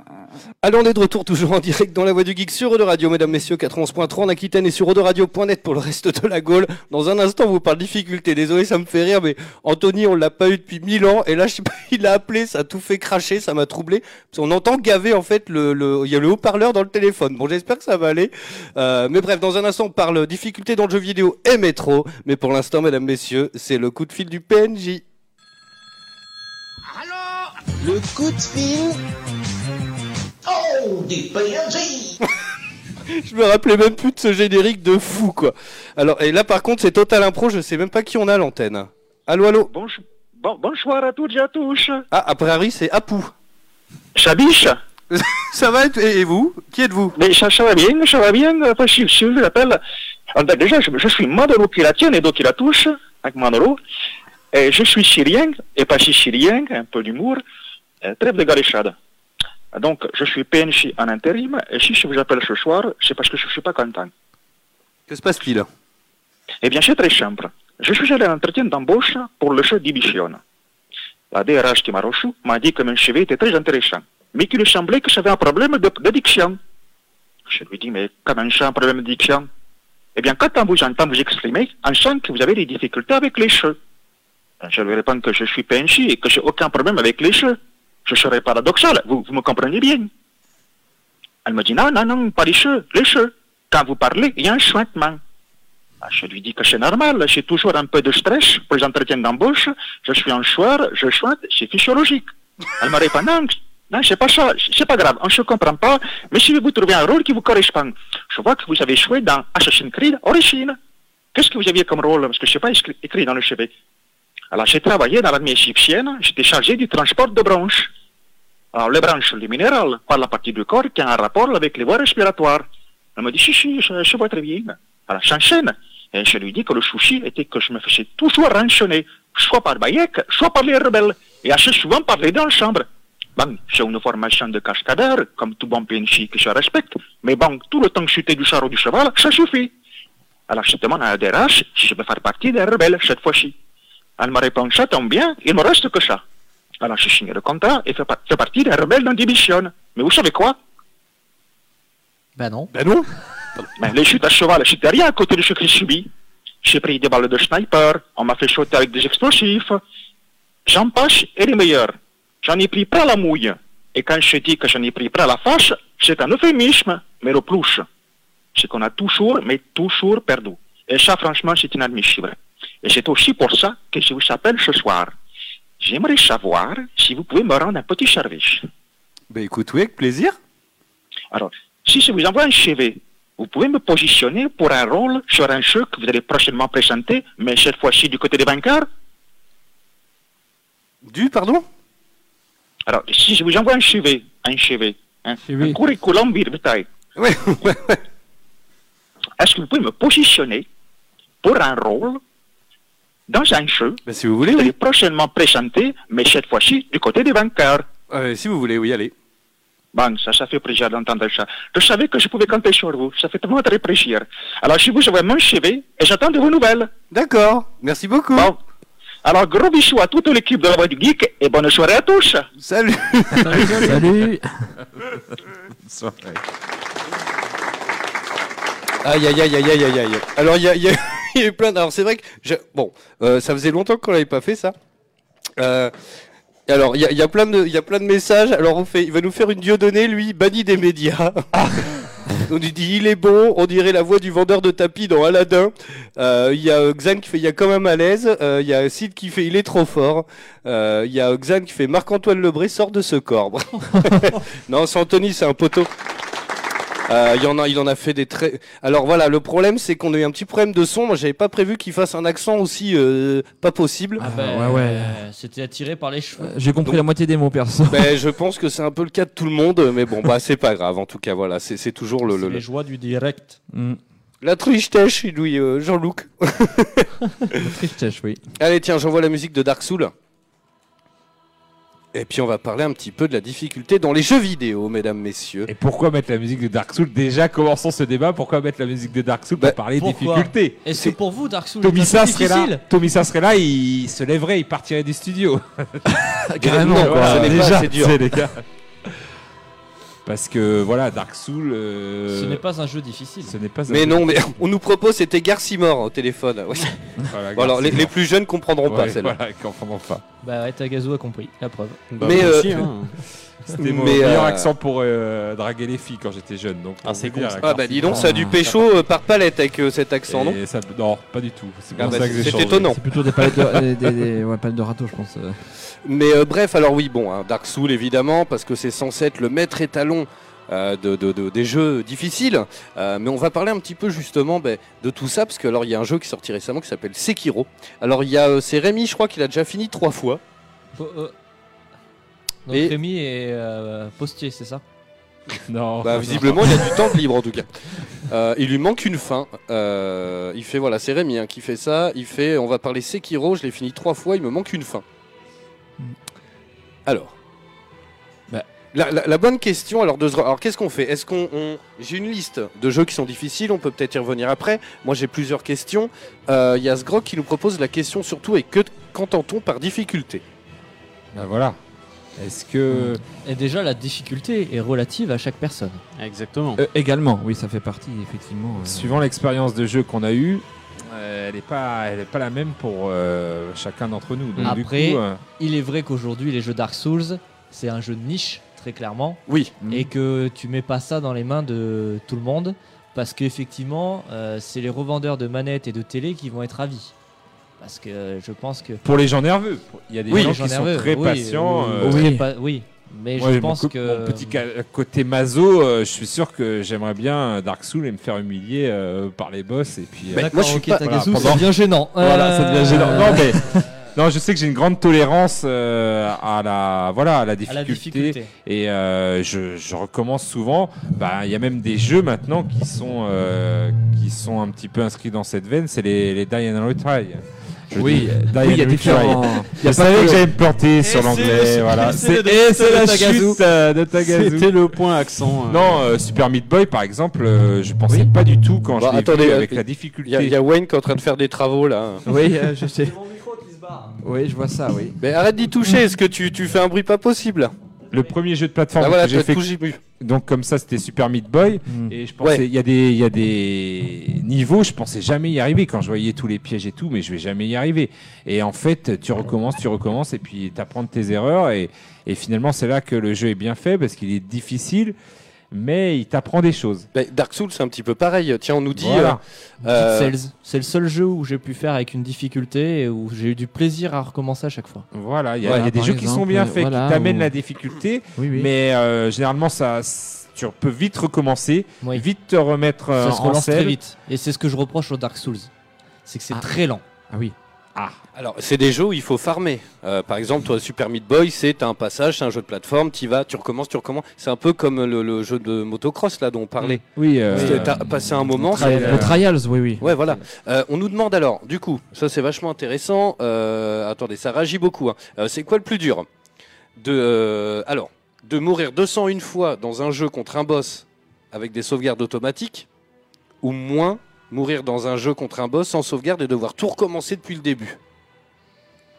S5: Allons, on est de retour toujours en direct dans la voix du geek sur Eau Radio, mesdames, messieurs, 91.3 en Aquitaine et sur Radio.net pour le reste de la Gaule. Dans un instant, on vous parle difficulté. Désolé, ça me fait rire, mais Anthony, on l'a pas eu depuis mille ans. Et là, je sais pas, il a appelé, ça a tout fait cracher, ça m'a troublé. Parce qu'on entend gaver, en fait, le, le- il y a le haut-parleur dans le téléphone. Bon, j'espère que ça va aller. Euh, mais bref, dans un instant, on parle difficulté dans le jeu vidéo et métro. Mais pour l'instant, mesdames, messieurs, c'est le coup de fil du PNJ.
S12: Le coup de fil. Oh, du PNJ
S5: Je me rappelais même plus de ce générique de fou, quoi. Alors, et là, par contre, c'est total impro, je sais même pas qui on a à l'antenne. Allô, allô
S1: bonsoir à toutes et à tous.
S5: Ah, après Harry, c'est Apou.
S1: Chabiche
S5: Ça va être- et et vous Qui êtes-vous
S1: Mais ça, ça va bien, ça va bien. Enfin, si, si je l'appelle. En fait, déjà, je, je suis Maduro qui la tienne et d'autres qui la touchent, avec Maduro. Et je suis syrien, et pas si syrien, un peu d'humour, euh, trêve de galéchade. Donc, je suis PNJ en intérim, et si je vous appelle ce soir, c'est parce que je ne suis pas content.
S5: Que se passe-t-il
S1: Eh bien, c'est très simple. Je suis allé à l'entretien d'embauche pour le jeu Division. La DRH qui m'a reçu m'a dit que mon CV était très intéressant, mais qu'il lui semblait que j'avais un problème de, de diction. Je lui dis, mais comment ça, un problème de diction Eh bien, quand on vous entend vous exprimer, on sent que vous avez des difficultés avec les cheveux. Je lui réponds que je suis PNJ et que j'ai aucun problème avec les cheveux. Je serais paradoxal, vous, vous me comprenez bien. Elle me dit, non, non, non, pas les cheveux, les cheveux. Quand vous parlez, il y a un chuintement. Ah, Je lui dis que c'est normal, j'ai toujours un peu de stress pour les entretiens d'embauche, je suis en choix, je chouette, c'est physiologique. Elle me répond non, non, c'est pas ça, c'est pas grave, on se comprend pas, mais si vous trouvez un rôle qui vous correspond, je vois que vous avez joué dans Assassin's Creed Origins. Qu'est-ce que vous aviez comme rôle Parce que c'est pas écrit- écrit dans le CV. Alors j'ai travaillé dans l'armée égyptienne, j'étais chargé du transport de branches. Alors les branches, les minérales, par la partie du corps qui a un rapport avec les voies respiratoires. Elle me dit si, si, je, je vois très bien. Alors j'enchaîne. Et je lui dis que le souci était que je me faisais toujours rançonner, soit par Bayek, soit par les rebelles, et assez souvent par les dents de chambre. Bon, j'ai une formation de cascadeur, comme tout bon PNJ que je respecte, mais bon, tout le temps que j'étais du char ou du cheval, ça suffit. Alors je demande à la DRH si je peux faire partie des rebelles cette fois-ci. Elle me répond, ça tombe bien, il me reste que ça. Alors je signe le contrat et fais, par- fais partie des rebelles dans Division. Mais vous savez quoi
S13: Bah non.
S1: Ben non Mais les chutes à cheval, c'était rien à côté de ce que j'ai subi. J'ai pris des balles de sniper, on m'a fait sauter avec des explosifs. J'en passe et les meilleurs. J'en ai pris plein la mouille. Et quand je dis que j'en ai pris plein la face, c'est un euphémisme, mais le plus, c'est qu'on a toujours, mais toujours perdu. Et ça, franchement, c'est inadmissible. Et c'est aussi pour ça que je vous appelle ce soir. J'aimerais savoir si vous pouvez me rendre un petit service.
S5: Ben écoute, oui, avec plaisir.
S1: Alors, si je vous envoie un CV, vous pouvez me positionner pour un rôle sur un jeu que vous allez prochainement présenter, mais cette fois-ci du côté des bancards
S5: Du, pardon
S1: Alors, si je vous envoie un CV, un CV, un, un curriculum vitae, est-ce que vous pouvez me positionner pour un rôle dans un jeu
S5: bah, si vous voulez,
S1: que vous allez prochainement présenter, mais cette fois-ci du côté des bancards
S5: Euh, si vous voulez, oui, allez.
S1: Bon, ça, ça fait plaisir d'entendre ça. Je savais que je pouvais compter sur vous. Ça fait vraiment très plaisir. Alors, je vous envoie mon CV et j'attends de vos nouvelles.
S5: D'accord. Merci beaucoup.
S1: Bon. Alors, gros bisous à toute l'équipe de la Voix du Geek et bonne soirée à tous.
S5: Salut.
S8: Salut
S5: Aïe, aïe, aïe, aïe, aïe, aïe, aïe. Alors, il y a, il y a- il y a eu plein. d'- Alors, c'est vrai que. je- Bon, euh, ça faisait longtemps qu'on l'avait pas fait, ça. Euh, Alors, il y a, il y a plein de, il y a plein de messages. Alors, on fait, il va nous faire une Dieudonnée, lui, banni des médias. On lui dit il est bon, on dirait la voix du vendeur de tapis dans Aladdin. Euh, Il y a euh, Xan qui fait il y a quand même à l'aise. Euh, Il y a Sid qui fait il est trop fort. Euh, Il y a euh, Xan qui fait Marc-Antoine Lebré sort de ce corps. non, c'est Anthony, c'est un poteau. Euh, il, y en a, il en a fait des très. Alors voilà, le problème c'est qu'on a eu un petit problème de son. Moi, j'avais pas prévu qu'il fasse un accent aussi euh, pas possible.
S7: Ben,
S8: ouais, ouais.
S7: euh, C'était attiré par les cheveux.
S8: Euh, J'ai compris la moitié des mots perso.
S5: Ben, je pense que c'est un peu le cas de tout le monde, mais bon, bah c'est pas grave. En tout cas, voilà, c'est c'est toujours le, le- le-
S13: Les joies du direct.
S8: Mm.
S5: la tristesse, lui, euh, Jean-Luc.
S8: Tristèche, oui.
S5: Allez, tiens, j'envoie la musique de Dark Soul. Et puis on va parler un petit peu de la difficulté dans les jeux vidéo, mesdames, messieurs.
S6: Et pourquoi mettre la musique de Dark Souls Déjà, commençons ce débat. Pourquoi mettre la musique de Dark Souls
S5: Bah,
S6: pour parler
S5: pourquoi
S6: difficulté
S9: Est-ce que pour vous, Dark Souls est
S6: Tomisa
S9: un jeu
S6: serait là,
S9: difficile
S6: Tomisa serait là, il se lèverait, il partirait du studio.
S5: Carrément, Non, quoi. ce n'est pas
S6: déjà,
S5: assez dur.
S6: c'est les gars. Parce que voilà, Dark Souls. euh,
S7: Ce n'est pas un jeu difficile.
S6: Ce n'est pas. un
S5: Mais
S6: jeu
S5: non, mais on nous propose c'était Garcimore au téléphone. Ouais.
S6: Voilà,
S5: Bon, alors, les,
S6: Ah, Garcimore.
S5: les plus jeunes comprendront pas
S6: Ouais,
S5: celle-là.
S6: voilà, ils comprendront pas.
S7: Bah ouais, Tagazu a compris, la preuve.
S5: mais euh,
S1: hein.
S6: C'était mon
S5: mais,
S6: meilleur
S5: euh,
S6: accent pour euh, draguer les filles quand j'étais jeune. Donc
S1: Ah, c'est con, ça.
S5: Ah bah dis donc, ça a du pécho euh, par palette avec euh, cet accent, non
S6: Et ça- non, pas du tout. C'est
S5: Ah
S6: pour
S5: bah,
S6: ça que j'ai
S5: c'est
S6: changé.
S5: étonnant.
S8: C'est plutôt des palettes de, des, des- des- ouais, palettes de râteau, je pense. euh.
S5: Mais euh, bref, alors oui, bon, hein, Dark Souls évidemment, parce que c'est censé être le maître étalon euh, de, de- de- des jeux difficiles. Euh, mais on va parler un petit peu justement ben, de tout ça, parce que alors il y a un jeu qui est sorti récemment qui s'appelle Sekiro. Alors il y a, euh, c'est Rémi, je crois qu'il a déjà fini trois fois.
S7: Po- euh, Donc
S5: Et-
S7: Rémi est euh, postier, c'est ça
S6: Non.
S5: Bah, visiblement, il a du temps de libre en tout cas. Euh, il lui manque une fin. Euh, il fait voilà, c'est Rémi hein, qui fait ça. Il fait, on va parler Sekiro. Je l'ai fini trois fois. Il me manque une fin. Alors,
S9: Bah.
S5: la, la- la bonne question. Alors, de se- alors qu'est-ce qu'on fait Est-ce qu'on on- j'ai une liste de jeux qui sont difficiles. On peut peut-être y revenir après. Moi, j'ai plusieurs questions. Euh, Il y a Sgrog qui nous propose la question surtout et que qu'entend-on par difficulté
S6: Bah voilà. Est-ce que.
S7: Et déjà, la difficulté est relative à chaque personne.
S1: Exactement.
S8: Euh, également, oui, ça fait partie, effectivement. euh.
S6: Suivant l'expérience de jeu qu'on a eue, euh, elle n'est pas, elle est pas la même pour euh, chacun d'entre nous. Donc, du
S7: Après,
S6: coup, euh,
S7: il est vrai qu'aujourd'hui, les jeux Dark Souls, c'est un jeu de niche, très clairement.
S5: Oui.
S6: Mm.
S7: Et que tu mets pas ça dans les mains de tout le monde, parce qu'effectivement, euh, c'est les revendeurs de manettes et de télé qui vont être ravis. Parce que euh, je pense que.
S6: pour les gens nerveux, il y a des
S7: Oui,
S6: gens
S7: les
S6: qui sont très
S7: oui,
S6: patients.
S7: oui,
S6: euh,
S7: oui, très pa- oui. mais
S6: moi,
S7: je
S6: mon
S7: pense
S6: co-
S7: que.
S6: Mon petit ca- côté maso, euh, je suis sûr que j'aimerais bien euh, Dark Soul et me faire humilier euh, par les boss. Et puis,
S7: D'accord, moi, je suis ok, pas- Tagazu, ça
S6: pendant-
S7: devient gênant.
S6: Voilà, ça devient gênant.
S7: Euh,
S6: Non, mais. Non, je sais que j'ai une grande tolérance euh, à la voilà à la difficulté,
S7: difficulté.
S6: et euh, je, je recommence souvent. Bah, il y a même des jeux maintenant qui sont euh, qui sont un petit peu inscrits dans cette veine. C'est les, les Die and Retry. Je
S8: Oui,
S6: dis,
S8: euh,
S6: Die
S8: oui, il y a
S6: and
S8: différents-
S6: Retry.
S8: il y a
S6: Je
S8: pas
S6: savais
S8: que-
S6: que j'allais me planter
S8: Et
S6: sur
S8: c'est-
S6: l'anglais.
S8: c'est-
S6: Voilà.
S8: c'est le-
S6: C'est- Et
S8: c'est
S6: c'est
S8: le
S6: la
S8: Tagazu.
S6: chute euh, de Tagazu.
S1: C'était le point accent. euh.
S6: Non, euh, Super Meat Boy par exemple, euh, je pensais pas du tout quand
S5: Bah,
S6: je l'ai
S5: attendez,
S6: vu
S5: euh,
S6: avec
S5: il- Il
S6: la
S5: y a-
S6: difficulté.
S5: il y, a Wayne qui est en train de faire des travaux là.
S8: Oui, euh, je sais. Oui, je vois ça, oui.
S5: Mais arrête d'y toucher. Est-ce que tu, tu fais un bruit pas possible
S6: Le premier jeu de plateforme
S5: Ah voilà,
S6: que j'ai
S5: t'as
S6: fait.
S5: tout gibu.
S6: Donc comme ça, c'était Super Meat Boy. Et je pensais, il
S5: Ouais.
S6: y a des, il y a des niveaux, je pensais jamais y arriver quand je voyais tous les pièges et tout, mais je vais jamais y arriver. Et en fait, tu recommences, tu recommences, et puis t'apprends de tes erreurs, et, et finalement, c'est là que le jeu est bien fait parce qu'il est difficile, mais il t'apprend des choses.
S5: Bah, Dark Souls, c'est un petit peu pareil. Tiens, on nous dit.
S6: Voilà.
S5: euh, euh,
S7: Dead Cells, c'est le seul jeu où j'ai pu faire avec une difficulté et où j'ai eu du plaisir à recommencer à chaque fois.
S6: Voilà, il y a,
S8: Ouais,
S6: il y a des hein, euh,
S8: par
S6: jeux qui sont
S8: exemple,
S6: bien faits,
S8: voilà,
S6: qui t'amènent
S8: ou-
S6: la difficulté,
S8: Oui, oui.
S6: mais euh, généralement, ça, tu peux vite recommencer,
S7: Oui.
S6: vite te remettre euh,
S7: Ça se
S6: en
S7: relance très
S6: selle.
S7: vite. Et c'est ce que je reproche aux Dark Souls. C'est que c'est très lent.
S8: Ah oui.
S6: Ah.
S5: Alors, c'est des jeux où il faut farmer. Euh, par exemple, toi, Super Meat Boy, c'est un passage, c'est un jeu de plateforme, tu vas, tu recommences, tu recommences. C'est un peu comme le, le jeu de motocross là dont on parlait.
S1: Mm.
S6: Oui, euh,
S5: Parce que T'as passé un moment.
S8: Tri-
S5: ça-
S8: le Trials, oui, oui.
S5: Ouais, voilà. Euh, on nous demande alors, du coup, ça c'est vachement intéressant. Euh, attendez, ça réagit beaucoup. hein. Euh, c'est quoi le plus dur De euh, alors de mourir 201 fois dans un jeu contre un boss avec des sauvegardes automatiques, ou moins mourir dans un jeu contre un boss sans sauvegarde et devoir tout recommencer depuis le début.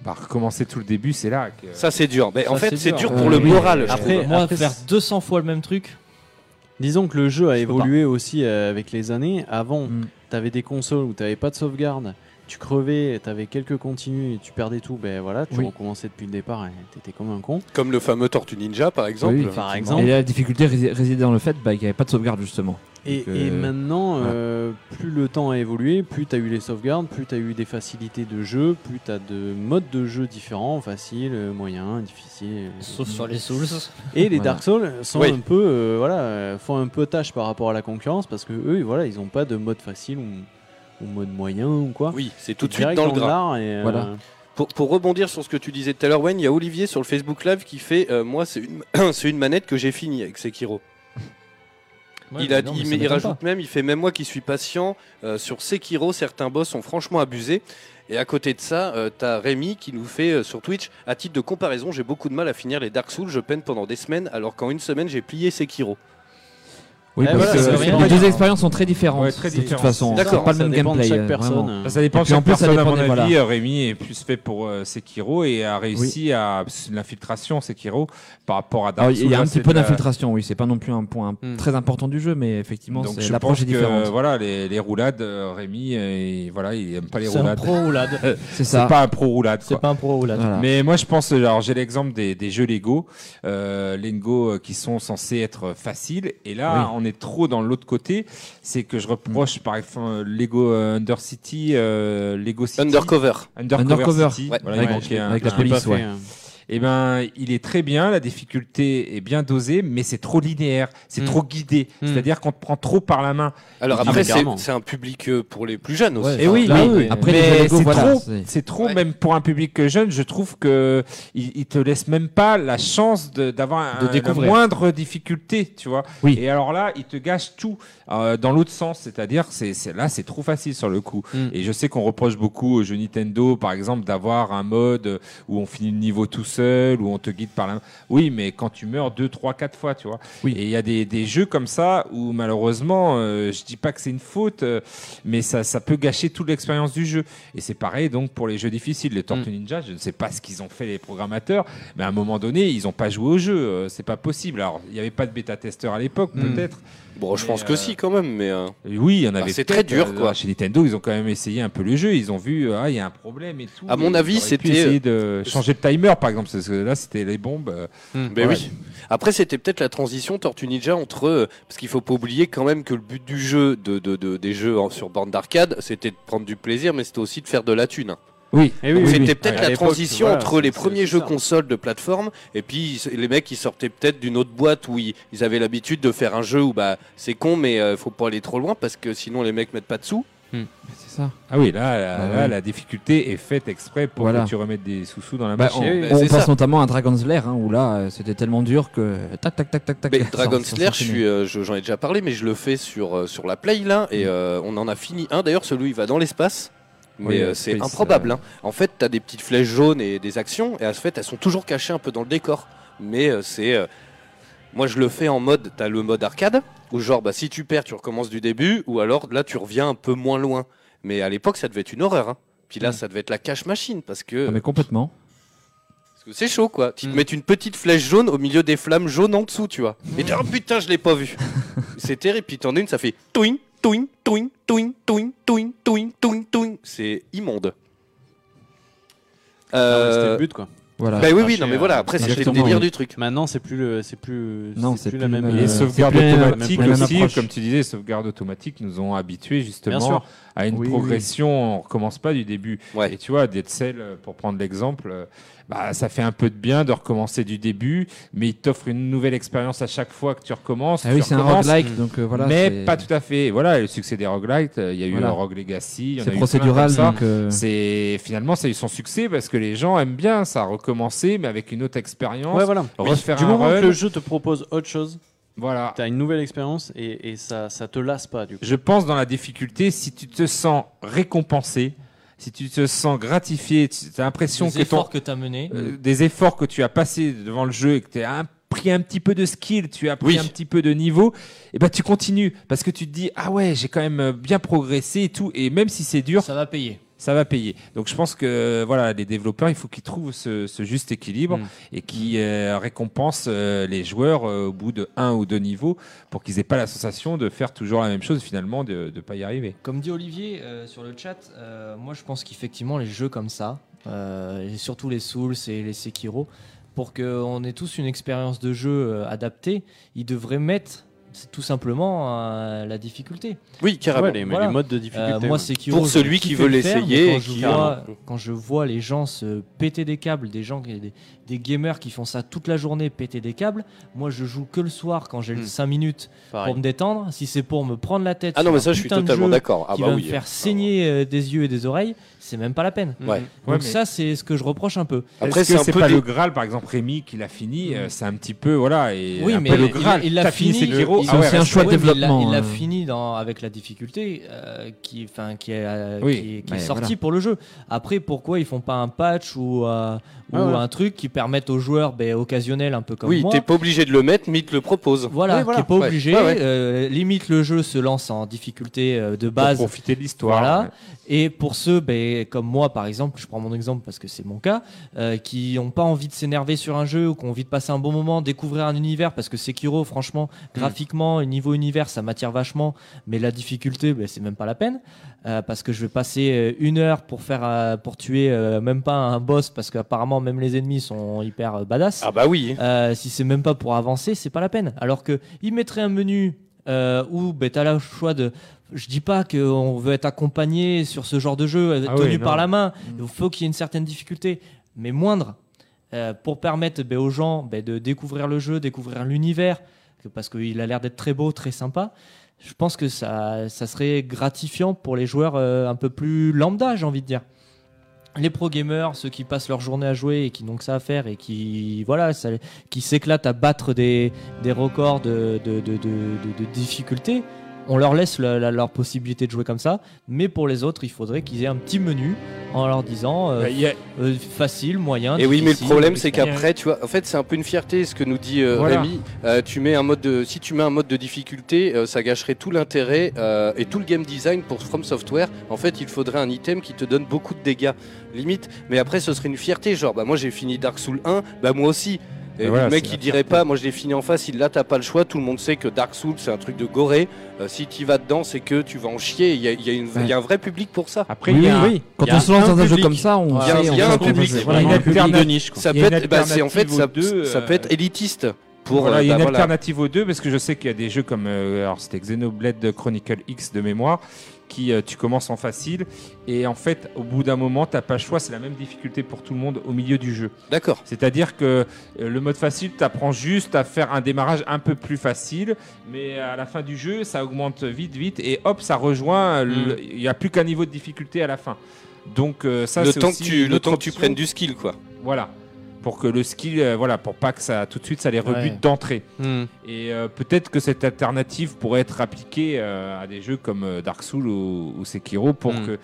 S6: bah, recommencer tout le début, c'est là que.
S5: Ça c'est dur. Mais en
S7: Ça,
S5: fait, c'est dur pour
S7: Euh,
S5: le
S7: oui.
S5: moral. je
S1: Après-
S5: trouve.
S7: Moi,
S1: après,
S7: faire
S1: c'est-
S7: 200 fois le même truc,
S1: Disons que le jeu a
S7: Je peux pas.
S1: évolué aussi euh, avec les années. Avant,
S8: Mm.
S1: t'avais des consoles où t'avais pas de sauvegarde. Tu crevais, t'avais quelques continues, et tu perdais tout. Ben voilà, tu
S8: Oui.
S1: recommençais depuis le départ et t'étais comme un con.
S5: Comme le fameux Tortue Ninja par exemple.
S8: Oui,
S1: Par
S8: Et
S1: exemple.
S8: la difficulté rési- résidait dans le fait bah, qu'il n'y avait pas de sauvegarde, justement.
S1: Et,
S8: Donc,
S1: et
S8: euh,
S1: maintenant, euh, plus le temps a évolué, plus tu as eu les sauvegardes, plus tu as eu des facilités de jeu, plus tu as de modes de jeu différents, facile, euh, moyen, difficile.
S7: sauf sur les Souls.
S1: Et les
S8: Voilà.
S1: Dark Souls sont
S5: Oui.
S1: un peu, euh, voilà, euh, font un peu tâche par rapport à la concurrence parce que eux, voilà, ils n'ont pas de mode facile ou, ou mode moyen ou quoi.
S5: Oui, c'est tout de suite
S1: Direct
S5: dans le gras.
S1: lard et, euh,
S8: Voilà.
S5: Pour, pour rebondir sur ce que tu disais tout à l'heure, Wayne, il y a Olivier sur le Facebook Live qui fait euh, Moi, c'est une, c'est une manette que j'ai fini avec Sekiro.
S7: Ouais,
S5: il,
S7: mais
S5: a-
S7: non,
S5: il
S7: mais ça
S5: met- il
S7: m'étonne
S5: rajoute même, il fait même moi qui suis patient, euh, sur Sekiro, certains boss sont franchement abusés. Et à côté de ça, euh, t'as Rémi qui nous fait euh, sur Twitch, à titre de comparaison, j'ai beaucoup de mal à finir les Dark Souls, je peine pendant des semaines, alors qu'en une semaine, j'ai plié Sekiro.
S8: Oui,
S5: Eh
S8: parce
S5: voilà,
S8: que
S5: c'est
S8: les
S5: rien.
S8: deux expériences sont très différentes.
S5: Ouais, très
S8: de toute
S5: différentes.
S8: façon, c'est
S5: D'accord.
S8: pas le
S5: Ça
S8: même
S5: dépend de
S8: gameplay.
S5: chaque
S8: euh,
S5: personne,
S8: vraiment.
S5: euh.
S6: Ça dépend
S8: Et
S6: de
S8: puis en
S6: chaque
S8: plus, ça
S6: personne, à
S8: dépend
S6: mon
S8: des-
S6: avis.
S8: voilà.
S6: euh, Rémi est plus fait pour euh, Sekiro et a réussi à pss, l'infiltration Sekiro par rapport à Dark
S8: Alors,
S6: Souls.
S8: il y a un
S6: là,
S8: petit
S6: c'est
S8: peu
S6: de la-
S8: d'infiltration, oui, c'est pas non plus un point
S6: Hmm.
S8: très important du jeu, mais effectivement,
S6: Donc
S8: c'est-
S6: je
S8: l'approche
S6: pense
S8: est
S6: que euh,
S8: différente.
S6: voilà, les, les roulades, euh, Rémi, euh, il- voilà, il aime pas les
S8: C'est un
S6: roulades.
S8: pro-roulade. C'est ça.
S6: C'est pas un pro roulade.
S8: C'est pas un pro-roulade. Voilà.
S6: Mais moi je pense, alors j'ai l'exemple des, des jeux Lego, euh, Lego euh, qui sont censés être faciles, et là
S8: Oui.
S6: on est trop dans l'autre côté. C'est que je reproche par exemple Lego euh, Under City, euh, Lego City,
S5: Undercover.
S6: Undercover,
S8: Undercover.
S6: City,
S8: Ouais.
S6: voilà,
S8: Avec-
S6: il manquait un-
S8: avec la
S6: un-
S8: police, ouais.
S6: eh ben, il est très bien, la difficulté est bien dosée, mais c'est trop linéaire, c'est trop guidé. C'est-à-dire qu'on te prend trop par la main.
S5: Alors
S6: Il-
S5: après, c'est c'est un public euh, pour les plus jeunes aussi.
S6: et Eh oui,
S5: Enfin,
S6: mais,
S5: là,
S6: après,
S5: mais
S6: mais c'est
S5: voilà,
S6: trop, c'est trop même pour un public jeune. Je trouve que il, il te laisse même pas la chance de- d'avoir
S8: De
S6: un- la
S8: découvrir.
S6: moindre difficulté, tu vois.
S8: Oui.
S6: Et alors là, il te gâche tout euh, dans l'autre sens, c'est-à-dire c'est c'est- là, c'est trop facile sur le coup. Et je sais qu'on reproche beaucoup aux jeux Nintendo, par exemple, d'avoir un mode où on finit le niveau tout seul, où on te guide par la. main. Oui, mais quand tu meurs deux, trois, quatre fois, tu vois. Et il y a des, des jeux comme ça où malheureusement, euh, je dis pas que c'est une faute, euh, mais ça, ça peut gâcher toute l'expérience du jeu. Et c'est pareil donc pour les jeux difficiles. Les
S5: Mm.
S6: Tortues Ninja, je ne sais pas ce qu'ils ont fait les programmateurs, mais à un moment donné, ils n'ont pas joué au jeu. euh, c'est pas possible. Alors, il n'y avait pas de bêta-testeur à l'époque,
S5: Mm.
S6: peut-être.
S5: Bon, je
S6: Mais,
S5: pense que
S6: euh,
S5: si quand même, mais. euh,
S6: Oui, il y en
S5: bah,
S6: avait.
S5: C'est très
S6: peut-être,
S5: dur
S6: euh,
S5: quoi.
S6: Chez Nintendo, ils ont quand même essayé un peu le jeu. Ils ont vu, euh, ah, il y a un problème et tout.
S5: À mon
S6: Ils
S5: avis,
S6: auraient pu
S5: c'était- euh,
S6: essayer de changer le timer, par exemple, parce que là, c'était les bombes. euh,
S5: Ben
S6: voilà.
S5: oui. Après, c'était peut-être la transition Tortue Ninja entre. euh, Parce qu'il faut pas oublier quand même que le but du jeu, de, de- de- des jeux en- sur borne d'arcade, c'était de prendre du plaisir, mais c'était aussi de faire de la thune.
S8: Oui.
S5: Donc,
S8: Eh oui, oui,
S5: c'était
S8: oui.
S5: peut-être
S8: Ouais, à
S5: la
S8: l'époque,
S5: transition
S8: voilà,
S5: entre les
S8: c'est-
S5: premiers
S8: c'est
S5: jeux
S8: ça.
S5: consoles de plateforme et puis ils- les mecs qui sortaient peut-être d'une autre boîte où ils, ils avaient l'habitude de faire un jeu où bah c'est con mais euh, faut pas aller trop loin parce que sinon les mecs mettent pas de sous.
S8: C'est ça.
S6: Ah oui, là, là,
S8: Bah
S6: là,
S8: oui.
S6: la difficulté est faite exprès pour
S8: Voilà.
S6: que tu remettes des sous-sous dans la
S8: Bah,
S6: machine.
S8: on on pense notamment à Dragon's Lair, hein, où là euh, c'était tellement dur que tac tac tac tac tac.
S5: Mais
S8: ça-
S5: Dragon
S8: ça
S5: Slayer, je
S8: s'enchaînait.
S5: suis, euh, je- j'en ai déjà parlé, mais je le fais sur euh, sur la play là, et euh, on en a fini un d'ailleurs. Celui il va dans l'espace, mais
S6: Mm. Oui,
S5: euh,
S6: le
S5: c'est
S6: space,
S5: improbable.
S6: euh.
S5: hein. En fait, t'as des petites flèches jaunes et des actions, et à ce fait, elles sont toujours cachées un peu dans le décor. Mais euh, c'est, euh, moi je le fais en mode, t'as le mode arcade où genre bah si tu perds, tu recommences du début, ou alors là tu reviens un peu moins loin. Mais à l'époque, ça devait être une horreur. hein. Puis
S6: Mm.
S5: là, ça devait être la cache machine parce que
S8: Ah, mais complètement.
S5: parce que c'est chaud quoi.
S7: Mm.
S5: Tu te mets une petite flèche jaune au milieu des flammes jaunes en dessous, tu vois. Et tu oh putain, je l'ai pas vu. c'est terrible. Puis t'en as une, ça fait toing, toing, toing, toing, toing, toing, toing, toing, toing. C'est immonde.
S1: Ah ouais,
S5: Euh,
S1: C'était le but, quoi.
S8: Voilà.
S5: Bah oui, oui, non, mais voilà, après, c'est le délire du truc.
S1: Maintenant, c'est plus, le- c'est plus,
S8: Non,
S1: c'est
S8: c'est
S1: plus,
S8: plus
S1: la même.
S8: le-
S6: Les
S1: euh,
S6: sauvegardes
S1: c'est plus la même-
S6: automatiques
S1: la même
S6: aussi,
S1: approche.
S6: comme tu disais, les sauvegardes automatiques nous ont habitués
S1: Bien
S6: justement
S1: sûr.
S6: à une
S1: Oui,
S6: progression. On recommence pas du début. Et tu vois, Dead Cell, euh, pour prendre l'exemple, euh, bah, ça fait un peu de bien de recommencer du début, mais il t'offre une nouvelle expérience à chaque fois que tu recommences.
S8: Ah
S6: tu
S8: oui, c'est un
S6: recommences,
S8: roguelike, donc, euh, voilà,
S6: Mais
S8: c'est-
S6: pas tout à fait. Voilà, le succès des roguelites, euh, il y a eu
S8: Voilà.
S6: le Rogue Legacy, il y en a eu
S8: C'est
S6: plein comme
S8: procédural,
S6: ça.
S8: donc, euh,
S6: C'est finalement ça a eu son succès parce que les gens aiment bien ça recommencer, mais avec une autre expérience.
S1: Ouais, voilà.
S6: Refaire
S1: du
S6: un
S1: moment
S6: run.
S1: que le jeu te propose autre chose,
S6: voilà.
S1: t'as une nouvelle expérience et, et ça, ça te lasse pas, du coup.
S6: Je pense dans la difficulté, si tu te sens récompensé, si tu te sens gratifié, tu as l'impression
S7: Des
S6: que ton-
S7: efforts que t'as menés.
S6: euh, des efforts que tu as passés devant le jeu et que tu as un- pris un petit peu de skill, tu as pris
S5: Oui.
S6: un petit peu de niveau, et ben tu continues parce que tu te dis ah ouais j'ai quand même euh, bien progressé et tout et même si c'est dur ça
S7: va payer.
S6: Ça va payer. Donc je pense que euh, voilà les développeurs il faut qu'ils trouvent ce, ce juste équilibre
S7: Mm.
S6: et qui euh, récompensent euh, les joueurs euh, au bout de un ou deux niveaux pour qu'ils aient pas la sensation de faire toujours la même chose finalement de ne pas y arriver.
S7: Comme dit Olivier euh, sur le chat, euh, moi je pense qu'effectivement les jeux comme ça, euh, et surtout les Souls et les Sekiro, pour qu'on ait tous une expérience de jeu euh, adaptée, ils devraient mettre c'est tout simplement euh, la difficulté.
S5: Oui, carrément. Ouais, les-
S7: Voilà.
S5: les modes de difficulté,
S7: Euh, moi,
S5: ouais.
S7: Sekiro,
S5: Pour
S7: j'aurais
S5: celui
S7: kiffé
S5: qui veut
S7: le faire,
S5: l'essayer
S7: mais
S5: et
S7: Quand,
S5: qui-
S7: je vois-
S5: Carrément.
S7: quand je vois les gens se péter des câbles, des gens, qui- des, des gamers qui font ça toute la journée, péter des câbles, moi je joue que le soir quand j'ai
S5: Hmm.
S7: 5 minutes
S5: Pareil.
S7: pour me détendre. Si c'est pour me prendre la tête,
S5: Ah non,
S7: sur
S5: mais
S7: un
S5: ça, je suis
S7: putain de
S5: totalement
S7: jeu
S5: d'accord. Ah
S7: qui
S5: bah
S7: va
S5: oui.
S7: me faire saigner euh, des yeux et des oreilles, c'est même pas la peine.
S5: Ouais.
S7: Donc
S6: Ouais, mais-
S7: ça, c'est ce que je reproche un peu.
S6: Après, c'est pas le Graal, par exemple, Rémi qui l'a fini, euh, c'est un petit peu, voilà, et
S7: Mm. Oui,
S6: un
S7: mais
S6: peu le
S7: il-
S6: Graal.
S7: il l'a
S6: T'as
S7: fini,
S6: Sekiro,
S8: c'est aussi un choix de
S7: Ah Ouais, mais il l'a-
S8: développement,
S7: Il l'a
S8: hein.
S7: fini dans, avec la difficulté euh, qui, enfin, qui est, euh,
S8: Oui,
S7: qui, est- qui
S8: mais
S7: est sortie
S8: voilà.
S7: pour le jeu. Après, pourquoi ils font pas un patch ou, euh, ou
S5: Ah ouais.
S7: un truc qui permette aux joueurs ben, occasionnels un peu comme
S5: Oui,
S7: moi
S5: t'es pas obligé de le mettre, mais il te le propose.
S7: Voilà,
S5: Ouais,
S7: qui est pas
S5: Ouais.
S7: obligé.
S5: Ouais, ouais.
S7: euh, limite, le jeu se lance en difficulté euh, de base. Pour
S6: profiter de l'histoire.
S7: Voilà.
S6: ouais.
S7: Et pour ceux, ben, comme moi par exemple, je prends mon exemple parce que c'est mon cas, euh, qui n'ont pas envie de s'énerver sur un jeu ou qui ont envie de passer un bon moment, découvrir un univers, parce que Sekiro, franchement, graphiquement, niveau univers, ça m'attire vachement, mais la difficulté, ben, c'est même pas la peine, euh, parce que je vais passer euh, une heure pour faire, euh, pour tuer euh, même pas un boss, parce qu'apparemment même les ennemis sont hyper euh, badass.
S5: Ah bah oui.
S7: Euh, si c'est même pas pour avancer, c'est pas la peine. Alors que il mettrait un menu euh, où ben, t'as le choix de. Je dis pas qu'on veut être accompagné sur ce genre de jeu, euh,
S14: Ah
S7: tenu
S14: oui, non.
S7: par la main. Il faut qu'il y ait une certaine difficulté, mais moindre, euh, pour permettre ben, aux gens ben, de découvrir le jeu, découvrir l'univers, que- parce qu'il a l'air d'être très beau, très sympa. Je pense que ça, ça serait gratifiant pour les joueurs euh, un peu plus lambda, j'ai envie de dire les pro gamers, ceux qui passent leur journée à jouer et qui n'ont que ça à faire et qui voilà, ça- qui s'éclatent à battre des, des records de, de, de, de- de- de difficultés, on leur laisse la- la- leur possibilité de jouer comme ça. Mais pour les autres, il faudrait qu'ils aient un petit menu en leur disant euh,
S5: Bah, il y a-
S7: euh, facile, moyen.
S5: Et oui, mais le
S7: difficile,
S5: problème, c'est
S7: difficile.
S5: qu'après, tu vois, en fait, c'est un peu une fierté ce que nous dit euh,
S7: Voilà.
S5: Rémi. Euh, tu mets un mode de, si tu mets un mode de difficulté, euh, ça gâcherait tout l'intérêt euh, et tout le game design pour From Software. En fait, il faudrait un item qui te donne beaucoup de dégâts, limite. Mais après, ce serait une fierté, genre, bah moi j'ai fini Dark Souls 1, bah moi aussi. Et
S6: Et voilà,
S5: le mec
S6: c'est
S5: il
S6: la
S5: dirait pas, moi je l'ai fini en face, il là t'as pas le choix, tout le monde sait que Dark Souls c'est un truc de goré, Euh, si t'y vas dedans c'est que tu vas en chier, il y a, il y a une- il y a un vrai public pour ça.
S6: Après, Oui, il y a un- oui.
S8: Quand
S5: il y a
S8: on se lance dans un jeu
S5: public.
S8: comme ça, on
S5: Il y a un-
S8: sait, on
S5: il y a
S8: sait
S5: un
S8: qu'on va
S5: public,
S8: se-
S5: c'est
S8: voilà,
S5: vraiment
S8: il y a
S5: un
S8: un public
S5: public
S8: de niche, quoi.
S5: Ça
S6: Il
S5: peut
S6: y a une
S5: être, bah, c'est en fait, ça,
S6: alternative aux deux,
S5: ça peut
S6: euh,
S5: être élitiste pour.
S6: voilà,
S5: euh,
S6: il y a
S5: bah,
S6: une
S5: voilà.
S6: alternative aux deux parce que je sais qu'il y a des jeux comme euh, alors c'était Xenoblade Chronicle X de mémoire qui euh, tu commences en facile et en fait au bout d'un moment t'as pas le choix c'est la même difficulté pour tout le monde au milieu du jeu
S5: d'accord
S6: c'est à dire que euh, le mode facile t'apprends juste à faire un démarrage un peu plus facile mais à la fin du jeu ça augmente vite vite et hop ça rejoint
S5: Hmm.
S6: le- il n'y a plus qu'un niveau de difficulté à la fin donc euh, ça
S5: le
S6: c'est
S5: temps que
S6: aussi
S5: tu,
S6: une
S5: le
S6: autre
S5: temps que tu
S6: option.
S5: prennes du skill quoi.
S6: Voilà. Pour que le skill, euh, voilà, pour pas que ça tout de suite ça les rebute
S5: Ouais.
S6: d'entrée.
S5: Hmm.
S6: Et euh, peut-être que cette alternative pourrait être appliquée euh, à des jeux comme euh, Dark Souls ou, ou Sekiro pour
S5: Hmm.
S6: que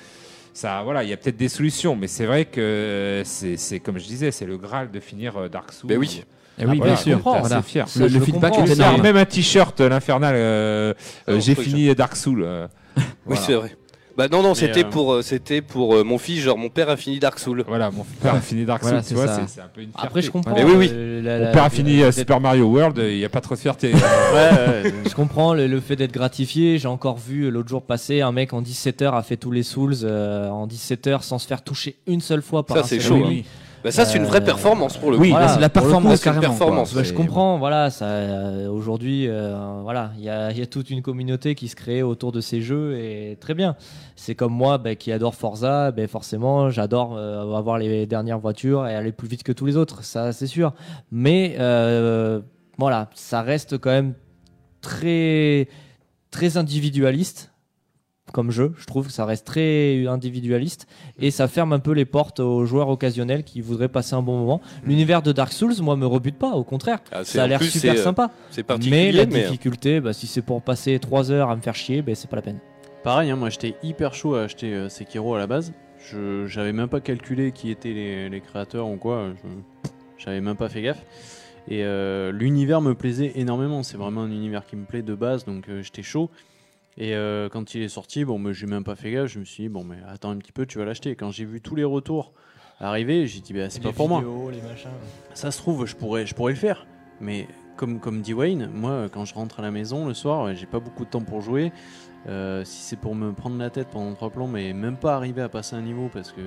S6: ça, voilà, il y a peut-être des solutions, mais c'est vrai que euh, c'est, c'est comme je disais, c'est le graal de finir euh, Dark Souls.
S5: Ben oui.
S8: Eh oui, bien sûr.
S6: C'est
S8: Voilà.
S6: fier.
S8: Ça, Le- je le le feedback comprends. est
S6: Je sors
S8: énorme.
S6: même un t-shirt, euh, l'infernal. euh, euh,
S5: Ah,
S6: j'ai
S5: oui,
S6: fini Dark Souls. euh,
S5: Oui
S6: voilà.
S5: c'est vrai. Bah non non
S6: Mais,
S5: c'était
S6: euh,
S5: pour euh, c'était pour euh, mon fils genre mon père a fini Dark Souls.
S6: Voilà mon père a fini Dark Souls, tu vois, c'est, c'est un peu une fierté.
S7: Après, je comprends.
S6: Mais oui, oui.
S7: euh, la-
S6: Mon
S7: la-
S6: père a fini
S7: la-
S6: euh, Super Mario World, il n'y a pas trop de fierté.
S7: je comprends le, le fait d'être gratifié. J'ai encore vu euh, l'autre jour passer un mec en 17 heures a fait tous les Souls euh, en 17 heures sans se faire toucher une seule fois par
S5: Ça,
S7: un
S5: c'est
S7: seul
S5: chaud,
S7: ennemi.
S5: hein. Bah, ça, c'est une
S6: Euh,
S5: vraie performance pour le coup. Oui,
S6: bah,
S5: là, c'est la
S7: pour le coup,
S5: performance,
S7: c'est une
S5: carrément,
S7: performance.
S5: quoi.
S7: Bah, je
S5: C'est-
S7: comprends. Voilà, ça euh, aujourd'hui, euh, voilà, il y, a- il y a toute une communauté qui se crée autour de ces jeux et très bien. C'est comme moi bah, qui adore Forza, bah, forcément, j'adore euh, avoir les dernières voitures et aller plus vite que tous les autres. Ça, c'est sûr. Mais euh, voilà, ça reste quand même très très individualiste comme jeu. Je trouve que ça reste très individualiste et ça ferme un peu les portes aux joueurs occasionnels qui voudraient passer un bon moment. L'univers de Dark Souls, moi, me rebute pas, au contraire.
S5: Ah, c'est-
S7: ça a
S5: en
S7: l'air
S5: plus,
S7: super
S5: c'est, euh,
S7: sympa.
S5: c'est
S7: mais
S5: particulier,
S7: la
S5: mais- euh,
S7: difficulté, bah, si c'est pour passer 3 heures à me faire chier, bah, c'est pas la peine.
S1: Pareil, hein, moi j'étais hyper chaud à acheter euh, Sekiro à la base. Je j'avais même pas calculé qui étaient les, les créateurs ou quoi. Je- J'avais même pas fait gaffe. Et euh, l'univers me plaisait énormément. C'est vraiment un univers qui me plaît de base, donc euh, j'étais chaud. Et euh, quand il est sorti, bon, mais j'ai même pas fait gaffe. Je me suis dit bon, mais attends un petit peu, tu vas l'acheter. Quand j'ai vu tous les retours arriver, j'ai dit bah, c'est pas pour moi. Ça se trouve, je pourrais, je pourrais le faire. Mais comme, comme dit Wayne, moi, euh, quand je rentre à la maison le soir, euh, j'ai pas beaucoup de temps pour jouer. Euh, si c'est pour me prendre la tête pendant trois plombs mais même pas arriver à passer un niveau parce que.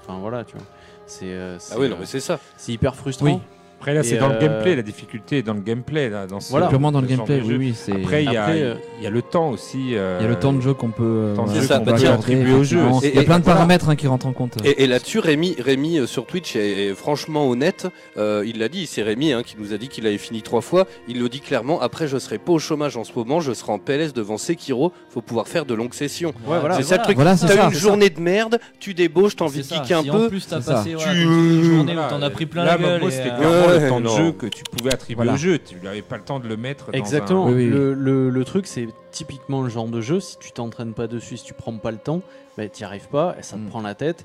S1: Enfin voilà, tu vois. C'est. euh, c'est,
S5: ah oui, non,
S1: euh,
S5: mais c'est ça.
S1: C'est hyper frustrant.
S6: Oui. Après là, c'est
S1: Et,
S6: dans le
S1: euh,
S6: gameplay, la difficulté est dans le gameplay là, dans ce
S1: Voilà. Purement dans le
S6: ce genre
S1: gameplay,
S6: de
S1: oui,
S6: jeu.
S1: oui, c'est-
S6: Après, il y, a-
S1: Après, euh,
S6: il y a le temps aussi. euh,
S8: Il y a le temps de jeu qu'on peut, euh,
S6: temps de
S8: voilà,
S6: jeu
S8: C'est ça,
S6: qu'on
S8: bah,
S6: peut
S8: tiens,
S6: attribuer au jeu.
S8: effectivement.
S6: aussi.
S8: Il y a Et- plein de paramètres, hein, qui rentrent en compte.
S5: Et, et là-dessus, Rémi, Rémi euh, sur Twitch est, est franchement honnête. Euh, il l'a dit, c'est Rémi hein, qui nous a dit qu'il avait fini trois fois. Il le dit clairement. Après, je serai pas au chômage en ce moment. Je serai en PLS devant Sekiro. Faut pouvoir faire de longues sessions.
S1: Ouais, voilà.
S5: c'est ça
S1: Voilà.
S5: le truc.
S1: Voilà, Ah, c'est
S5: t'as
S1: ça,
S5: une
S1: c'est ça.
S5: journée de merde. Tu débauches. T'as envie de
S7: C'est ça.
S5: kicker un
S7: Si
S5: peu.
S7: en plus t'as
S5: C'est ça.
S7: passé voilà, toute une journée où t'en as pris plein la
S5: Là, ma
S7: gueule.
S5: bosse,
S7: et,
S5: c'était
S7: euh,
S5: clairement
S6: le temps de
S1: non.
S6: jeu que tu pouvais attribuer
S1: Voilà.
S6: au jeu. Tu n'avais pas le temps de le mettre.
S1: Exactement.
S6: Dans un...
S1: Le, le- le truc, c'est typiquement le genre de jeu. Si tu t'entraînes pas dessus, si tu prends pas le temps, bah, tu n'y arrives pas, et ça
S8: Mm.
S1: te prend la tête. et-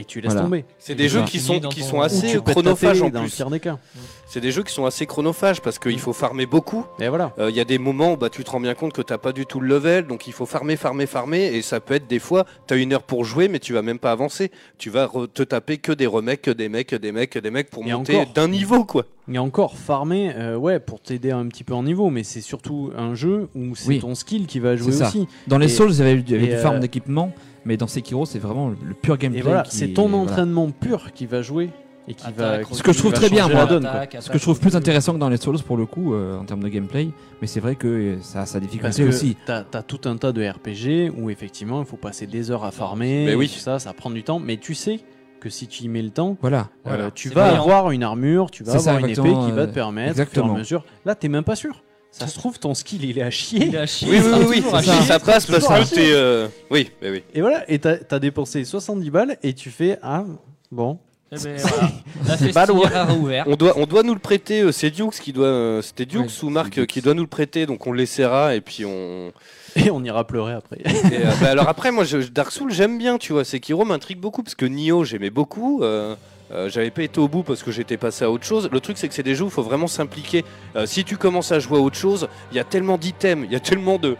S1: Et, tu laisses
S5: Voilà.
S1: tomber.
S5: C'est des
S1: Et
S5: jeux
S1: tu
S5: qui
S1: finis
S5: sont,
S1: dans
S5: qui
S1: ton-
S5: sont
S1: ou
S5: assez
S1: tu pètes ta
S5: chronophages
S1: télé,
S5: en
S1: dans le
S5: plus.
S1: pire des cas. Mm.
S5: C'est des jeux qui sont assez chronophages parce qu'il faut farmer beaucoup.
S1: Il voilà.
S5: y a des moments où bah, tu te rends bien compte que t'as pas du tout le level, donc il faut farmer, farmer, farmer, et ça peut être des fois, tu as une heure pour jouer, mais tu vas même pas avancer. Tu vas re- te taper que des remakes, que des mecs, que des mecs, que des mecs pour
S1: Et
S5: monter
S1: encore.
S5: d'un niveau quoi.
S1: Il y a encore farmer, euh, ouais, pour t'aider un petit peu en niveau, mais c'est surtout un jeu où c'est
S8: Oui.
S1: ton skill qui va
S8: C'est
S1: jouer
S8: ça.
S1: aussi.
S8: Dans les
S1: Et-
S8: Souls, il y avait, il y avait
S1: et,
S8: des
S1: euh,
S8: farms d'équipement, mais dans Sekiro, c'est vraiment le, le pur gameplay.
S1: Et voilà,
S8: qui-
S1: c'est ton
S8: voilà.
S1: entraînement pur qui va jouer et qui va.
S8: Ce que je trouve
S1: qui va
S8: très bien,
S1: changer
S8: moi.
S1: la donne, quoi.
S8: ce que je trouve plus intéressant que dans les Souls pour le coup, euh, en termes de gameplay, mais c'est vrai que euh, ça a sa
S1: Parce
S8: difficulté
S1: que
S8: aussi.
S1: t'as as tout un tas de RPG où effectivement il faut passer des heures à farmer,
S8: Mais oui.
S1: et tout ça, ça prend du temps, mais tu sais que si tu y mets le temps,
S8: Voilà.
S1: euh,
S8: Voilà.
S1: tu
S8: C'est
S1: vas
S8: payant.
S1: avoir une armure, tu vas
S8: C'est ça,
S1: avoir une épée
S8: exactement,
S1: qui va
S8: euh,
S1: te permettre, au fur et
S8: exactement.
S1: à mesure. Là, t'es même pas sûr. Ça se trouve, ton skill il est à chier.
S5: Il est à chier, Oui, oui, ça oui, oui, toujours à ça- chier. ça passe parce
S1: Toujours à
S5: que
S1: chier.
S5: t'es, euh, oui, oui, oui.
S1: Et voilà, et t'as as dépensé 70 balles et tu fais ah bon.
S7: Eh ben, voilà. La
S1: C'est
S7: festière
S1: loin.
S7: a rouvert.
S5: On doit, on doit nous le prêter, euh, c'est Dukes qui doit, euh, c'était Dukes ou Marc euh, qui doit nous le prêter, donc on le laissera et puis on.
S1: Et on ira pleurer après.
S5: Et, euh, bah, alors après, moi, je, je- Dark Souls, j'aime bien, tu vois. Sekiro m'intrigue beaucoup parce que Nioh, j'aimais beaucoup. euh, euh, J'avais pas été au bout parce que j'étais passé à autre chose. Le truc, c'est que c'est des jeux où il faut vraiment s'impliquer. Euh, si tu commences à jouer à autre chose, il y a tellement d'items, il y a tellement de.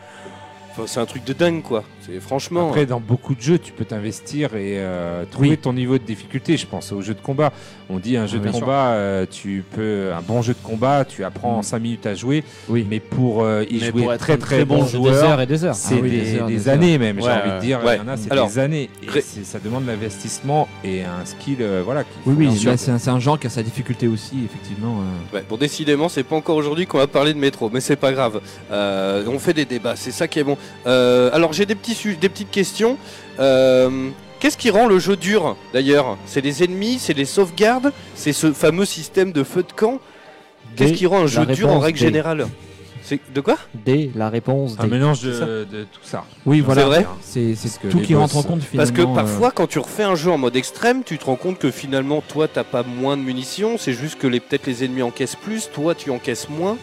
S5: Enfin, c'est un truc de dingue, quoi. C'est franchement.
S6: Après, dans beaucoup de jeux, tu peux t'investir et euh, trouver ton niveau de difficulté. Je pense aux jeux de combat. On dit un jeu
S8: Ah,
S6: de
S8: bien sûr.
S6: combat, euh, tu peux un bon jeu de combat, tu apprends en
S8: Mm.
S6: 5 minutes à jouer.
S8: Oui.
S6: Mais pour euh, y
S8: Mais
S6: jouer
S8: pour être
S6: très
S8: un
S6: très
S8: très
S6: bon
S8: bon
S6: joueur,
S8: joueur, des heures et des heures.
S6: C'est
S8: Ah oui,
S6: des,
S8: des heures,
S6: des
S8: des
S6: années
S8: heures.
S6: même. J'ai
S8: Ouais,
S6: envie de
S8: ouais.
S6: dire, il
S8: Ouais.
S6: y en a, c'est
S8: Alors,
S6: des années. Et c'est- ça demande l'investissement et un skill, euh, voilà. qu'il
S8: Oui,
S6: faut-
S8: oui,
S6: Bien
S8: là,
S6: sûr.
S8: c'est un, c'est un genre qui a sa difficulté aussi, effectivement. euh.
S5: Ouais, bon, décidément, c'est pas encore aujourd'hui qu'on va parler de métro, mais c'est pas grave. Euh, on fait des débats, c'est ça qui est bon. Euh, alors, j'ai des, petits su- des petites questions. Euh, Qu'est-ce qui rend le jeu dur, d'ailleurs C'est les ennemis, c'est les sauvegardes, c'est ce fameux système de feu de camp Qu'est-ce
S7: Des-
S5: qui rend un
S7: la
S5: jeu dur en
S7: réponse
S5: règle
S7: des-
S5: générale C'est De quoi
S7: D, la réponse.
S5: Ah,
S6: Un
S7: D.
S6: mélange
S7: C'est ça.
S6: de, de tout ça.
S8: Oui,
S5: C'est vrai
S8: C'est c'est
S6: que
S8: tout
S6: les
S8: qui rentre en
S6: boss-
S8: compte
S5: Parce
S8: finalement.
S5: que
S8: euh.
S5: parfois, quand tu refais un jeu en mode extrême, tu te rends compte que finalement, toi, t'as pas moins de munitions, c'est juste que les- peut-être les ennemis encaissent plus, toi, tu encaisses moins.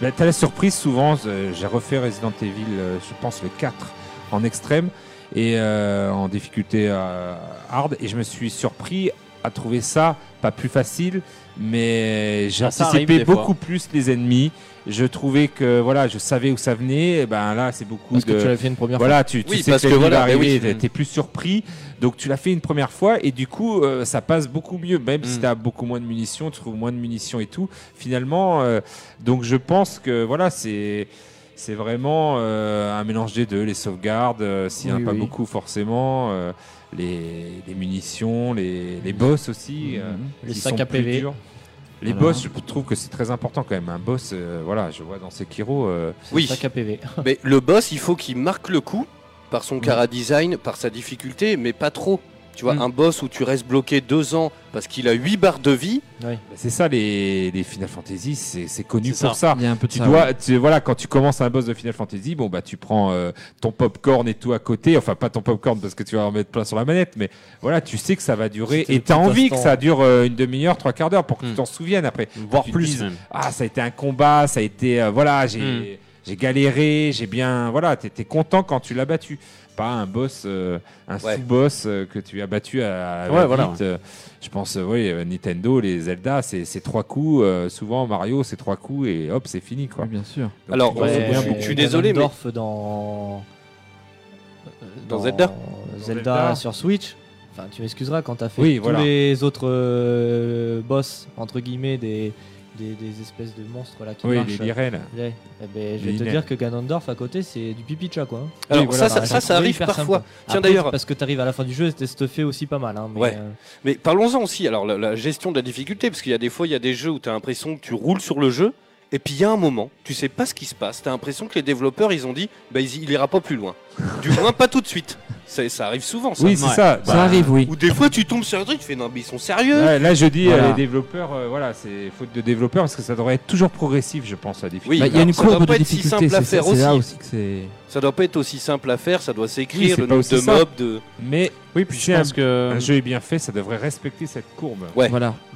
S6: Bah, T'as la surprise souvent, euh, j'ai refait Resident Evil, euh, je pense le 4 en extrême et euh, en difficulté euh, hard et je me suis surpris à trouver ça pas plus facile mais j'ai
S1: Ah, ça arrive
S6: anticipé
S1: des fois.
S6: beaucoup plus les ennemis. Je trouvais que voilà, je savais où ça venait. Et ben là, c'est beaucoup
S7: Parce que
S6: de-
S5: euh,
S7: tu l'as fait une première
S6: voilà,
S7: fois.
S6: tu, tu
S7: Oui,
S6: sais
S7: parce
S6: que,
S7: que
S6: l'ennemi
S7: voilà,
S6: va
S7: mais oui.
S6: arriver, t'es plus surpris. Donc tu l'as fait une première fois et du coup euh, ça passe beaucoup mieux, même
S7: Mm.
S6: si t'as beaucoup moins de munitions, tu trouves moins de munitions et tout. Finalement, euh, donc je pense que voilà, c'est c'est vraiment euh, un mélange des deux, les sauvegardes, euh, s'il n'y en a
S8: Oui,
S6: pas
S8: oui.
S6: beaucoup forcément, euh, les, les munitions, les, les boss aussi, euh,
S7: Mm-hmm. Les
S6: qui
S7: sacs
S6: sont
S7: à
S6: plus
S7: PV.
S6: durs. Les
S7: Voilà.
S6: boss, je trouve que c'est très important quand même. Un boss, euh, voilà, je vois dans Sekiro. euh,
S5: Oui. mais le boss, il faut qu'il marque le coup par son cara design, par sa difficulté, mais pas trop. Tu vois, un boss où tu restes bloqué deux ans parce qu'il a 8 barres de vie.
S6: Bah, C'est ça les, les Final Fantasy, c'est c'est connu
S5: C'est
S6: pour
S5: ça.
S8: euh,
S6: ça.
S5: Il y a un peu de
S6: tu
S5: ça,
S6: dois,
S5: ouais.
S6: tu- voilà, quand tu commences un boss de Final Fantasy, bon bah tu prends euh, ton popcorn et tout à côté, enfin pas ton popcorn parce que tu vas en mettre plein sur la manette, mais voilà, tu sais que ça va durer
S1: C'était
S6: et
S1: le
S6: t'as
S1: petit
S6: envie
S1: instant.
S6: que ça dure euh, une demi-heure, trois quarts d'heure pour
S5: Hmm.
S6: que tu
S1: Mm.
S6: t'en souviennes après,
S1: Voire
S6: Que tu te
S1: plus
S6: dises,
S1: même.
S6: Ah, ça a été un combat, ça a été euh, voilà, j'ai
S1: Mm.
S6: j'ai galéré, j'ai bien voilà, t'es t'es content quand tu l'as battu, pas un boss, euh, un
S1: Ouais.
S6: sous-boss euh, que tu as battu à, à la
S1: Ouais,
S6: vite,
S1: voilà.
S6: euh, je pense, euh, oui, euh, Nintendo, les Zelda, c'est c'est trois coups. euh, souvent, Mario, c'est trois coups et hop, c'est fini, quoi.
S8: bien sûr.
S5: Alors,
S7: Ouais,
S5: je, suis- je suis désolé, mais
S7: Ganondorf dans...
S5: Dans Zelda.
S7: Zelda
S5: Zelda.
S7: sur Switch. Enfin, tu m'excuseras quand t'as fait
S6: Oui,
S7: tous
S6: voilà.
S7: les autres euh, boss entre guillemets des, des, des espèces de monstres là qui
S6: Oui,
S7: marchent.
S6: les Lyrel.
S7: Ouais. Eh ben, je vais
S6: Les
S7: te
S6: Lyrel.
S7: dire que Ganondorf à côté c'est du pipi de chat quoi. hein.
S5: Alors, Oui, voilà. ça, ça- ça, ça arrive
S7: Hyper
S5: parfois.
S7: sympa.
S5: Tiens,
S7: Après,
S5: d'ailleurs-
S7: parce que t'arrives à la fin du jeu, c'était stuffé aussi pas mal. hein, mais,
S5: Ouais.
S7: euh,
S5: Mais parlons-en aussi, alors la, la gestion de la difficulté, parce qu'il y a des fois, il y a des jeux où tu as l'impression que tu roules sur le jeu, Et puis il y a un moment, tu sais pas ce qui se passe, t'as l'impression que les développeurs ils ont dit bah, il, il ira pas plus loin. Du moins pas tout de suite. Ça, ça arrive souvent ça.
S6: Oui, c'est Ouais. ça, ça
S8: Bah,
S6: arrive, oui.
S5: Ou des fois tu tombes sur un truc, tu fais non mais ils sont sérieux.
S6: Ouais, là, je dis euh,
S5: Voilà.
S6: les développeurs, euh, voilà, c'est faute de développeurs parce que ça devrait être toujours progressif, je pense, la difficulté.
S5: Bah, il y a une courbe de difficulté, c'est ça, c'est là aussi
S6: que c'est.
S5: Ça doit pas être aussi simple à faire, ça doit
S6: Oui,
S5: s'écrire
S6: c'est
S5: le
S6: pas
S5: nombre
S6: aussi
S5: de
S6: simple.
S5: mobs de.
S6: Mais oui, puis
S1: je
S6: je
S1: pense
S6: pense
S1: que- euh,
S6: que un jeu est bien fait, ça devrait respecter cette courbe.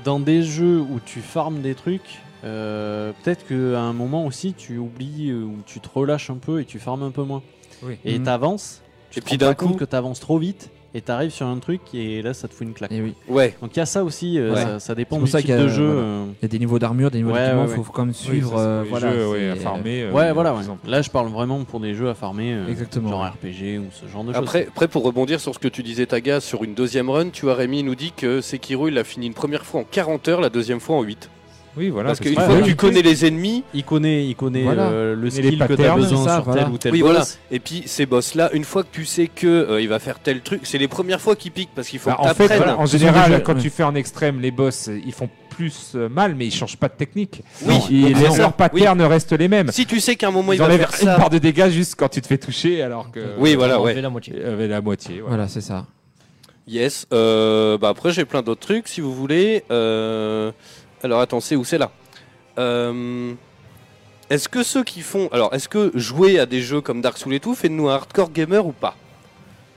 S1: Dans des jeux où tu farmes des trucs, euh, peut-être qu'à un moment aussi tu oublies euh, ou tu te relâches un peu et tu farmes un peu moins.
S6: Oui.
S1: Et
S6: Mhm.
S1: t'avances. Tu
S5: Et
S1: te
S5: puis
S1: rends pas
S5: d'un
S1: compte
S5: coup-
S1: que t'avances trop vite et t'arrives sur un truc et là ça te fout une claque.
S5: Ouais.
S1: Donc il y a ça aussi. euh,
S8: Ouais.
S1: ça, ça dépend
S8: C'est
S1: du
S8: pour ça
S1: type
S8: qu'il y a,
S1: de jeu.
S8: voilà.
S1: euh.
S8: Il y a des niveaux d'armure, des niveaux d'équipement,
S1: ouais.
S8: faut quand même suivre, euh, voilà, c'est- euh,
S6: euh,
S1: ouais, voilà. ouais. Là, je parle vraiment pour des jeux à farmer, euh,
S8: Exactement,
S1: genre
S8: ouais.
S1: RPG ou ce genre de choses.
S5: Après, après, pour rebondir sur ce que tu disais, Taga, sur une deuxième run, tu vois, Rémi nous dit que Sekiro, il l'a fini une première fois en 40 heures, la deuxième fois en 8.
S6: Oui, voilà. Bah,
S5: Parce
S6: parce
S5: qu'une
S6: que-
S5: fois
S6: Ouais,
S5: que tu
S6: oui.
S5: connais les ennemis.
S1: Il connaît, il connaît euh, le skill que t'as
S6: patterns,
S1: besoin
S6: ça,
S1: sur
S6: voilà.
S1: tel ou tel
S5: Oui,
S1: boss.
S5: voilà. Et puis ces boss-là, une fois que tu sais que euh, il va faire tel truc, c'est les premières fois qui piquent parce qu'il faut
S6: Bah,
S5: que
S6: en fait,
S5: t'apprennes.
S6: voilà, en général, quand tu fais en extrême, les boss, euh, ils font plus euh, mal, mais ils changent pas de technique.
S5: Oui,
S6: Ils-
S5: donc
S6: les-
S5: c'est ça.
S6: leurs patterns restent les mêmes.
S5: Si tu sais qu'à un moment, il
S6: ils
S5: va
S6: enlèvent
S5: faire
S6: une
S5: ça.
S6: part de dégâts juste quand tu te fais toucher, alors que.
S5: Oui, voilà, ouais.
S7: la moitié.
S6: la moitié. ouais.
S8: Voilà, c'est ça.
S5: Yes. euh, bah après, j'ai plein d'autres trucs si vous voulez. Euh, Alors attends, c'est où c'est là Euh, Est-ce que ceux qui font. Alors, est-ce que jouer à des jeux comme Dark Souls et tout fait de nous un hardcore gamer ou pas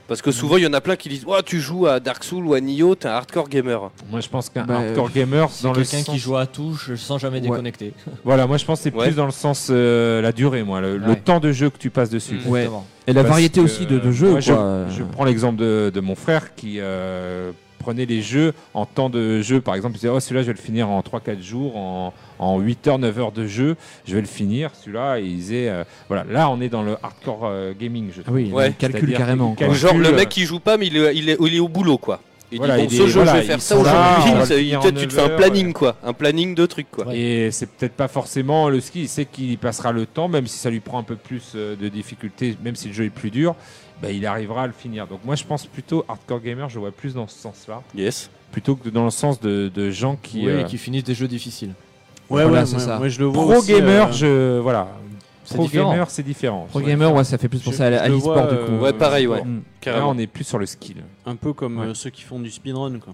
S5: Parce que souvent, il y en a plein qui disent Ouah, tu joues à Dark Souls ou à Nioh, t'es un hardcore gamer.
S6: Moi, je pense qu'un
S8: Bah,
S6: hardcore gamer,
S7: c'est
S6: dans le
S7: quelqu'un qui
S6: sens-
S7: joue à tout, je sens jamais
S6: Ouais.
S7: déconnecté.
S6: Voilà, moi je pense que c'est
S7: Ouais.
S6: plus dans le sens euh, la durée, moi, le, le
S7: Ouais.
S6: temps de jeu que tu passes dessus.
S7: Mm, Ouais. exactement.
S8: Et la
S6: Parce
S8: variété
S6: que,
S8: aussi de- de jeux,
S6: moi, je,
S8: quoi.
S6: je prends l'exemple de, de mon frère qui euh, prenait les jeux en temps de jeu. Par exemple, il disait Oh, celui-là, je vais le finir en 3-4 jours, en, en 8 heures, 9 heures de jeu, je vais le finir. Celui-là, et il disait euh, Voilà, là, on est dans le hardcore euh, gaming. Je trouve.
S8: oui, il y a Ouais. le calcul
S6: C'est-à-dire
S8: carrément,
S6: qu'il
S5: Ou genre,
S6: calcule,
S5: le mec
S6: euh,
S5: qui joue pas, mais il est, il est- il est au boulot, quoi. Il
S6: Voilà,
S5: dit, bon,
S6: il
S5: ce
S6: est-
S5: jeu,
S6: voilà,
S5: je vais faire
S6: ils
S5: ça
S6: sont là, on va le
S5: aujourd'hui.
S6: finir
S5: Peut-être
S6: en
S5: tu te
S6: neuf
S5: fais un
S6: heures,
S5: planning, quoi. Un planning de trucs,
S8: Ah
S5: quoi.
S6: Et c'est peut-être pas forcément le ski. Il sait qu'il y passera le temps, même si ça lui prend un peu plus euh, de difficulté, même si le jeu est plus dur, bah, il arrivera à le finir. Donc moi, je pense plutôt hardcore gamer, je vois plus dans ce sens-là.
S5: Yes.
S6: Plutôt que dans le sens de, de gens qui.
S7: Oui,
S6: euh,
S7: qui finissent des jeux difficiles.
S6: Ouais,
S8: Voilà,
S6: ouais,
S8: c'est
S6: moi-
S8: ça.
S6: moi, je le vois Pro aussi, gamer, euh, je- voilà. C'est Pro différent. gamer, c'est différent.
S8: Pro
S6: Ouais.
S8: gamer, ouais, ça fait plus
S6: Je-
S8: penser à, la- à
S1: je le
S8: l'e-sport
S1: vois,
S8: du
S1: euh,
S8: coup.
S1: Ouais, pareil, ouais.
S8: Mm.
S1: Carrément.
S6: Là, on est plus sur le skill.
S1: Un peu comme
S6: Ouais.
S1: euh, ceux qui font du speedrun, quoi.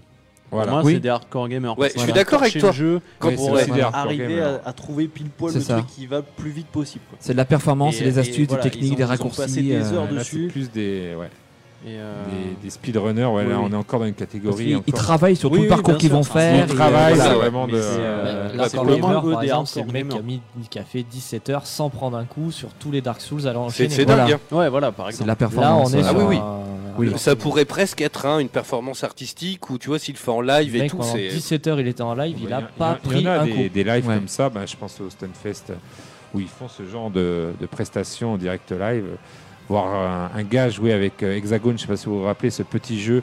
S6: Voilà.
S1: Pour moi,
S6: Oui.
S1: c'est des hardcore gamers.
S5: Ouais, je
S1: parce qu'ils
S5: suis d'accord avec
S1: cherchent
S5: toi.
S1: Le jeu
S5: Quand
S1: pour
S5: on-
S1: euh,
S5: c'est des hardcore
S1: arriver à,
S5: gamers.
S1: à trouver pile poil
S8: C'est
S1: le
S8: ça.
S1: truc qui va le plus vite possible. quoi.
S8: C'est de la performance,
S1: Et-
S8: c'est des astuces, des
S1: voilà,
S8: techniques,
S1: ils ont-
S8: des
S1: ils ont
S8: raccourcis,
S1: passé des heures
S8: euh,
S6: Là, c'est
S1: dessus.
S6: plus des, ouais,
S1: Et, euh,
S6: des, des speedrunners. Ouais,
S1: Oui,
S6: là,
S1: oui.
S6: on est encore dans une
S8: Parce
S6: catégorie.
S8: qu'ils ils
S6: encore-
S8: travaillent sur tout
S1: Oui,
S8: le parcours
S1: bien
S8: qu'ils
S1: sûr.
S8: vont
S1: Ils
S8: faire.
S6: Ils
S8: et, euh,
S6: travaillent,
S8: voilà.
S6: c'est
S8: Ouais.
S6: vraiment
S1: Mais
S6: de.
S1: c'est, euh,
S6: de
S1: là,
S6: la
S1: c'est
S6: courbe.
S1: vraiment
S7: Gamer,
S1: eux,
S7: par
S1: des
S7: exemple, c'est le
S1: hardcore
S7: mec qui a,
S1: gamers.
S7: mis, qui a fait 17 heures sans prendre un coup sur tous les Dark Souls alors
S5: C'est-
S7: enchaîner.
S5: c'est dingue, hein.
S1: Ouais, voilà, par
S8: C'est de
S1: exemple.
S8: la performance.
S7: Là, on est
S5: Ah oui,
S8: euh,
S5: oui.
S8: Oui.
S5: Ça pourrait presque être hein, une performance artistique où tu vois s'il le fait en live
S7: Le
S5: et
S7: mec,
S5: tout,
S7: pendant
S5: c'est
S7: 17 heures, il était en live, il a
S6: y
S7: pas
S6: il y
S7: pris
S6: en a
S7: un
S6: des,
S7: coup.
S6: des lives
S8: Ouais.
S6: comme ça, ben, je pense au Stunfest, où ils font ce genre de, de prestations en direct live. Voir un, un gars jouer avec euh, Hexagone, je sais pas si vous vous rappelez, ce petit jeu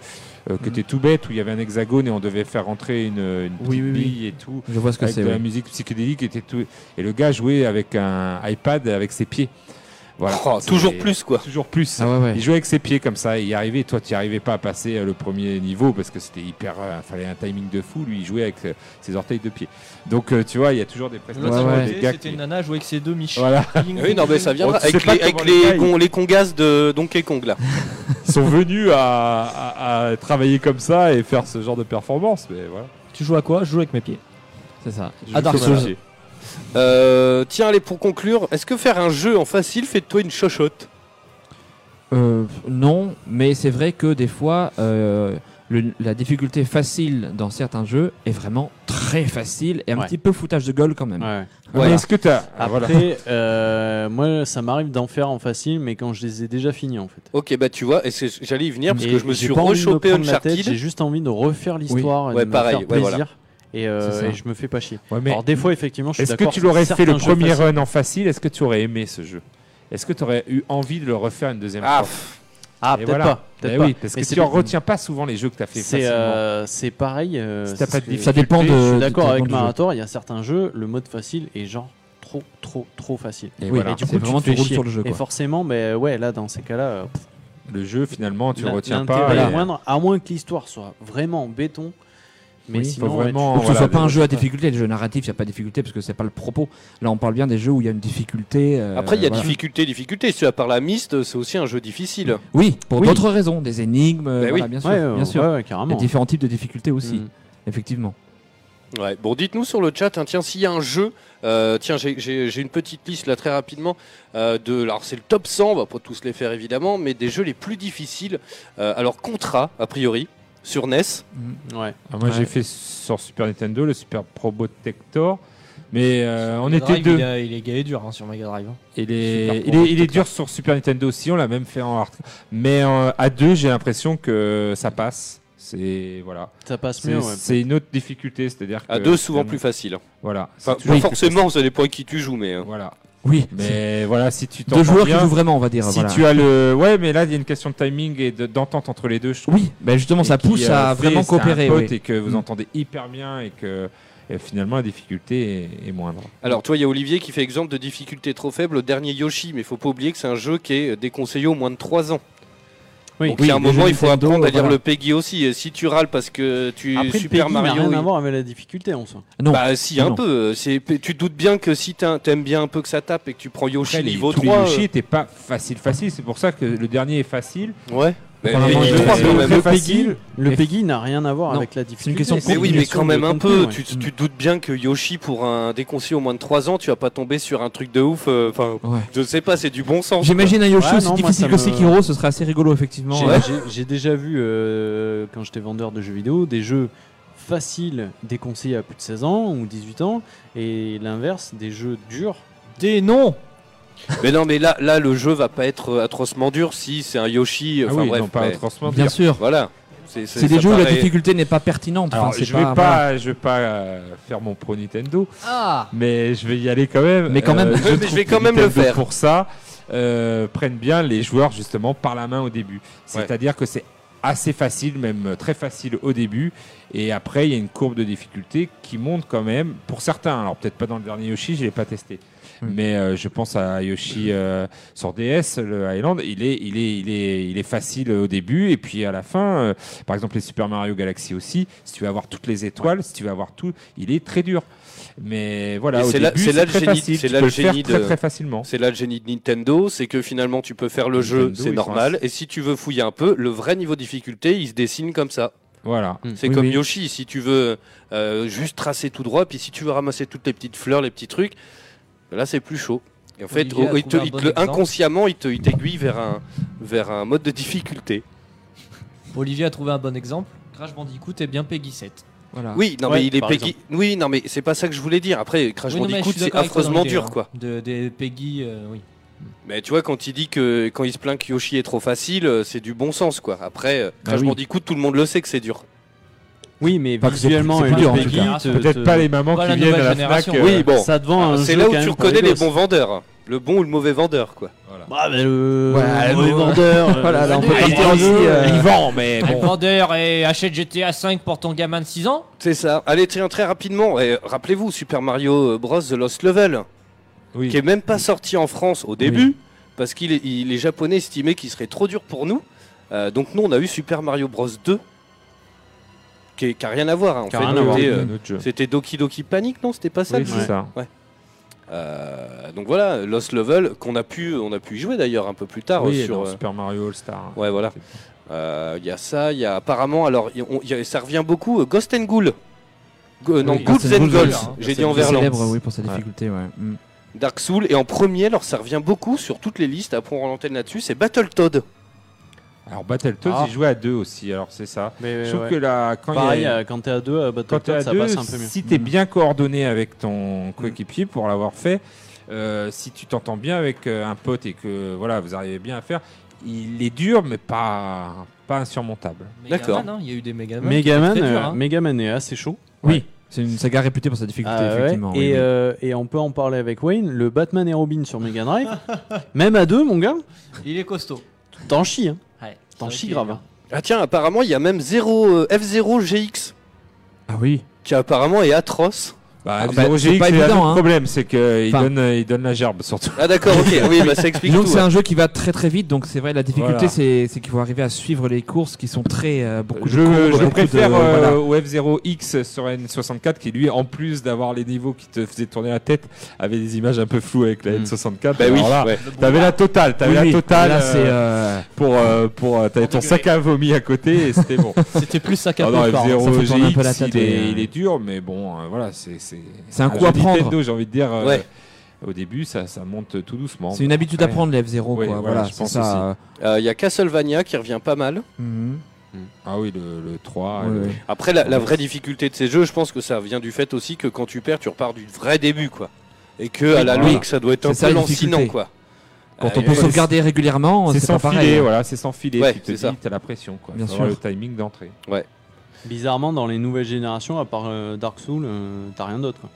S6: euh, qui
S8: Mhm.
S6: était tout bête, où il y avait un hexagone et on devait faire rentrer une, une petite
S8: Oui, oui, oui.
S6: bille et tout.
S8: Je vois ce que
S6: avec
S8: c'est,
S6: de la
S8: oui.
S6: musique psychédélique était tout. Et le gars jouait avec un iPad avec ses pieds. Voilà.
S5: Oh, toujours
S6: C'est-
S5: plus, quoi.
S6: Toujours plus.
S8: Ah ouais, ouais.
S6: Il jouait avec ses pieds comme ça, il y arrivait, toi tu n'y arrivais pas à passer euh, le premier niveau parce que c'était hyper. euh, fallait un timing de fou, lui il jouait avec euh, ses orteils de pied. Donc euh, tu vois, il y a toujours des prestations
S8: Ouais, ouais.
S6: des gars
S7: C'était
S6: qui.
S7: une nana jouée avec ses deux miches.
S6: Voilà.
S7: Bing,
S5: Oui, non, mais ça viendra.
S6: Oh, tu sais
S5: avec les,
S6: pas
S5: avec
S6: comment
S5: les,
S6: les gars, ils-
S5: gon- les congas de Donkey Kong, là.
S6: Ils sont venus à, à- à travailler comme ça et faire ce genre de performance, mais voilà.
S7: Tu joues à quoi Je joue avec mes pieds.
S8: C'est ça.
S7: À Dark
S6: Voilà.
S7: Souls.
S5: Euh, tiens, allez, pour conclure, est-ce que faire un jeu en facile fait de toi une chochotte
S8: Euh, non, mais c'est vrai que des fois, euh, le- la difficulté facile dans certains jeux est vraiment très facile et un
S1: Ouais.
S8: petit peu foutage de gueule quand même.
S1: Ouais.
S8: Voilà.
S6: Mais est-ce que t'as.
S1: Après,
S6: Ah, voilà.
S1: euh, moi, ça m'arrive d'en faire en facile, mais quand je les ai déjà finis, en fait.
S5: Ok, bah tu vois, et c'est- j'allais y venir parce
S1: Et
S5: que je me
S1: j'ai
S5: suis
S1: pas envie de me
S5: rechopé
S1: prendre la tête, J'ai
S5: Uncharted.
S1: juste envie de refaire l'histoire et
S5: Ouais,
S1: de
S5: pareil,
S1: me faire
S5: ouais,
S1: plaisir.
S5: voilà.
S1: Et,
S8: C'est
S1: euh,
S8: ça.
S1: et je me fais pas chier.
S6: Ouais, mais
S1: Alors des fois, effectivement, je suis
S6: Est-ce que
S1: d'accord.
S6: tu l'aurais fait le
S1: certains jeux
S6: premier
S1: faciles-
S6: run en facile Est-ce que tu aurais aimé ce jeu Est-ce que tu aurais eu envie de le refaire une deuxième
S5: Ah,
S6: fois
S5: pff,
S1: Ah,
S6: Et
S1: peut-être
S6: voilà.
S1: pas. peut-être
S6: Eh
S1: pas.
S6: oui, parce
S1: Mais
S6: que
S1: c'est
S6: tu en
S1: des-
S6: retiens pas souvent les jeux que tu as fait
S1: C'est
S6: facilement.
S1: euh, c'est pareil. euh,
S6: Si t'as pas de
S1: c'est-
S6: difficulté,
S8: Ça dépend de.
S1: Je suis
S8: de-
S1: d'accord
S8: de-
S1: avec
S8: du jeu.
S1: Marator. Il y a certains jeux, le mode facile est genre trop, trop, trop facile.
S8: Et voilà,
S1: Et du
S8: c'est
S1: coup,
S8: vraiment
S1: tu te fais
S8: roules
S1: chier.
S8: sur le jeu.
S1: Et
S8: Quoi.
S1: forcément, mais ouais, là, dans ces cas-là, euh,
S6: Le jeu, finalement, tu
S1: l'in-
S6: retiens
S1: l'intérêt
S6: pas.
S1: est
S6: et-
S1: moindre, à moins que l'histoire soit vraiment béton. Mais
S8: Oui,
S1: sinon,
S8: faut
S1: ouais,
S8: vraiment,
S1: tu-
S8: que ce soit pas un jeu à difficulté. Les jeux narratifs, il n'y a pas de difficulté parce que c'est pas le propos. Là, on parle bien des jeux où il y a une difficulté. euh,
S5: Après, il y a
S8: voilà.
S5: difficulté, difficulté. Celui à part la mist, c'est aussi un jeu difficile.
S8: Oui, pour
S5: Oui.
S8: d'autres raisons, des énigmes, euh,
S5: Ben oui.
S8: voilà, bien sûr.
S5: Ouais, euh,
S8: bien sûr.
S5: ouais, ouais, carrément.
S8: Il y a différents types de difficultés
S1: Mm.
S8: aussi, effectivement.
S5: Ouais. Bon, dites-nous sur le chat, hein, tiens, s'il y a un jeu, euh, tiens, j'ai- j'ai j'ai une petite liste là très rapidement euh, de. Alors, c'est le top 100, on va pas tous les faire évidemment, mais des jeux les plus difficiles. Euh, alors, Contra, a priori, sur E NES.
S1: Ouais.
S6: Ah, moi, j'ai fait sur Super Nintendo le Super Probotector. Mais euh, on
S7: Mega
S6: était
S7: Drive,
S6: deux.
S7: Il, a- il est gaé dur hein, sur Mega Drive. hein.
S6: Il est,
S7: Super
S6: il est-
S7: Probotector.
S6: il est dur sur Super Nintendo aussi, on l'a même fait en hard. Mais euh, à deux, j'ai l'impression que ça passe. C'est voilà.
S1: Ça passe
S6: C'est-
S1: mieux, ouais.
S6: C'est une autre difficulté, c'est-à-dire
S5: À
S1: Euh,
S6: que
S5: deux, souvent
S6: finalement-
S5: plus facile.
S6: Voilà.
S5: Enfin,
S6: C'est
S5: pas
S6: toujours plus
S5: forcément, ça dépend avec qui tu joues, mais. euh.
S6: Voilà.
S8: Oui.
S6: Mais voilà, si tu
S8: Deux
S6: t'entends
S8: joueurs qui
S6: bien,
S8: jouent vraiment, on va dire,
S6: Si
S8: voilà.
S6: tu as le, ouais, mais là il y a une question de timing et de- d'entente entre les deux. Je trouve.
S8: Oui, ben justement,
S6: Et
S8: ça
S6: qui,
S8: pousse
S6: euh,
S8: à
S6: fait,
S8: vraiment
S6: c'est un
S8: coopérer,
S6: pote
S8: oui.
S6: et que vous
S8: Mm.
S6: entendez hyper bien et que et finalement la difficulté est, est moindre.
S5: Alors, toi, il y a Olivier qui fait exemple de difficulté trop faible au dernier Yoshi, mais faut pas oublier que c'est un jeu qui est déconseillé au moins de 3 ans.
S1: Oui.
S5: Donc,
S1: Oui,
S5: il y a un
S1: les jeux
S5: moment, il faut
S1: Nintendo,
S5: apprendre à lire
S1: voilà.
S5: le PEGI aussi. Et si tu râles parce que tu
S1: Après, le
S5: Super
S1: Peggy n'a
S5: Mario.
S1: rien
S5: il-
S1: à voir avec la difficulté en soi.
S5: Bah si un peu, c'est tu te doutes bien que si t'in- t'aimes bien un peu que ça tape et que tu prends Yoshi
S6: Après, les,
S5: niveau euh,
S6: tous les
S5: 3
S6: Yoshi n'étaient pas facile facile. C'est pour ça que le dernier est facile.
S5: euh, Ouais.
S6: Mais
S5: Apparemment,
S6: les
S5: il
S6: deux
S5: est trois,
S6: sont
S5: quand même.
S6: très
S5: Le
S6: faciles.
S1: Peggy- le
S6: Et-
S1: Peggy n'a rien à voir
S6: Non,
S1: avec la
S6: c'est une
S1: difficulté.
S6: question de
S5: Mais oui, mais
S1: Question
S5: quand
S1: de
S5: même un
S1: contenu,
S5: peu.
S1: ouais.
S5: Tu, tu te doutes bien que Yoshi, pour un déconseil au moins de 3 ans, tu vas pas tomber sur un truc de ouf. euh, Enfin, je sais pas, c'est du bon sens.
S8: J'imagine un Yoshi
S1: Ouais,
S8: aussi
S1: non, moi,
S8: difficile
S1: ça
S8: que
S1: me-
S8: Sekiro, ce serait assez rigolo, effectivement.
S1: J'ai-
S8: Ouais.
S1: j'ai- J'ai déjà vu, euh, quand j'étais vendeur de jeux vidéo, des jeux faciles déconseillés à plus de 16 ans ou 18 ans, et l'inverse, des jeux durs.
S7: Des noms
S5: Mais non, mais là, là, le jeu va pas être euh, atrocement dur si c'est un Yoshi.
S6: Ah
S5: Enfin
S6: oui,
S5: bref,
S6: non, pas
S5: mais-
S6: atrocement
S8: Bien dur. sûr.
S5: Voilà.
S8: C'est des
S5: ça
S8: jeux où la
S5: paraît-
S8: difficulté n'est pas pertinente.
S6: Alors,
S8: Enfin, c'est
S6: je vais
S8: pas-
S6: pas,
S8: voilà.
S6: je vais pas euh, faire mon pro Nintendo,
S7: Ah.
S6: mais je vais y aller quand même. Euh,
S8: Mais quand même.
S6: je,
S8: Mais je
S6: trouve
S8: vais
S6: que
S8: quand même le
S6: Nintendo,
S8: faire.
S6: Pour ça, euh, prennent bien les joueurs justement par la main au début. C'est-à-dire que c'est assez facile, même très facile au début, et après il y a une courbe de difficulté qui monte quand même pour certains. Alors peut-être pas dans le dernier Yoshi, je l'ai pas testé, mais euh, je pense à Yoshi euh, sur DS, le Island, il est, il est, il est, il est facile au début et puis à la fin, euh, par exemple les Super Mario Galaxy aussi, si tu vas avoir toutes les étoiles, si tu vas avoir tout, il est très dur. Mais voilà,
S5: Et
S6: au
S5: c'est là,
S6: début,
S5: c'est là le
S6: très
S5: génie-
S6: facile,
S5: c'est
S6: tu
S5: là
S6: peux
S5: le
S6: le faire
S5: génie
S6: très
S5: de-
S6: très facilement.
S5: C'est là le génie de Nintendo, c'est que finalement tu peux faire le jeu,
S6: Nintendo,
S5: c'est
S6: ils
S5: normal.
S6: sont
S5: Et si tu veux fouiller un peu, le vrai niveau de difficulté, il se dessine comme ça.
S6: Voilà.
S5: C'est
S6: Oui,
S5: comme
S6: oui.
S5: Yoshi, si tu veux euh, juste tracer tout droit, puis si tu veux ramasser toutes les petites fleurs, les petits trucs, là c'est plus chaud. Et en fait,
S7: Olivier a
S5: oh, il te-
S7: trouvé un
S5: il te
S7: bon
S5: le-
S7: exemple.
S5: inconsciemment, il te- il t'aiguille vers un, vers un mode de difficulté.
S7: Olivier a trouvé un bon exemple. Crash Bandicoot est bien Peggy 7. Voilà.
S5: Oui, non, mais il est Peggy. Oui, non, mais c'est pas ça que je voulais dire. Après, Crash
S7: Oui, non, mais je
S5: Bandicoot,
S7: suis
S5: c'est
S7: d'accord avec toi dans
S5: affreusement
S7: l'idée,
S5: dur,
S7: hein.
S5: quoi.
S7: De, des Peggy, euh, oui.
S5: Mais tu vois, quand il dit que quand il se plaint que Yoshi est trop facile, euh, c'est du bon sens, quoi. Après, euh,
S7: Ah
S1: Bah
S5: Crash
S1: oui.
S5: Bandicoot, tout le monde le sait que c'est dur.
S1: Oui, mais
S5: Pas que c'est
S1: visuellement, euh,
S5: plus- c'est plus dur, en
S1: et le
S5: tout
S1: Peggy,
S5: cas.
S1: te-
S6: Peut-être
S1: te-
S6: pas les mamans qui viennent à la Fnac. euh,
S5: oui, bon.
S1: Ça te vend
S5: Ah,
S1: un
S5: C'est
S1: jeu
S5: là
S1: quand
S5: où tu
S1: même pour
S5: reconnais
S1: les
S5: les
S1: gosses.
S5: bons vendeurs. hein. Le bon ou le mauvais vendeur, quoi.
S1: Ah, bah, le
S5: Ouais,
S1: le
S5: le-
S1: mauvais vendeur. euh,
S5: Voilà, là, on peut
S1: il
S5: partir
S1: vend,
S5: aussi, euh, il vend, mais
S1: bon.
S7: Vendeur et achète GTA 5 pour ton gamin de 6 ans
S5: C'est ça. Allez, tiens, très rapidement. Et rappelez-vous, Super Mario Bros. The Lost Level, qui est même pas sorti en France au début, parce qu'il est- il- les Japonais estimaient qu'il serait trop dur pour nous. Euh, donc nous, on a eu Super Mario Bros. 2, qui, est- qui a rien à voir. hein. En
S6: Qui a
S5: fait,
S6: rien à voir,
S5: c'était,
S6: oui, un autre jeu.
S5: c'était Doki Doki Panic, non C'était pas ça
S6: Oui,
S5: le
S6: c'est
S5: jeu
S6: ça.
S5: Ouais. Euh, donc voilà, Lost Level qu'on a pu, on a pu y jouer d'ailleurs un peu plus tard
S6: Oui,
S5: euh, sur
S6: dans
S5: euh,
S6: Super Mario All Star.
S5: Ouais, voilà. Euh, Il y a ça, il y a apparemment, alors y- on- y a- ça revient beaucoup, euh, Ghost and Ghoul. Go- euh, non,
S8: Oui,
S5: Ghouls
S8: Ghost and
S5: and
S8: Ghouls,
S5: Ghouls,
S8: hein.
S5: j'ai
S8: C'est
S5: dit en verlan.
S8: célèbre, oui, pour sa
S5: Ouais.
S8: difficulté, ouais. Mm.
S5: Dark Soul, et en premier, alors ça revient beaucoup sur toutes les listes, après on rend l'antenne là-dessus, c'est Battletoad.
S6: Alors Battletoads,
S5: Ah.
S6: ils jouaient à deux aussi, alors c'est ça.
S1: Mais,
S6: Je trouve
S1: ouais.
S6: que là, quand il y a-
S1: Pareil, euh, quand t'es à deux, à
S6: quand t'es
S1: Battletoads,
S6: à
S1: ça
S6: deux,
S1: passe un peu mieux.
S6: si t'es bien coordonné avec ton coéquipier pour l'avoir fait, euh, si tu t'entends bien avec euh, un pote et que voilà, vous arrivez bien à faire, il est dur mais pas pas insurmontable.
S7: D'accord. Megaman, hein, il y a eu des Megaman
S1: Megaman,
S7: qui étaient très
S1: euh,
S7: durs, hein.
S1: Megaman est assez chaud.
S8: Oui, c'est une saga réputée pour sa difficulté,
S1: Ah ouais,
S8: effectivement.
S1: Et,
S8: oui, oui.
S1: euh, et on peut en parler avec Wayne, le Batman et Robin sur Mega Drive, même à deux, mon gars,
S7: Il est costaud.
S1: t'en chies. Hein.
S7: Ouais,
S1: T'en
S7: c'est vrai
S1: chies
S7: qu'il est
S1: grave.
S7: bien.
S1: hein.
S5: Ah tiens, apparemment, il y a même 0, euh, F0GX.
S8: Ah oui.
S5: Qui apparemment est atroce.
S6: Bah,
S8: Ah bah,
S6: Zero
S8: c'est
S6: GX,
S8: pas
S6: c'est
S8: évident,
S6: un autre
S8: hein.
S6: problème, c'est qu'il
S8: Enfin.
S6: donne, il donne la gerbe surtout.
S5: Ah, d'accord, ok. Oui, bah, ça explique tout,
S8: Disons que c'est
S5: ouais.
S8: un jeu qui va très très vite, donc c'est vrai, la difficulté
S6: Voilà.
S8: c'est c'est qu'il faut arriver à suivre les courses qui sont très. euh, beaucoup
S6: Je,
S8: de courbes,
S6: je
S8: beaucoup de-
S6: préfère
S8: voilà.
S6: euh, au F0X sur N64 qui lui, en plus d'avoir les niveaux qui te faisaient tourner la tête, avait des images un peu floues avec la N64.
S5: Bah
S6: Alors
S5: oui,
S6: là,
S5: ouais.
S6: t'avais la totale, t'avais
S8: Oui, oui.
S6: la totale.
S8: Là, c'est, euh,
S6: pour euh, pour euh, t'avais ton sac à vomi à côté et c'était bon.
S7: C'était plus sac à
S6: Ah non,
S7: peau, pardon,
S6: F0
S7: ça fait tourner un peu la
S6: GX,
S7: tête,
S6: il est,
S7: mais, euh,
S6: il est dur, mais bon, euh, voilà, c'est c'est
S8: C'est un
S6: un
S8: coup
S6: jeu
S8: à prendre.
S6: Nintendo, J'ai envie de dire. euh,
S8: Ouais.
S6: Au début, ça, ça monte tout doucement.
S8: C'est une habitude à
S6: Ouais.
S8: prendre, les F0,
S6: Oui,
S8: quoi,
S6: voilà,
S8: voilà,
S6: je
S8: c'est
S6: pense
S8: ça, Mm.
S6: aussi.
S8: euh.
S5: Il y a Castlevania qui revient pas mal.
S6: Ah oui, le, le euh, 3.
S8: Ouais,
S6: le-
S8: ouais.
S5: Après, la, la vraie difficulté de ces jeux, je pense que ça vient du fait aussi que quand tu perds, tu repars du vrai début, quoi. Et que à la
S8: Oui.
S5: longue, ça doit être un
S8: C'est ça,
S5: peu
S8: la difficulté.
S5: lancinant, quoi.
S8: Quand
S5: Ah,
S8: on peut
S5: ouais.
S8: sauvegarder régulièrement,
S6: C'est
S8: Oh, c'est
S6: sans
S8: pas pareil. hein.
S6: filet, voilà, c'est sans filet.
S5: Ouais,
S6: tu te
S5: c'est
S6: dis,
S5: ça.
S6: t'as la pression, quoi.
S8: Bien
S6: Faut avoir
S8: sûr.
S6: le timing d'entrée.
S5: Ouais.
S1: Bizarrement, dans les nouvelles générations, à part euh, Dark Souls, euh, t'as rien d'autre. quoi.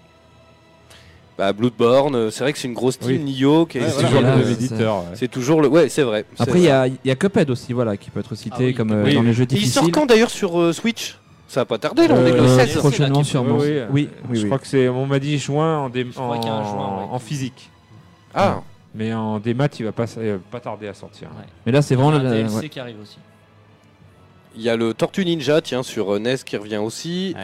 S5: Bah, Bloodborne, euh, c'est vrai que c'est une grosse team, Nioh, qui est-
S1: Ouais,
S5: c'est
S1: voilà.
S5: toujours
S8: Voilà,
S5: le
S8: c'est
S5: même
S8: ça.
S5: éditeur. ouais. C'est toujours le. Ouais, c'est vrai. c'est
S8: Après, il y,
S5: vrai.
S8: a- il y a Cuphead aussi, voilà, qui peut être cité comme euh,
S5: Oui.
S8: dans les jeux
S5: Et Il
S8: difficiles.
S5: sort quand d'ailleurs sur euh, Switch Ça va pas tarder, là, on est
S8: Euh,
S5: le 16.
S8: prochainement, sûrement.
S6: Oui,
S8: Oui,
S6: oui,
S8: oui,
S6: Je
S8: oui.
S6: crois que c'est, on m'a dit juin en, dé-
S7: crois qu'il y a un
S6: en-
S7: juin, ouais.
S6: en physique.
S5: Ah.
S6: Mais en démat, il va pas, euh, pas tarder à sortir.
S8: Mais là, c'est vraiment.
S6: Ah,
S7: Il y a
S8: la-
S7: un DLC
S8: ouais.
S7: qui arrive aussi.
S5: Il y a le Tortue Ninja, tiens, sur euh, NES qui revient aussi.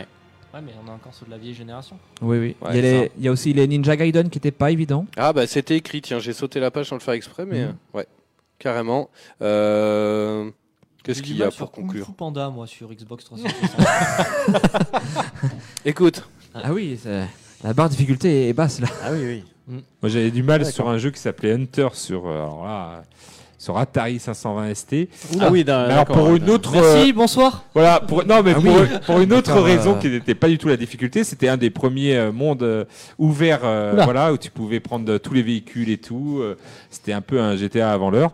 S7: Ouais, mais on est encore sur de la vieille génération.
S8: Oui, oui.
S5: Ouais,
S8: il, y
S5: c'est
S8: a les- il y a aussi les Ninja Gaiden qui n'étaient pas évidents.
S5: Ah bah c'était écrit, tiens, j'ai sauté la page sans le faire exprès, mais
S8: Mhm.
S5: euh, ouais, carrément. Euh, Qu'est-ce
S7: J'ai du
S5: qu'il y
S7: mal
S5: a
S7: sur
S5: pour
S7: Kung
S5: conclure
S7: Fu Panda, moi, sur Xbox 360.
S5: Écoute.
S8: Ah oui, c'est- la barre de difficulté est basse là.
S1: Ah oui, oui.
S6: Moi, j'avais du mal
S8: D'accord.
S6: sur un jeu qui s'appelait Hunter sur, euh, alors là, euh, sur Atari 520 ST.
S1: Oula. Ah oui, d'un-
S6: Mais alors
S1: d'accord,
S6: pour
S1: ouais,
S6: une
S1: d'un-
S6: autre.
S7: Merci,
S6: euh,
S7: bonsoir.
S6: Voilà, pour, non, mais
S8: Ah
S6: pour,
S8: oui.
S6: pour une autre
S8: D'accord,
S6: raison
S8: euh.
S6: qui n'était pas du tout la difficulté, c'était un des premiers euh, mondes euh, ouverts, euh,
S8: Oula.
S6: voilà, où tu pouvais prendre euh, tous les véhicules et tout. euh, c'était un peu un GTA avant l'heure.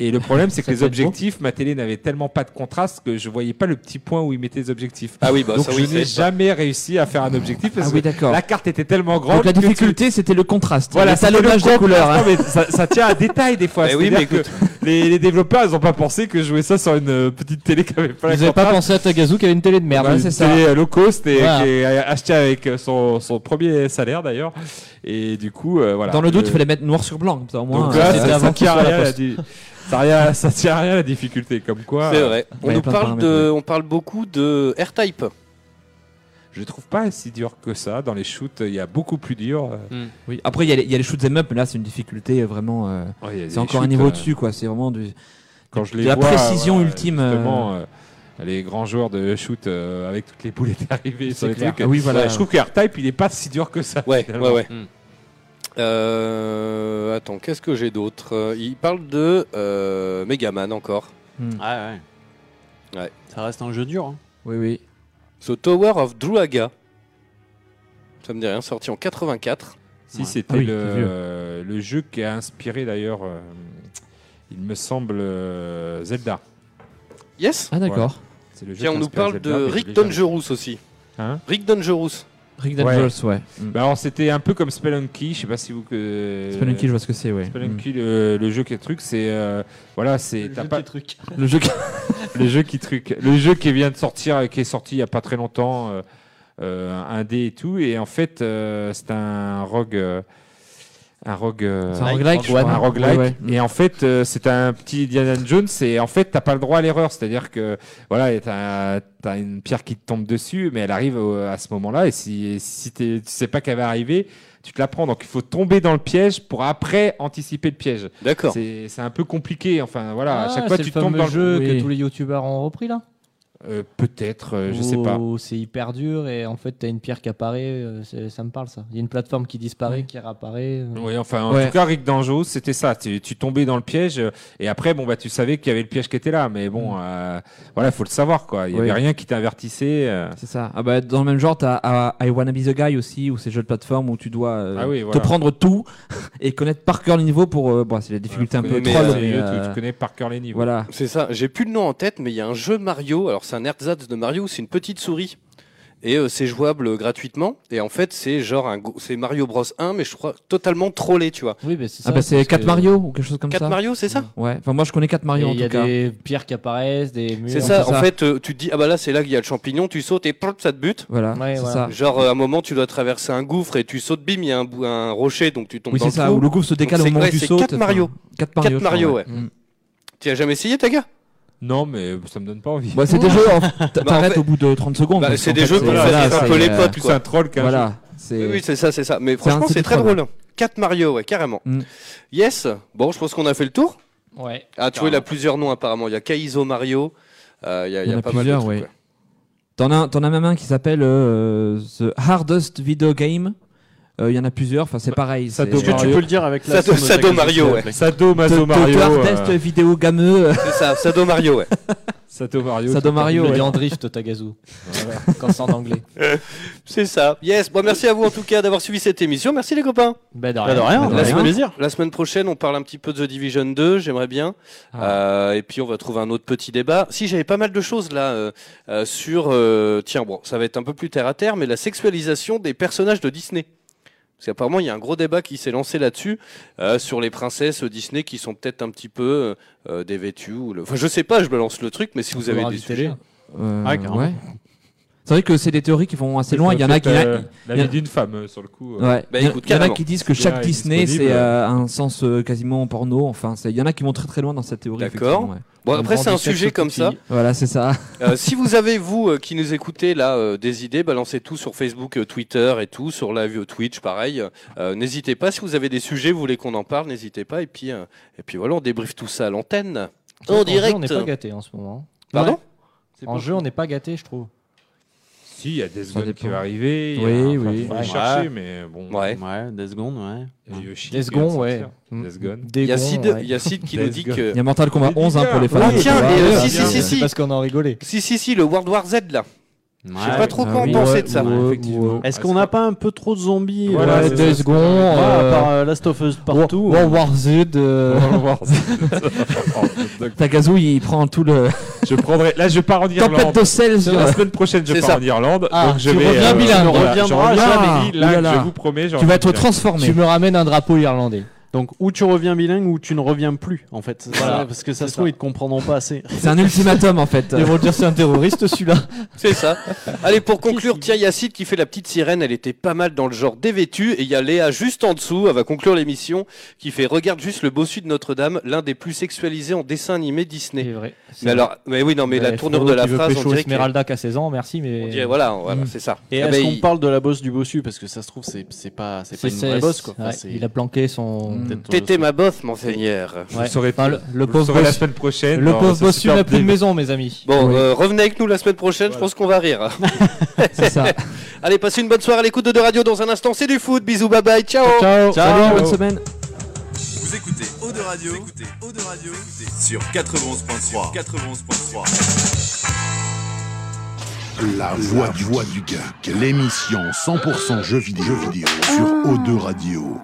S6: Et le problème, c'est que
S8: Ça
S6: les
S8: peut être beau.
S6: objectifs, ma télé n'avait tellement pas de contraste que je voyais pas le petit point où ils mettaient les objectifs.
S5: Ah oui, bah
S6: Donc
S5: ça
S6: je
S5: oui,
S6: n'ai
S5: ça aide
S6: jamais réussi à faire un objectif parce
S8: Ah oui,
S6: que
S8: d'accord.
S6: la carte était tellement grande.
S8: Donc la
S6: que tu-
S8: difficulté, c'était le contraste.
S6: voilà,
S8: le
S6: ça
S8: talonnage des couleurs. hein.
S6: ça, ça tient à détail des fois.
S5: Eh oui,
S6: C'est-à-dire
S5: mais
S6: que les, les développeurs, ils n'ont pas pensé que jouer ça sur une euh, petite télé qui avait pas la
S7: Vous avez pas
S6: contraste.
S7: pensé à Tagazu qui avait une télé de merde.
S8: Ouais,
S6: Une
S8: c'est ça.
S6: télé euh, low cost et
S7: Voilà.
S6: qui est euh, achetée avec euh, son, son premier salaire d'ailleurs. Et du coup, euh, voilà.
S8: Dans le doute, il fallait mettre noir sur blanc. comme ça, au moins,
S6: Donc
S8: euh,
S6: là,
S8: c'était
S6: ça, ça tient
S8: avant qu'il
S6: à
S8: soit à
S6: rien,
S8: la
S6: la
S8: poste.
S6: di- ça, rien- ça tient à rien la difficulté, comme quoi.
S5: C'est
S6: euh,
S5: vrai.
S8: il
S5: On
S8: y a
S5: nous
S8: plein de
S5: parle
S8: paramètres,
S5: de, on parle beaucoup de R-Type.
S6: Je trouve pas si dur que ça. Dans les shoots, il y a beaucoup plus dur. euh.
S8: Oui. Après, il y, a les- il y a les shoots them up, mais là, c'est une difficulté euh, vraiment. euh,
S6: Ouais, il y a
S8: c'est
S6: des
S8: encore un
S6: shoots,
S8: niveau
S6: euh,
S8: au-dessus, quoi. C'est vraiment du.
S6: quand je
S8: de
S6: les
S8: la
S6: vois,
S8: précision ultime, euh.
S6: justement, euh, les grands joueurs de shoot euh, avec toutes les boulettes arrivées sur les
S8: clair.
S6: trucs.
S8: Ah oui, voilà.
S6: Ouais, je trouve que R-Type, il est pas si dur que ça.
S5: Bah, Ouais,
S6: finalement.
S5: ouais, ouais.
S1: Mm.
S5: Euh, attends, qu'est-ce que j'ai d'autre Euh, Il parle de euh, Megaman encore.
S1: Ouais, Ah ouais.
S5: Ouais.
S1: Ça reste un jeu dur. hein.
S8: Oui, oui.
S5: The Tower of Druaga. Ça me dit rien, sorti en 84.
S6: Si,
S1: Ouais.
S6: c'était
S8: Ah oui,
S6: le,
S8: c'est vieux.
S6: euh, le jeu qui a inspiré d'ailleurs, euh, il me semble, euh, Zelda.
S5: Yes
S8: Ah, d'accord.
S6: C'est le jeu
S5: Tiens,
S6: qui
S5: on
S6: a
S5: nous
S6: inspiré
S5: parle
S6: Zelda,
S5: de
S6: mais je
S5: Rick
S6: l'ai jamais-
S5: Dangerous aussi.
S6: Hein
S5: Rick Dangerous.
S8: Rick
S6: Ouais.
S8: Dangerous, ouais.
S6: Bah alors, c'était un peu comme Spelunky, je sais pas si vous. euh, que-
S8: Spelunky, je Hmm. vois ce que c'est, ouais. Mm.
S6: Spelunky, le, le jeu qui est truc, c'est euh, voilà, c'est t'as pas
S8: Le jeu qui-
S6: le jeu qui truc, le jeu qui vient de sortir, euh, qui est sorti il y a pas très longtemps, euh, euh, un dé et tout, et en fait euh, c'est un rogue, euh, un rogue, euh,
S8: C'est un roguelike, je
S6: Ouais,
S8: crois.
S6: un roguelike.
S8: Ouais, ouais.
S6: Et en fait, euh, c'est un petit Indiana Jones. Et en fait, t'as pas le droit à l'erreur. C'est-à-dire que voilà, et t'as t'as une pierre qui te tombe dessus, mais elle arrive au- à ce moment-là. Et si si t'es- tu sais pas qu'elle va arriver, tu te la prends. Donc il faut tomber dans le piège pour après anticiper le piège.
S5: D'accord.
S6: C'est c'est un peu compliqué. Enfin voilà, à
S7: Ah,
S6: chaque fois
S7: c'est
S6: tu
S7: le
S6: tombes
S7: fameux
S6: dans le
S7: jeu
S8: Oui.
S7: que tous les youtubeurs ont repris là.
S6: Euh, Peut-être, euh, je sais pas.
S7: Où C'est hyper dur et en fait t'as une pierre qui apparaît, euh, c'est- ça me parle ça. Il y a une plateforme qui disparaît,
S8: Ouais.
S7: qui réapparaît. euh.
S6: Oui, enfin, en
S8: Ouais.
S6: tout cas, Rick Dangerous, c'était ça. Tu, tu tombais dans le piège, euh, et après, bon, bah, tu savais qu'il y avait le piège qui était là, mais bon, euh, voilà, faut le savoir, quoi. Il y
S8: Mm. Oui.
S6: avait rien qui t'avertissait. euh.
S8: C'est ça. Ah bah, dans le même genre, t'as ah, I Wanna Be the Guy aussi, ou ces jeux de plateforme où tu dois euh,
S6: Ah oui,
S8: te
S6: voilà.
S8: prendre tout et connaître par cœur les niveaux pour. euh, bon, c'est la difficulté un peu
S5: mais,
S8: troll,
S5: euh,
S8: mais,
S6: C'est mieux, tu-
S8: euh,
S6: tu, connais par cœur les niveaux.
S8: Voilà.
S5: C'est ça, j'ai plus le nom en tête, mais il y a un jeu Mario, alors c'est un ersatz de Mario, c'est une petite souris. Et euh, c'est jouable gratuitement. Et en fait, c'est genre un gros- c'est Mario Bros 1, mais je crois totalement trollé, tu vois.
S7: Oui, mais c'est
S8: Ah bah c'est 4 Mario ou quelque chose comme ça
S5: 4 Mario, c'est ça
S8: Ouais, enfin moi je connais 4 Mario
S7: Et
S8: en
S7: Il
S8: tout
S7: y a
S8: cas.
S7: des pierres qui apparaissent, des murs.
S5: C'est ça, en fait, euh, tu te dis, ah bah là, c'est là qu'il y a le champignon, tu sautes et plop, ça te bute.
S8: Voilà, Ouais, c'est voilà. ça.
S5: Genre, euh, à un moment, tu dois traverser un gouffre et tu sautes, bim, il y a un, bou- un rocher, donc tu tombes
S8: Oui,
S5: dans
S8: c'est
S5: le
S8: ça,
S5: trou.
S8: où le gouffre se
S5: Donc
S8: décale au
S5: c'est-
S8: moment où
S5: ouais,
S8: tu
S5: c'est
S8: sautes,
S5: quatre Mario.
S8: enfin, quatre Mario, Mm.
S5: Quatre
S8: je crois,
S5: ouais.
S8: ouais.
S5: Tu as jamais essayé, ta gars
S6: Non, mais ça me donne pas envie.
S8: Bah, c'est des jeux, en- t'a- t'arrêtes au bout de 30 secondes.
S5: Bah,
S8: parce
S5: c'est
S8: qu'en
S5: des
S8: fait,
S5: jeux qu'on
S8: c'est-
S5: fait
S8: voilà,
S5: c'est
S8: c'est,
S5: que les
S8: euh,
S5: potes. quoi.
S8: Voilà. c'est-
S5: Oui, oui, c'est ça, c'est ça. Mais
S8: c'est
S5: franchement,
S8: un- Mm.
S5: c'est
S8: du
S5: très
S8: troll.
S5: drôle. 4 Mario, ouais, carrément. Yes. Bon, je pense qu'on a fait le tour.
S7: Ouais.
S5: Ah, tu vois, il a plusieurs noms apparemment. Il y a Kaizo Mario. euh, Il y a, il
S8: Il y en a
S5: pas mal de
S8: plusieurs,
S5: trucs.
S8: ouais. T'en as, t'en as même un qui s'appelle euh, The Hardest Video Game. Euh, Il y en a plusieurs, enfin c'est pareil.
S1: Sado
S8: c'est-
S1: Est-ce que tu Mario. peux le dire avec la
S8: Sado-
S1: somme
S8: Sado
S1: de ta question,
S8: Mario, ouais.
S1: mec Sado Maso
S8: The- The
S1: Mario,
S8: Hardest
S1: euh.
S8: Video Gameux.
S5: C'est ça, Sado Mario, ouais.
S6: Sado Mario.
S8: Sado Mario,
S7: Il
S8: ouais.
S7: est en drift, Tagazu.
S5: Voilà.
S7: Quand c'est en anglais.
S5: C'est ça. Yes. Bon, merci à vous en tout cas d'avoir suivi cette émission. Merci les copains.
S7: Bah, de
S1: rien. Bah, de rien,
S5: La
S1: avec
S5: semaine,
S1: plaisir.
S5: La semaine prochaine, on parle un petit peu de The Division 2. J'aimerais bien. Euh, et puis on va trouver un autre petit débat. Si j'avais pas mal de choses là euh, euh, sur. euh, tiens, bon, ça va être un peu plus terre à terre, mais la sexualisation des personnages de Disney. Parce qu'apparemment, il y a un gros débat qui s'est lancé là-dessus, euh, sur les princesses Disney qui sont peut-être un petit peu euh, dévêtues. Ou le... Enfin, je sais pas, je balance le truc, mais si vous avez des sujets...
S8: Euh,
S5: Ah, carrément.
S8: ouais. C'est vrai que c'est des théories qui vont assez loin. Il y en a qui.
S6: Euh,
S8: il y
S6: la
S8: a-
S6: vie d'une femme, euh, sur le coup. euh.
S8: Ouais. il y en- il y en a qui disent que
S6: Bien
S8: chaque
S6: et
S8: Disney c'est
S6: disponible.
S8: euh, un sens euh, quasiment porno. Enfin, c'est- il y en a qui vont très très loin dans cette théorie.
S5: D'accord.
S8: effectivement, ouais.
S5: Bon, après, c'est un
S8: Vendredi
S5: sujet
S8: sexe
S5: comme ça.
S8: cookie. Voilà, c'est ça.
S5: Euh, si vous avez, vous, euh, qui nous écoutez, là, euh, des idées, balancez tout sur Facebook, euh, Twitter et tout, sur la vue Twitch, pareil. Euh, n'hésitez pas. Si vous avez des sujets, vous voulez qu'on en parle, n'hésitez pas. Et puis, euh, et puis voilà, on débriefe tout ça à l'antenne. En Oh, direct.
S7: On n'est pas gâté en ce moment.
S5: Pardon C'est
S7: En
S5: pas-
S7: jeu, on n'est pas gâté, je trouve.
S6: Si, il y a des
S7: Ça
S6: secondes qui
S7: dépend.
S6: va arriver. il y a-
S7: Oui,
S6: enfin,
S7: oui.
S6: Faut
S7: Ouais.
S6: les chercher,
S7: Ouais.
S6: mais bon.
S5: Ouais.
S1: Ouais, Death Gone, ouais.
S6: Et Yoshi
S7: Des
S6: qui vient de
S7: secondes, ouais. Mm.
S6: sortir. Des Gone.
S7: Des
S5: Il y a
S7: gonds,
S5: Sid-
S7: ouais.
S5: il y a Sid qui
S7: Des
S5: nous dit
S7: gonds.
S5: que-
S8: Il y a Mortal Kombat 11 hein, pour les fans.
S5: Ah, tiens,
S8: Voilà.
S5: les, euh,
S8: Ouais,
S5: si,
S8: bien.
S5: si, si, si.
S7: Parce qu'on en rigolé.
S5: Si, si, si, le World War Z, là. Je sais pas trop
S1: Ah
S5: quoi en
S1: oui.
S5: penser
S1: Ouais,
S5: de ça.
S1: ouais, ouais. Est-ce qu'on n'a pas un peu trop de zombies
S7: Voilà,
S1: euh,
S7: c'est
S1: deux
S7: ça.
S1: secondes,
S7: Ouais,
S1: euh,
S7: à part,
S1: Last of Us partout. hein euh.
S7: World War Z.
S8: euh.
S6: World War Z.
S8: Tagazu, il prend tout le.
S6: Je prendrai. Là, je pars en Irlande.
S8: Tempête de sel sur-
S6: La semaine prochaine, je
S8: C'est
S6: pars
S8: ça.
S6: en Irlande.
S8: Ah,
S6: donc je
S8: tu
S6: vais.
S8: reviens bilingue.
S6: je reviens-
S8: Tu
S6: je
S8: reviens
S6: reviens
S8: bilingue.
S6: bilingue,
S8: Voilà.
S6: je vous promets. je
S8: Tu vas
S6: reviens
S8: être
S6: bilingue.
S8: transformé.
S7: Tu me ramènes un drapeau irlandais.
S1: Donc, ou tu reviens bilingue ou tu ne reviens plus, en fait. C'est
S7: Voilà.
S1: ça, parce que ça se trouve, ils te comprendront pas assez.
S8: C'est un ultimatum en fait.
S7: Ils vont dire c'est un terroriste celui-là.
S5: C'est ça. Allez, pour conclure, tiens, il y a Sid qui fait la petite sirène. Elle était pas mal dans le genre dévêtue. Et il y a Léa juste en dessous. Elle va conclure l'émission qui fait Regarde juste le bossu de Notre-Dame, l'un des plus sexualisés en dessin animé Disney.
S7: C'est vrai.
S5: Mais alors, mais oui, non, mais la
S7: euh, Ouais,
S5: tournure
S7: Frodo
S5: de la
S7: qui veut
S5: phrase,
S7: pécho
S5: on dirait que-
S7: Esmeralda qui a 16 ans, merci, mais. Mm.
S5: on dirait, voilà, voilà, c'est ça.
S1: Et bah,
S5: Ah
S1: est-ce
S5: ben,
S1: qu'on
S5: il-
S1: parle de la bosse du bossu Parce que ça se trouve, c'est c'est pas, c'est pas une vraie bosse, quoi. Enfin,
S7: ouais,
S1: c'est-
S7: il a planqué son.
S1: Mm.
S5: Pétez ma bosse, monseigneur.
S7: Ouais. Enfin, le, le pauvre
S6: saurez la
S7: boss-
S6: semaine prochaine
S7: Le
S6: dans
S7: pauvre
S6: ce
S7: bossu
S6: superbe
S7: n'a plus de
S6: débat.
S7: maison, mes amis.
S5: Bon,
S7: Oui.
S5: euh, revenez avec nous la semaine prochaine, je pense qu'on va rire.
S8: c'est ça.
S5: Allez, passez une bonne soirée à l'écoute de De Radio dans un instant, c'est du foot. Bisous, bye bye, ciao.
S8: Ciao. Salut, bonne semaine.
S10: Vous écoutez Eau de Radio, Vous écoutez Eau de Radio sur 91.3. 91.3.
S4: La voix du, voix du geek, l'émission 100% jeux vidéo, jeux vidéo sur O2 Radio.